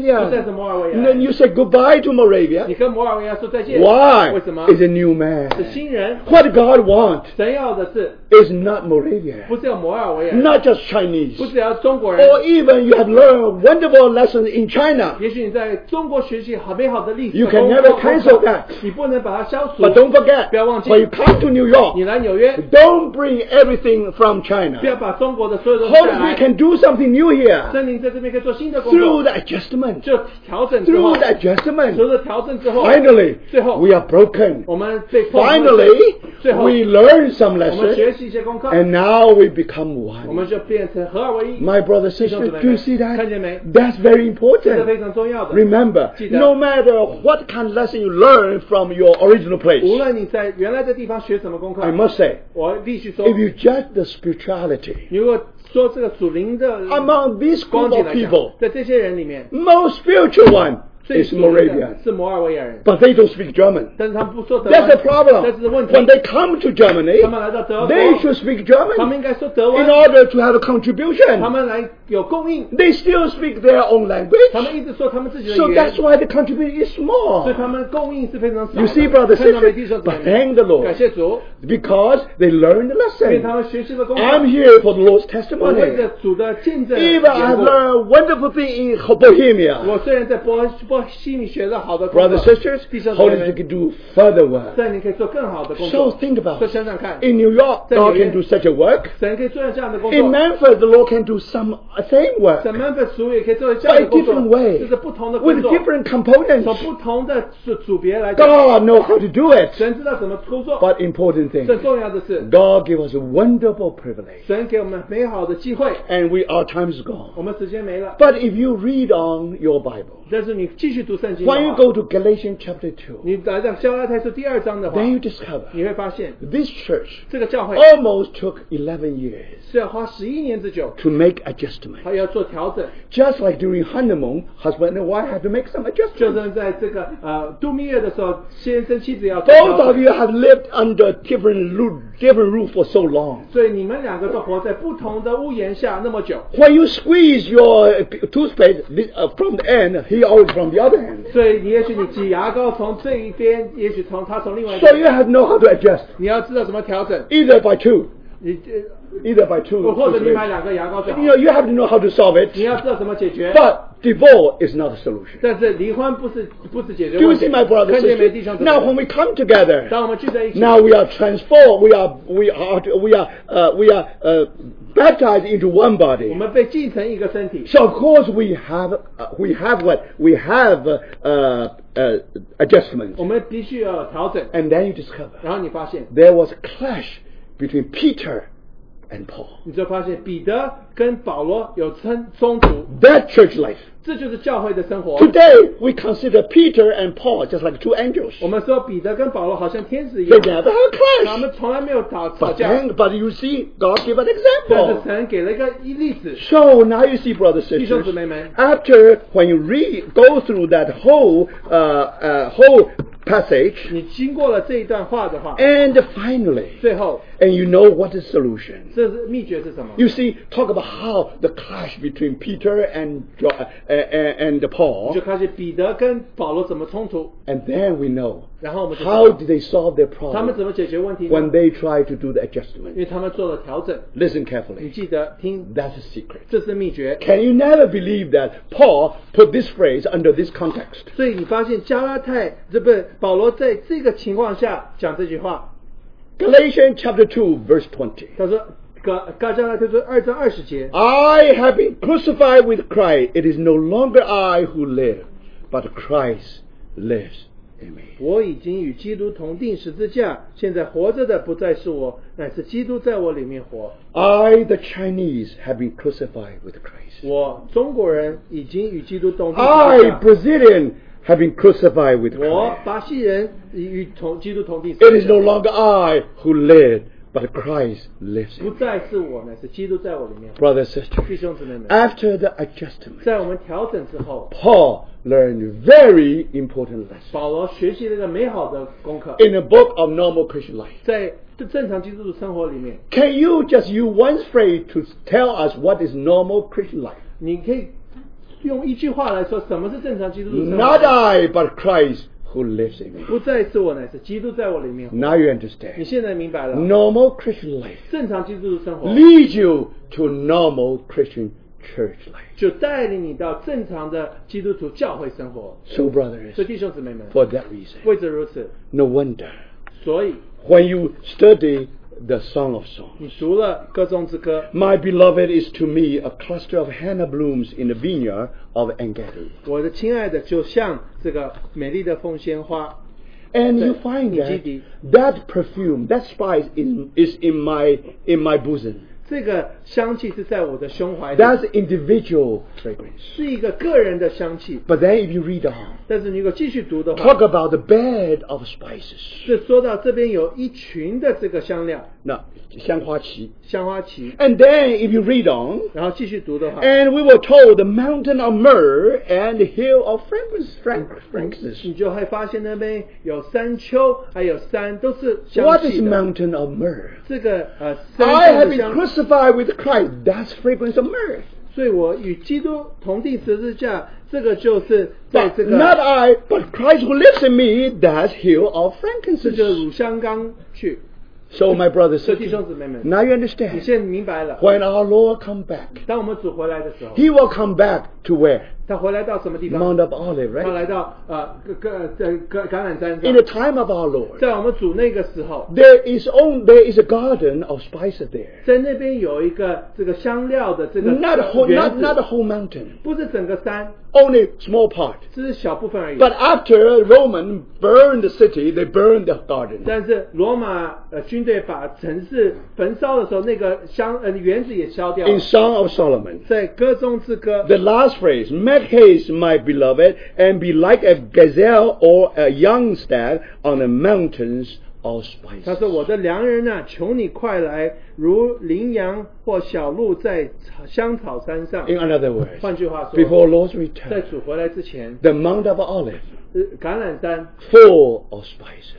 Moravia.
摩尔维亚
And then you say goodbye to
你
Moravia.
跟摩尔维亚说再见。
Why?
为什么？
Is a new
是
man.
新人，
What God wants
神要的是
is not Moravia,
不是要摩尔维亚人，
not just Chinese.
不是要中国人。
Or even you have learned wonderful lessons in China.
也许你在中国学习好美好的历史
You
和
can
功
never
功
cancel
课
that.
你不能把它消除。
But don't forget,
不要忘记。
when you come to New
你
York,
来纽约，
don't bring everything from China.
不要把中国的所有东西带
Holy Spirit
来。
can do something new here
森林在这边可以做新的工
through
作，
the adjustment.
就调整之后
Through，the
随
adjustment.
着调整之后，
Finally,
最后。
we are broken.
我们被迫
Finally,
最后。
we learn some
我们
lessons
学习一些功课，
and now we become
我
one.
们就变成合二为一。
My brother, sister, do you see
看见
that?
没？
That's very
这是
important.
非常重要的。
Remember,
记得。
no matter what kind of lesson you learn from your original
无
place,
论你在原来的地方学什么功课
I，must say,
我必须说，
if you judge the spirituality
如果说这个属灵的
among this
光
group
景
of
来讲
people,，
在这些人里面，
most spiritual one
最
is
属灵的
Moravian,
是摩尔维亚人，
but they don't speak German.
但是他们不说德
That's the
文，这
problem.
是问题
When。they come to Germany,
他们来到德国，
they should speak
他们
German
应该说德
in
文，
order to have a
他
contribution.
们来有供应，
They still speak their own
他们
language,
一直说他们自己的
so
语言
that's，why the contribution is
所以他
small.
们供应是非常少的。
You see, brothers
看到没，弟
sisters,
兄姊
but
妹
thank the
感
Lord
谢主，
because they learned the
因为
lesson.
他们学习了功课，
I'm here for the Lord's
我为
testimony.
着主的见证而
Even I
言过。
learned wonderful thing in Bohemia.
我虽然在波波西米学了好的功
Brothers
课，
sisters,
弟兄姊
Holy Spirit
妹，
can do further work.
但你可以做更好的工
So
作。
think about
所以
it.
想想看，
In New York, God can do such a work.
神可以做这样的工
In
作，
Memphis, the Lord can do some uh, same work
在 Memphis 主也可以做这样的工
By different
作，
way.
就是不同的工
with
作，
different components.
从不同的组组别来讲，
God knows how to do it.
神知道怎么工作。
But important thing,
最重要的是，
God gave us a wonderful privilege,
神给我们美好的机会，
and we our time is
我
gone.
们时间没了。
But if you read on your Bible,
但是你继续读圣经的
when you
话，
go to Galatians chapter two,
你来到加拉太书第二章的话，
then you
你
discover
会发现
this church
这个教会
almost took 11 years
是要花十一年之久，
to make adjustment.
还要做调整。
Just like during honeymoon, husband and wife have to make some
就
adjustments.
是在这个呃度蜜月的时候，先生妻子要
Both of you have lived under different roof, different roof for so long.
所以你们两个都活在不同的屋檐下那么久，
When you squeeze your uh, toothpaste this, uh, from the end, he always from the other end.
所以你也许你挤牙膏从这一边，也许从他从另外一
So you
边，
have know how to adjust.
你要知道怎么调整。
Either by two,
你呃
either by two.
或者你
toothpaste.
买两个牙膏就好
You，know, you have to know how to solve
你
it.
要知道怎么解决。
But divorce is not a solution.
但是离婚不是不是解决
Do you
问题。
see my brother
看见没，弟
sister?
兄姊
Now when
妹？
we come together,
当我们聚在一起，
Now we are transformed. We are we are we are uh, we are uh, baptized into one
我
body.
们被进成一个身体，
So of course we have uh, we have what we have uh, uh, adjustment.
我们必须要调整。哎
And then you discover
然后你发现，
there was a clash between Peter and Paul.
你就发现彼得跟保罗有冲冲突，
That church life.
这就是教会的生活。
Today we consider Peter and Paul just like two angels.
我们说彼得跟保罗好像天使一
They
样，
never had a
他
clash.
们从来没有打吵
But
架。
then, but you see, God gave an
但是
example.
神给了一个一例子，
So now you see, brothers
弟
and
兄姊
sisters.
妹们，
after when you read go through that whole uh, uh, whole passage
你经过了这一段话的话，
and finally
最后
and you know what is solution
这是秘诀是什么？
you see talk about how the clash between peter and Jo- uh, uh, and paul
就开始彼得跟保罗怎么冲突，
and then we know
然后我们就知
how
道
did they solve their
他们
problem
怎么解决问题呢
when they try to do the
因
adjustment
为他们做了调整。
listen
你
carefully
记得听，
that's a secret
这是秘诀。
can you never believe that paul put this phrase under this context
所以你发现加拉太这不是保罗在这个情况下讲这句话，
galatians chapter 2 verse 20
他说。加加加拉太说二章二十节，
I have been crucified with Christ. It is no longer I who live, but Christ lives in me.
我已经与基督同定十字架，现在活着的不再是我，乃是基督在我里面活。
I, the Chinese, have been crucified with Christ.
我中国人已经与基督同定十字
I,
架，
Brazilian, have been crucified with
我
Christ.
巴西人已与同基督同定十
It
字
is
架
no。longer I who live, but Christ lives
不
in me.
再是我，乃是基督在我里面。
Brother, sister,
弟兄姊妹们，
after the adjustment,
在我们调整之后，
Paul learned very important lesson
保罗学习了一个美好的功课，
in the book of normal Christian life.
在正常基督徒生活里面，
Can you just use one phrase to tell us what is normal Christian life?
你可以用一句话来说，什么是正常基督徒生活
Not I, but Christ who lives in me.
不再是我，乃是基督在我里面。
Now you
你
understand.
现在明白了，
Normal Christian life
正常基督徒生活
leads you to normal Christian church life.
就带领你到正常的基督徒教会生活。
So, brothers,
所以弟兄姊妹们，
for that reason,
为此如此，
no wonder
所以
when you study the Song of Songs.
你除了歌颂之歌，
My beloved is to me a cluster of henna blooms in the vineyard of Engedi.
我的亲爱的，就像这个美丽的凤仙花，
And
So,
you find that
indeed.
that perfume, that spice in, is in my in my bosom.
这个香气是在我的胸怀里，
That's individual fragrance.
是一个个人的香气。
But then if you read on,
但是你如果继续读的
talk
话，
about the bed of spices.
是说到这边有一群的这个香料
Now, 香花旗.
香花旗，
And then if you read on,
然后继续读的话，
and we were told the mountain of myrrh and the hill of fragrance. Frank,
你
frankincense.
就会发现那边有山丘，还有山都是香
What
气
is
的。
mountain of myrrh?
这个呃，
I
山
have
丘的
been
香，
crucified with Christ. That's fragrance of myrrh.
所以我与基督同定十字架，这个就是在
But
这
not
个，
I, but Christ who lives in me. That's hill of
这就是
frankincense.
乳香缸去。
So my brothers,
所
sisters,
以弟兄姊妹们，
now you
你
understand.
现在明白了，
When our Lord come back,
当我们主回来的时候，
He will come back to where?
他回来到什么地方？
Mount of Olive,
他
right?
来到呃橄橄橄橄榄山
In the
上，
time of our Lord,
在我们主那个时候，
there is on there is a garden of spices there.
在那边有一个这个香料的这个
Not a whole,
园
not
子
not a whole mountain,
不是整个山，
only small part.
只是小部分而已。
But after Roman burned the city, they burned the garden.
但是罗马呃军队把城市焚烧的时候，那个香呃园子也烧掉了
In。Song of Solomon,
在歌中之歌，
The last phrase, make haste, my beloved, and be like a gazelle or a young stag on the mountains of
他说：“
spices.
我的良人呐、求你快来，如羚羊或小鹿在草香草山上。
In other words,
换句话说，
before Lord's return,
在主回来之前，
the Mount of Olive
呃橄榄山
full of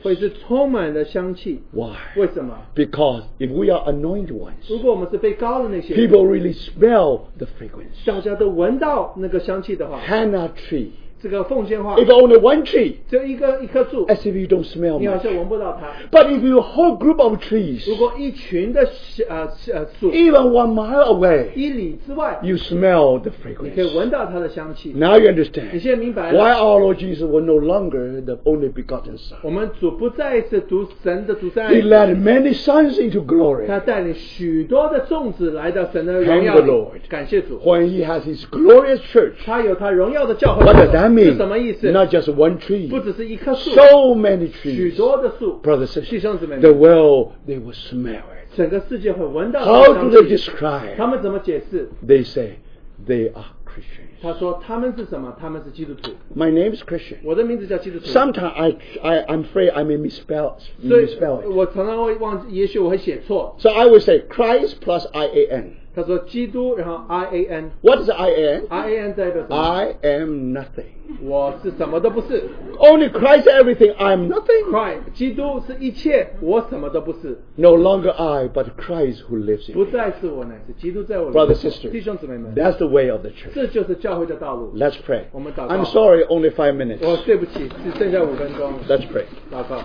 会
spices.
是充满了香气。
Why?
为什么？
Because if we are anointed ones,
如果我们是被高的那些人，
people really smell the fragrance.
大家都闻到那个香气的话，
Hannah tree.
这个凤仙花
If only one tree,
只有一个一棵树，
as if you don't smell
你好
much.
像闻不到它。
But if you whole group of trees,
如果一群的呃呃树
even one mile away,
一里之外，
you smell the
你可以
fragrance.
闻到它的香气。
Now you
你
understand.
现在明白
Why
了，
our Lord Jesus was no longer the only begotten
我
Son.
们主不再是独神的独三
He
一
led many sons into
他
glory.
带领许多的众子来到神的
Thank
荣耀
the
里
Lord.，
感谢主。
When he has his glorious church,
他有他荣耀的教会
what does that
是
mean?
什么意思？
Not just one
不
tree,
只是一棵树，
so many
许
trees.
多的树，
Brothers
弟
sisters,
兄姊妹
the
们，
world, they will smell it.
整个世界会闻到它
How
的
do
香
they
气。他
describe?
们怎么解释？
They say they are Christians.
他说他们是什么？他们是基督徒。
My name is Christian.
我的名字叫基督徒。
Sometimes I, I, I'm afraid I may misspell,
所以
misspell it.
我常常会忘记，也许我会写错。
So I will say Christ plus I-A-N.
他说基督，然后 I A N，I
What is I-A-N?
A N 代表什么？
I am nothing.
我是什么都不是。
Only Christ everything. I am nothing.
Christ，基督是一切，我什么都不是。
No longer I, but Christ who lives
不
in me.
再是我乃是基督在我里
Brothers,
弟
sisters,
兄姊妹们，
that's the way of the church.
这就是教会的道路。
Let's pray.
我们祷告。
I'm sorry, only five minutes.
我对不起，只剩下五分钟，
Let's pray.
祷告。